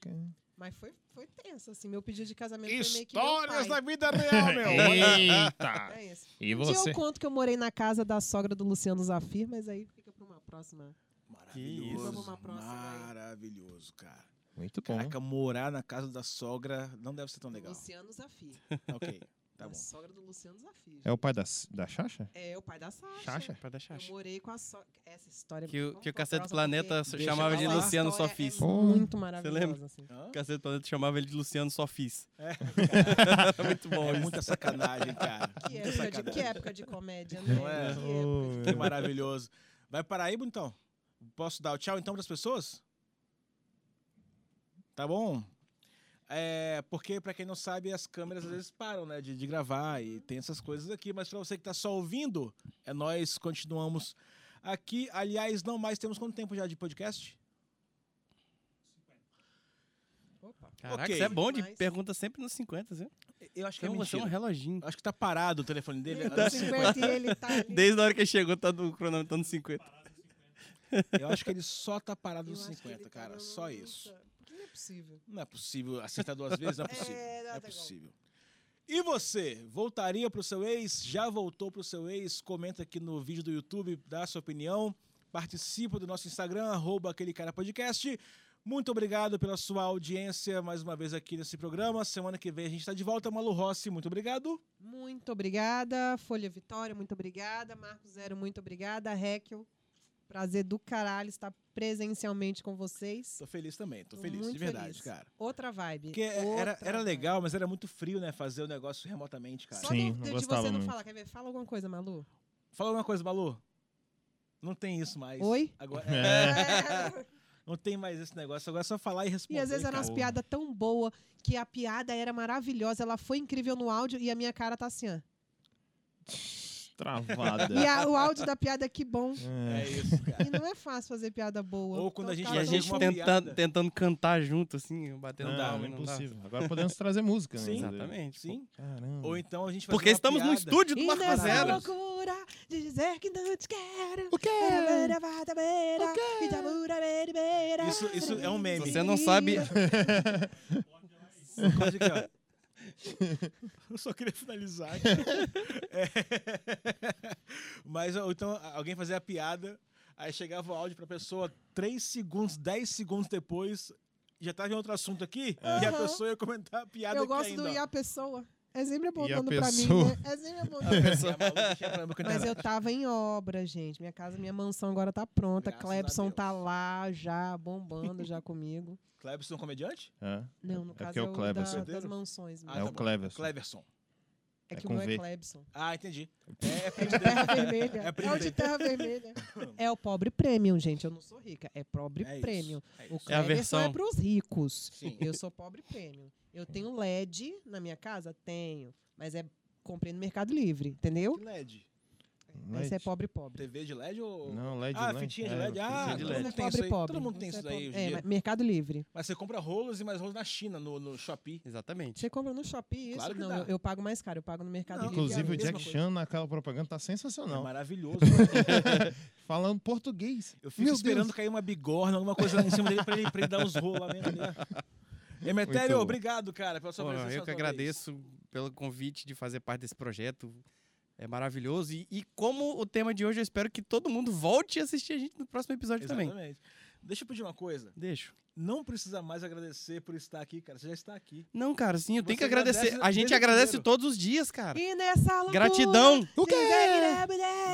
Speaker 3: Mas foi, foi tenso, assim. Meu pedido de casamento foi meio que meu
Speaker 5: Histórias da
Speaker 3: pai.
Speaker 5: vida real, meu.
Speaker 4: Eita!
Speaker 3: É isso.
Speaker 4: E
Speaker 3: Um dia
Speaker 4: você?
Speaker 3: eu conto que eu morei na casa da sogra do Luciano Zafir, mas aí fica pra uma próxima.
Speaker 1: Maravilhoso.
Speaker 2: isso.
Speaker 3: Vamos pra próxima aí.
Speaker 1: Maravilhoso, cara.
Speaker 4: Muito bom.
Speaker 1: Caraca, morar na casa da sogra não deve ser tão legal.
Speaker 3: Luciano Zafir.
Speaker 1: Ok, tá
Speaker 3: a
Speaker 1: bom.
Speaker 3: sogra do Luciano Zafir.
Speaker 4: É o pai da, da Xaxa?
Speaker 3: É, o pai da Sasha.
Speaker 4: Sasha?
Speaker 2: Pra deixar.
Speaker 3: Eu morei com a sogra. Essa história
Speaker 2: Que o,
Speaker 3: vamos
Speaker 2: que o
Speaker 3: pra
Speaker 2: Cacete do
Speaker 3: próxima, porque-
Speaker 2: Planeta
Speaker 1: porque-
Speaker 2: chamava de
Speaker 1: Deixa eu falar.
Speaker 2: Luciano
Speaker 3: História
Speaker 2: Sofis.
Speaker 3: É muito maravilhosa,
Speaker 2: lembra?
Speaker 3: assim.
Speaker 1: Hã?
Speaker 2: O Cacete do Planeta chamava ele de Luciano Sofis.
Speaker 1: É,
Speaker 2: Muito bom
Speaker 1: é
Speaker 2: isso.
Speaker 1: muita sacanagem, cara.
Speaker 3: Que
Speaker 1: Muita
Speaker 3: época, de, que é
Speaker 1: sacanagem.
Speaker 3: época de comédia, né?
Speaker 1: Não é?
Speaker 3: Que época
Speaker 1: Que maravilhoso. Vai parar aí, bonitão? Posso dar o tchau então para as pessoas? Tá bom? É, porque para quem não sabe, as câmeras às vezes param, né, de, de gravar e tem essas coisas aqui, mas para você que tá só ouvindo, é nós continuamos aqui. Aliás, não mais temos quanto tempo já de podcast?
Speaker 3: de- Opa.
Speaker 2: Caraca,
Speaker 1: Ok.
Speaker 2: você é bom de
Speaker 3: Mas-
Speaker 2: pergunta sempre nos 50, viu?
Speaker 1: Eu acho que
Speaker 2: Então
Speaker 1: é
Speaker 2: você é um
Speaker 1: mentira.
Speaker 2: reloginho.
Speaker 1: Acho que tá parado o telefone dele. é
Speaker 3: Ele tá 50 e ele tá ali.
Speaker 2: Desde a hora que ele chegou, tá do cronômetro tá nos 50.
Speaker 1: Eu acho que ele só tá parado
Speaker 3: Eu
Speaker 1: nos
Speaker 3: acho que
Speaker 1: 50,
Speaker 3: ele tá
Speaker 1: cara,
Speaker 3: dando
Speaker 1: só
Speaker 3: muita-
Speaker 1: isso.
Speaker 3: Porque não é possível.
Speaker 1: Não é possível acertar duas vezes, não é possível.
Speaker 3: É,
Speaker 1: não
Speaker 3: não,
Speaker 1: é
Speaker 3: tá
Speaker 1: possível. E você, voltaria pro seu ex? Já voltou pro seu ex? Comenta aqui no vídeo do YouTube, dá a sua opinião. Participa do nosso Instagram, arroba aquele cara podcast. Muito obrigado pela sua audiência mais uma vez aqui nesse programa. Semana que vem a gente está de volta. Malu Rossi, muito obrigado.
Speaker 3: Muito obrigada. Folha Vitória, muito obrigada. Marco Zero, muito obrigada. Heckel, prazer do caralho estar presencialmente com vocês.
Speaker 1: Tô feliz também, tô
Speaker 3: Tô
Speaker 1: feliz, de
Speaker 3: muito
Speaker 1: verdade,
Speaker 3: feliz.
Speaker 1: cara.
Speaker 3: Outra vibe.
Speaker 1: Porque é, era,
Speaker 3: outra
Speaker 1: era
Speaker 3: vibe.
Speaker 1: legal, mas era muito frio, né? Fazer o negócio remotamente, cara.
Speaker 3: Só
Speaker 4: Sim,
Speaker 3: do,
Speaker 4: não
Speaker 3: de
Speaker 4: gostava
Speaker 3: você não
Speaker 4: muito.
Speaker 3: falar. Quer ver? Fala alguma coisa, Malu.
Speaker 1: Fala uma coisa, Malu. Não tem isso mais.
Speaker 3: Oi?
Speaker 1: Agora,
Speaker 3: É.
Speaker 1: Não tem mais esse negócio, agora é só falar e
Speaker 3: E
Speaker 1: responder.
Speaker 3: às vezes era
Speaker 1: cara.
Speaker 3: umas piadas tão boa que a piada era maravilhosa, ela foi incrível no áudio e a minha cara tá assim, ó.
Speaker 4: Travada.
Speaker 3: E a- o áudio da piada, que bom.
Speaker 4: É.
Speaker 1: É isso, cara.
Speaker 3: E não é fácil fazer piada boa.
Speaker 1: Ou quando a gente
Speaker 3: Então,
Speaker 2: E a
Speaker 1: Fala
Speaker 3: tava
Speaker 2: gente
Speaker 3: tão-
Speaker 1: alguma piada.
Speaker 2: tentando, tentando cantar junto, assim,
Speaker 4: Não,
Speaker 2: batendo
Speaker 4: dá,
Speaker 2: palma,
Speaker 4: é
Speaker 2: e não dá.
Speaker 4: impossível. Agora podemos trazer música, né?
Speaker 1: Sim.
Speaker 2: Exatamente.
Speaker 1: Sim.
Speaker 4: Caramba.
Speaker 1: Ou então a gente faz
Speaker 2: Porque
Speaker 1: uma
Speaker 2: estamos no
Speaker 1: piada.
Speaker 2: estúdio do
Speaker 3: E
Speaker 2: Marco
Speaker 3: nessa
Speaker 2: Zero.
Speaker 3: loucura de dizer que não te quero.
Speaker 4: O quê?
Speaker 3: Beira, vada, beira, Itabura, beira, beira.
Speaker 1: Isso, isso é um meme.
Speaker 2: Se você não sabe,
Speaker 1: Pode aqui, ó. Eu só queria finalizar. aqui. É. Mas ou então alguém fazia a piada, aí chegava o áudio pra pessoa 3 segundos, 10 segundos depois, já tava em outro assunto aqui, e a
Speaker 3: Aham.
Speaker 1: pessoa ia comentar a piada
Speaker 3: Eu
Speaker 1: aqui
Speaker 3: gosto
Speaker 1: ainda.
Speaker 3: do
Speaker 1: ó.
Speaker 3: E a Pessoa. É sempre apontando pra mim,
Speaker 4: pessoa-
Speaker 3: né? É sempre apontando.
Speaker 1: A pessoa- a maluca chega pra mim com
Speaker 3: Mas
Speaker 1: internet.
Speaker 3: eu tava em obra, gente. Minha casa, minha mansão agora tá pronta.
Speaker 1: Graças a
Speaker 3: Clebson
Speaker 1: Deus.
Speaker 3: tá lá já, bombando já comigo.
Speaker 1: Clebson, um comediante?
Speaker 4: É.
Speaker 3: Não, no
Speaker 4: É
Speaker 3: caso
Speaker 4: porque
Speaker 3: é
Speaker 4: é o
Speaker 3: o da,
Speaker 4: Cleverson.
Speaker 3: das mansões.
Speaker 1: Ah,
Speaker 4: É
Speaker 3: mesmo.
Speaker 4: o
Speaker 1: bom.
Speaker 4: Cleverson.
Speaker 1: Cleverson.
Speaker 3: é que
Speaker 4: é
Speaker 3: o meu
Speaker 4: com
Speaker 3: é
Speaker 4: V.
Speaker 3: Clebson.
Speaker 1: Ah, entendi. É, é primo dele.
Speaker 3: Terra Vermelha.
Speaker 1: É
Speaker 3: É,
Speaker 1: primo
Speaker 3: o de
Speaker 1: dele.
Speaker 3: Terra Vermelha. É o pobre premium, gente. Eu não sou rica. É pobre
Speaker 1: É isso,
Speaker 3: premium.
Speaker 1: é
Speaker 3: O
Speaker 1: isso.
Speaker 2: É a
Speaker 3: Cleverson é,
Speaker 2: versão.
Speaker 3: pros ricos.
Speaker 1: Sim.
Speaker 3: Eu sou pobre premium. Eu tenho LED na minha casa? Tenho. Mas é comprei no Mercado Livre, entendeu?
Speaker 1: Que LED?
Speaker 3: Mas Você é pobre pobre.
Speaker 1: TV de LED ou.
Speaker 4: Não, LED.
Speaker 1: ah,
Speaker 4: LED.
Speaker 1: fitinha de
Speaker 4: É,
Speaker 1: LED. Ah,
Speaker 2: fitinha de
Speaker 1: todo
Speaker 2: LED.
Speaker 1: mundo tem
Speaker 3: Pobre,
Speaker 1: isso aí.
Speaker 3: pobre.
Speaker 1: Todo mundo tem
Speaker 3: Você
Speaker 1: isso
Speaker 3: é
Speaker 1: aí.
Speaker 3: pobre.
Speaker 1: hoje em
Speaker 3: É,
Speaker 1: dia.
Speaker 3: mas Mercado Livre.
Speaker 1: Mas você compra rolos e mais rolos na China, no, no Shopee.
Speaker 2: Exatamente.
Speaker 3: Você compra no Shopping isso?
Speaker 1: Claro que
Speaker 3: não,
Speaker 1: dá.
Speaker 3: eu, eu pago mais caro. Eu pago no Mercado
Speaker 1: Não,
Speaker 3: Livre.
Speaker 4: Inclusive,
Speaker 1: é
Speaker 4: o
Speaker 1: a
Speaker 4: Jack
Speaker 1: mesma coisa.
Speaker 4: Chan naquela propaganda tá
Speaker 1: É
Speaker 4: sensacional.
Speaker 1: maravilhoso.
Speaker 4: Falando português.
Speaker 1: Eu fico
Speaker 4: Meu
Speaker 1: esperando
Speaker 4: Deus.
Speaker 1: cair uma bigorna, alguma coisa em cima dele pra ele, pra ele dar uns rolamentos. Né?
Speaker 4: Muito
Speaker 1: Emetério,
Speaker 4: bom.
Speaker 1: obrigado, cara, pela sua
Speaker 2: Pô,
Speaker 1: presença.
Speaker 2: eu
Speaker 1: mais
Speaker 2: que
Speaker 1: uma vez.
Speaker 2: agradeço pelo convite de fazer parte desse projeto. É maravilhoso. E, e como o tema de hoje, eu espero que todo mundo volte a assistir a gente no próximo episódio também.
Speaker 1: Exatamente. Deixa eu pedir uma coisa.
Speaker 2: Deixo.
Speaker 1: Não precisa mais agradecer por estar aqui, cara. Você já está aqui.
Speaker 2: Não, cara, sim, eu tenho
Speaker 1: Você
Speaker 2: que agradecer.
Speaker 1: agradece
Speaker 2: a gente
Speaker 1: desde o
Speaker 2: agradece
Speaker 1: primeiro.
Speaker 2: todos os dias, cara.
Speaker 3: E nessa altura,
Speaker 2: Gratidão.
Speaker 4: O quê?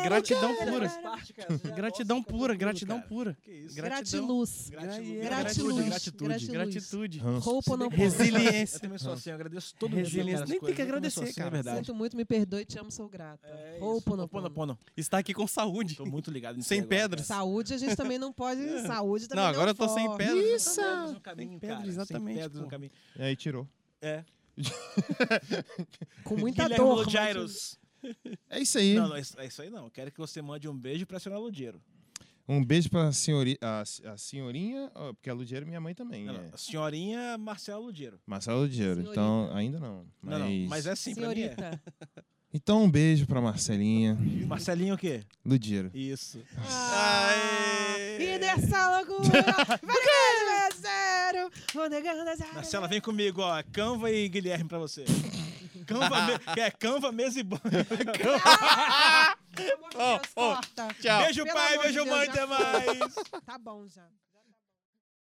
Speaker 2: Gratidão
Speaker 1: Você já
Speaker 2: pura.
Speaker 1: faz parte, cara. Você já
Speaker 2: Gratidão
Speaker 1: gosta de
Speaker 2: pura,
Speaker 1: tudo,
Speaker 2: gratidão
Speaker 1: cara.
Speaker 2: pura.
Speaker 1: Que isso.
Speaker 2: Gra-
Speaker 3: Gratiluz.
Speaker 1: Gratidão.
Speaker 3: Gratiluz.
Speaker 2: Gratitude.
Speaker 3: Gratiluz.
Speaker 2: Gratitude.
Speaker 4: Ranço.
Speaker 3: Roupa ou não compra.
Speaker 1: Eu
Speaker 2: Resiliência.
Speaker 1: também sou assim, eu agradeço todo mundo.
Speaker 2: Resiliência. Nem tem que agradecer, cara.
Speaker 1: É verdade.
Speaker 3: Sinto muito, me perdoe, te amo, sou grata.
Speaker 1: É
Speaker 3: Ou
Speaker 1: isso.
Speaker 3: pono pono.
Speaker 1: Ho'oponopono.
Speaker 2: Está aqui com saúde.
Speaker 1: Tô muito ligado nisso.
Speaker 2: Sem
Speaker 1: aí agora,
Speaker 2: pedras.
Speaker 1: cara.
Speaker 3: Saúde, a gente também não pode.
Speaker 1: É.
Speaker 3: Saúde também
Speaker 2: Não, agora eu tô sem
Speaker 3: pode.
Speaker 2: pedras.
Speaker 1: Sem
Speaker 2: Isso.
Speaker 1: pedras no caminho,
Speaker 2: Sem pedras,
Speaker 1: cara,
Speaker 2: exatamente,
Speaker 1: Sem pedras no
Speaker 2: pô.
Speaker 1: caminho.
Speaker 4: E aí tirou.
Speaker 1: É.
Speaker 3: Com
Speaker 2: tá
Speaker 3: muita
Speaker 1: Guilherme
Speaker 3: dor.
Speaker 1: Logairos.
Speaker 2: um?
Speaker 4: É isso aí.
Speaker 1: Não, não, é isso é isso aí não. Eu quero que você mande um beijo pra senhora Ludiero.
Speaker 4: Um beijo pra senhori... a, a senhorinha, ó, porque a Ludiero é minha mãe também.
Speaker 1: Não,
Speaker 4: é.
Speaker 1: não. Senhorinha Marcela Ludiero.
Speaker 4: Marcela Ludiero,
Speaker 3: Senhorita.
Speaker 4: então ainda não. Mas...
Speaker 1: Não, não, mas é assim, pra mim é.
Speaker 3: Senhorita.
Speaker 4: Então um beijo pra Marcelinha
Speaker 1: Marcelinho o quê?
Speaker 4: Ludiero.
Speaker 1: Isso.
Speaker 3: Ah, e nessa loucura, vai zero, vou negando a zero.
Speaker 1: Marcela, vem comigo, ó. Canva e Guilherme pra você. Canva, me... é, Canva, mesa e banho.
Speaker 3: Pelo amor de Deus,
Speaker 2: Oh, oh,
Speaker 3: corta.
Speaker 2: Tchau.
Speaker 1: Beijo,
Speaker 3: Pelo
Speaker 1: pai,
Speaker 3: amor de
Speaker 1: beijo,
Speaker 3: Deus,
Speaker 1: mãe,
Speaker 3: já
Speaker 1: até
Speaker 3: foi.
Speaker 1: mais.
Speaker 3: Tá bom já.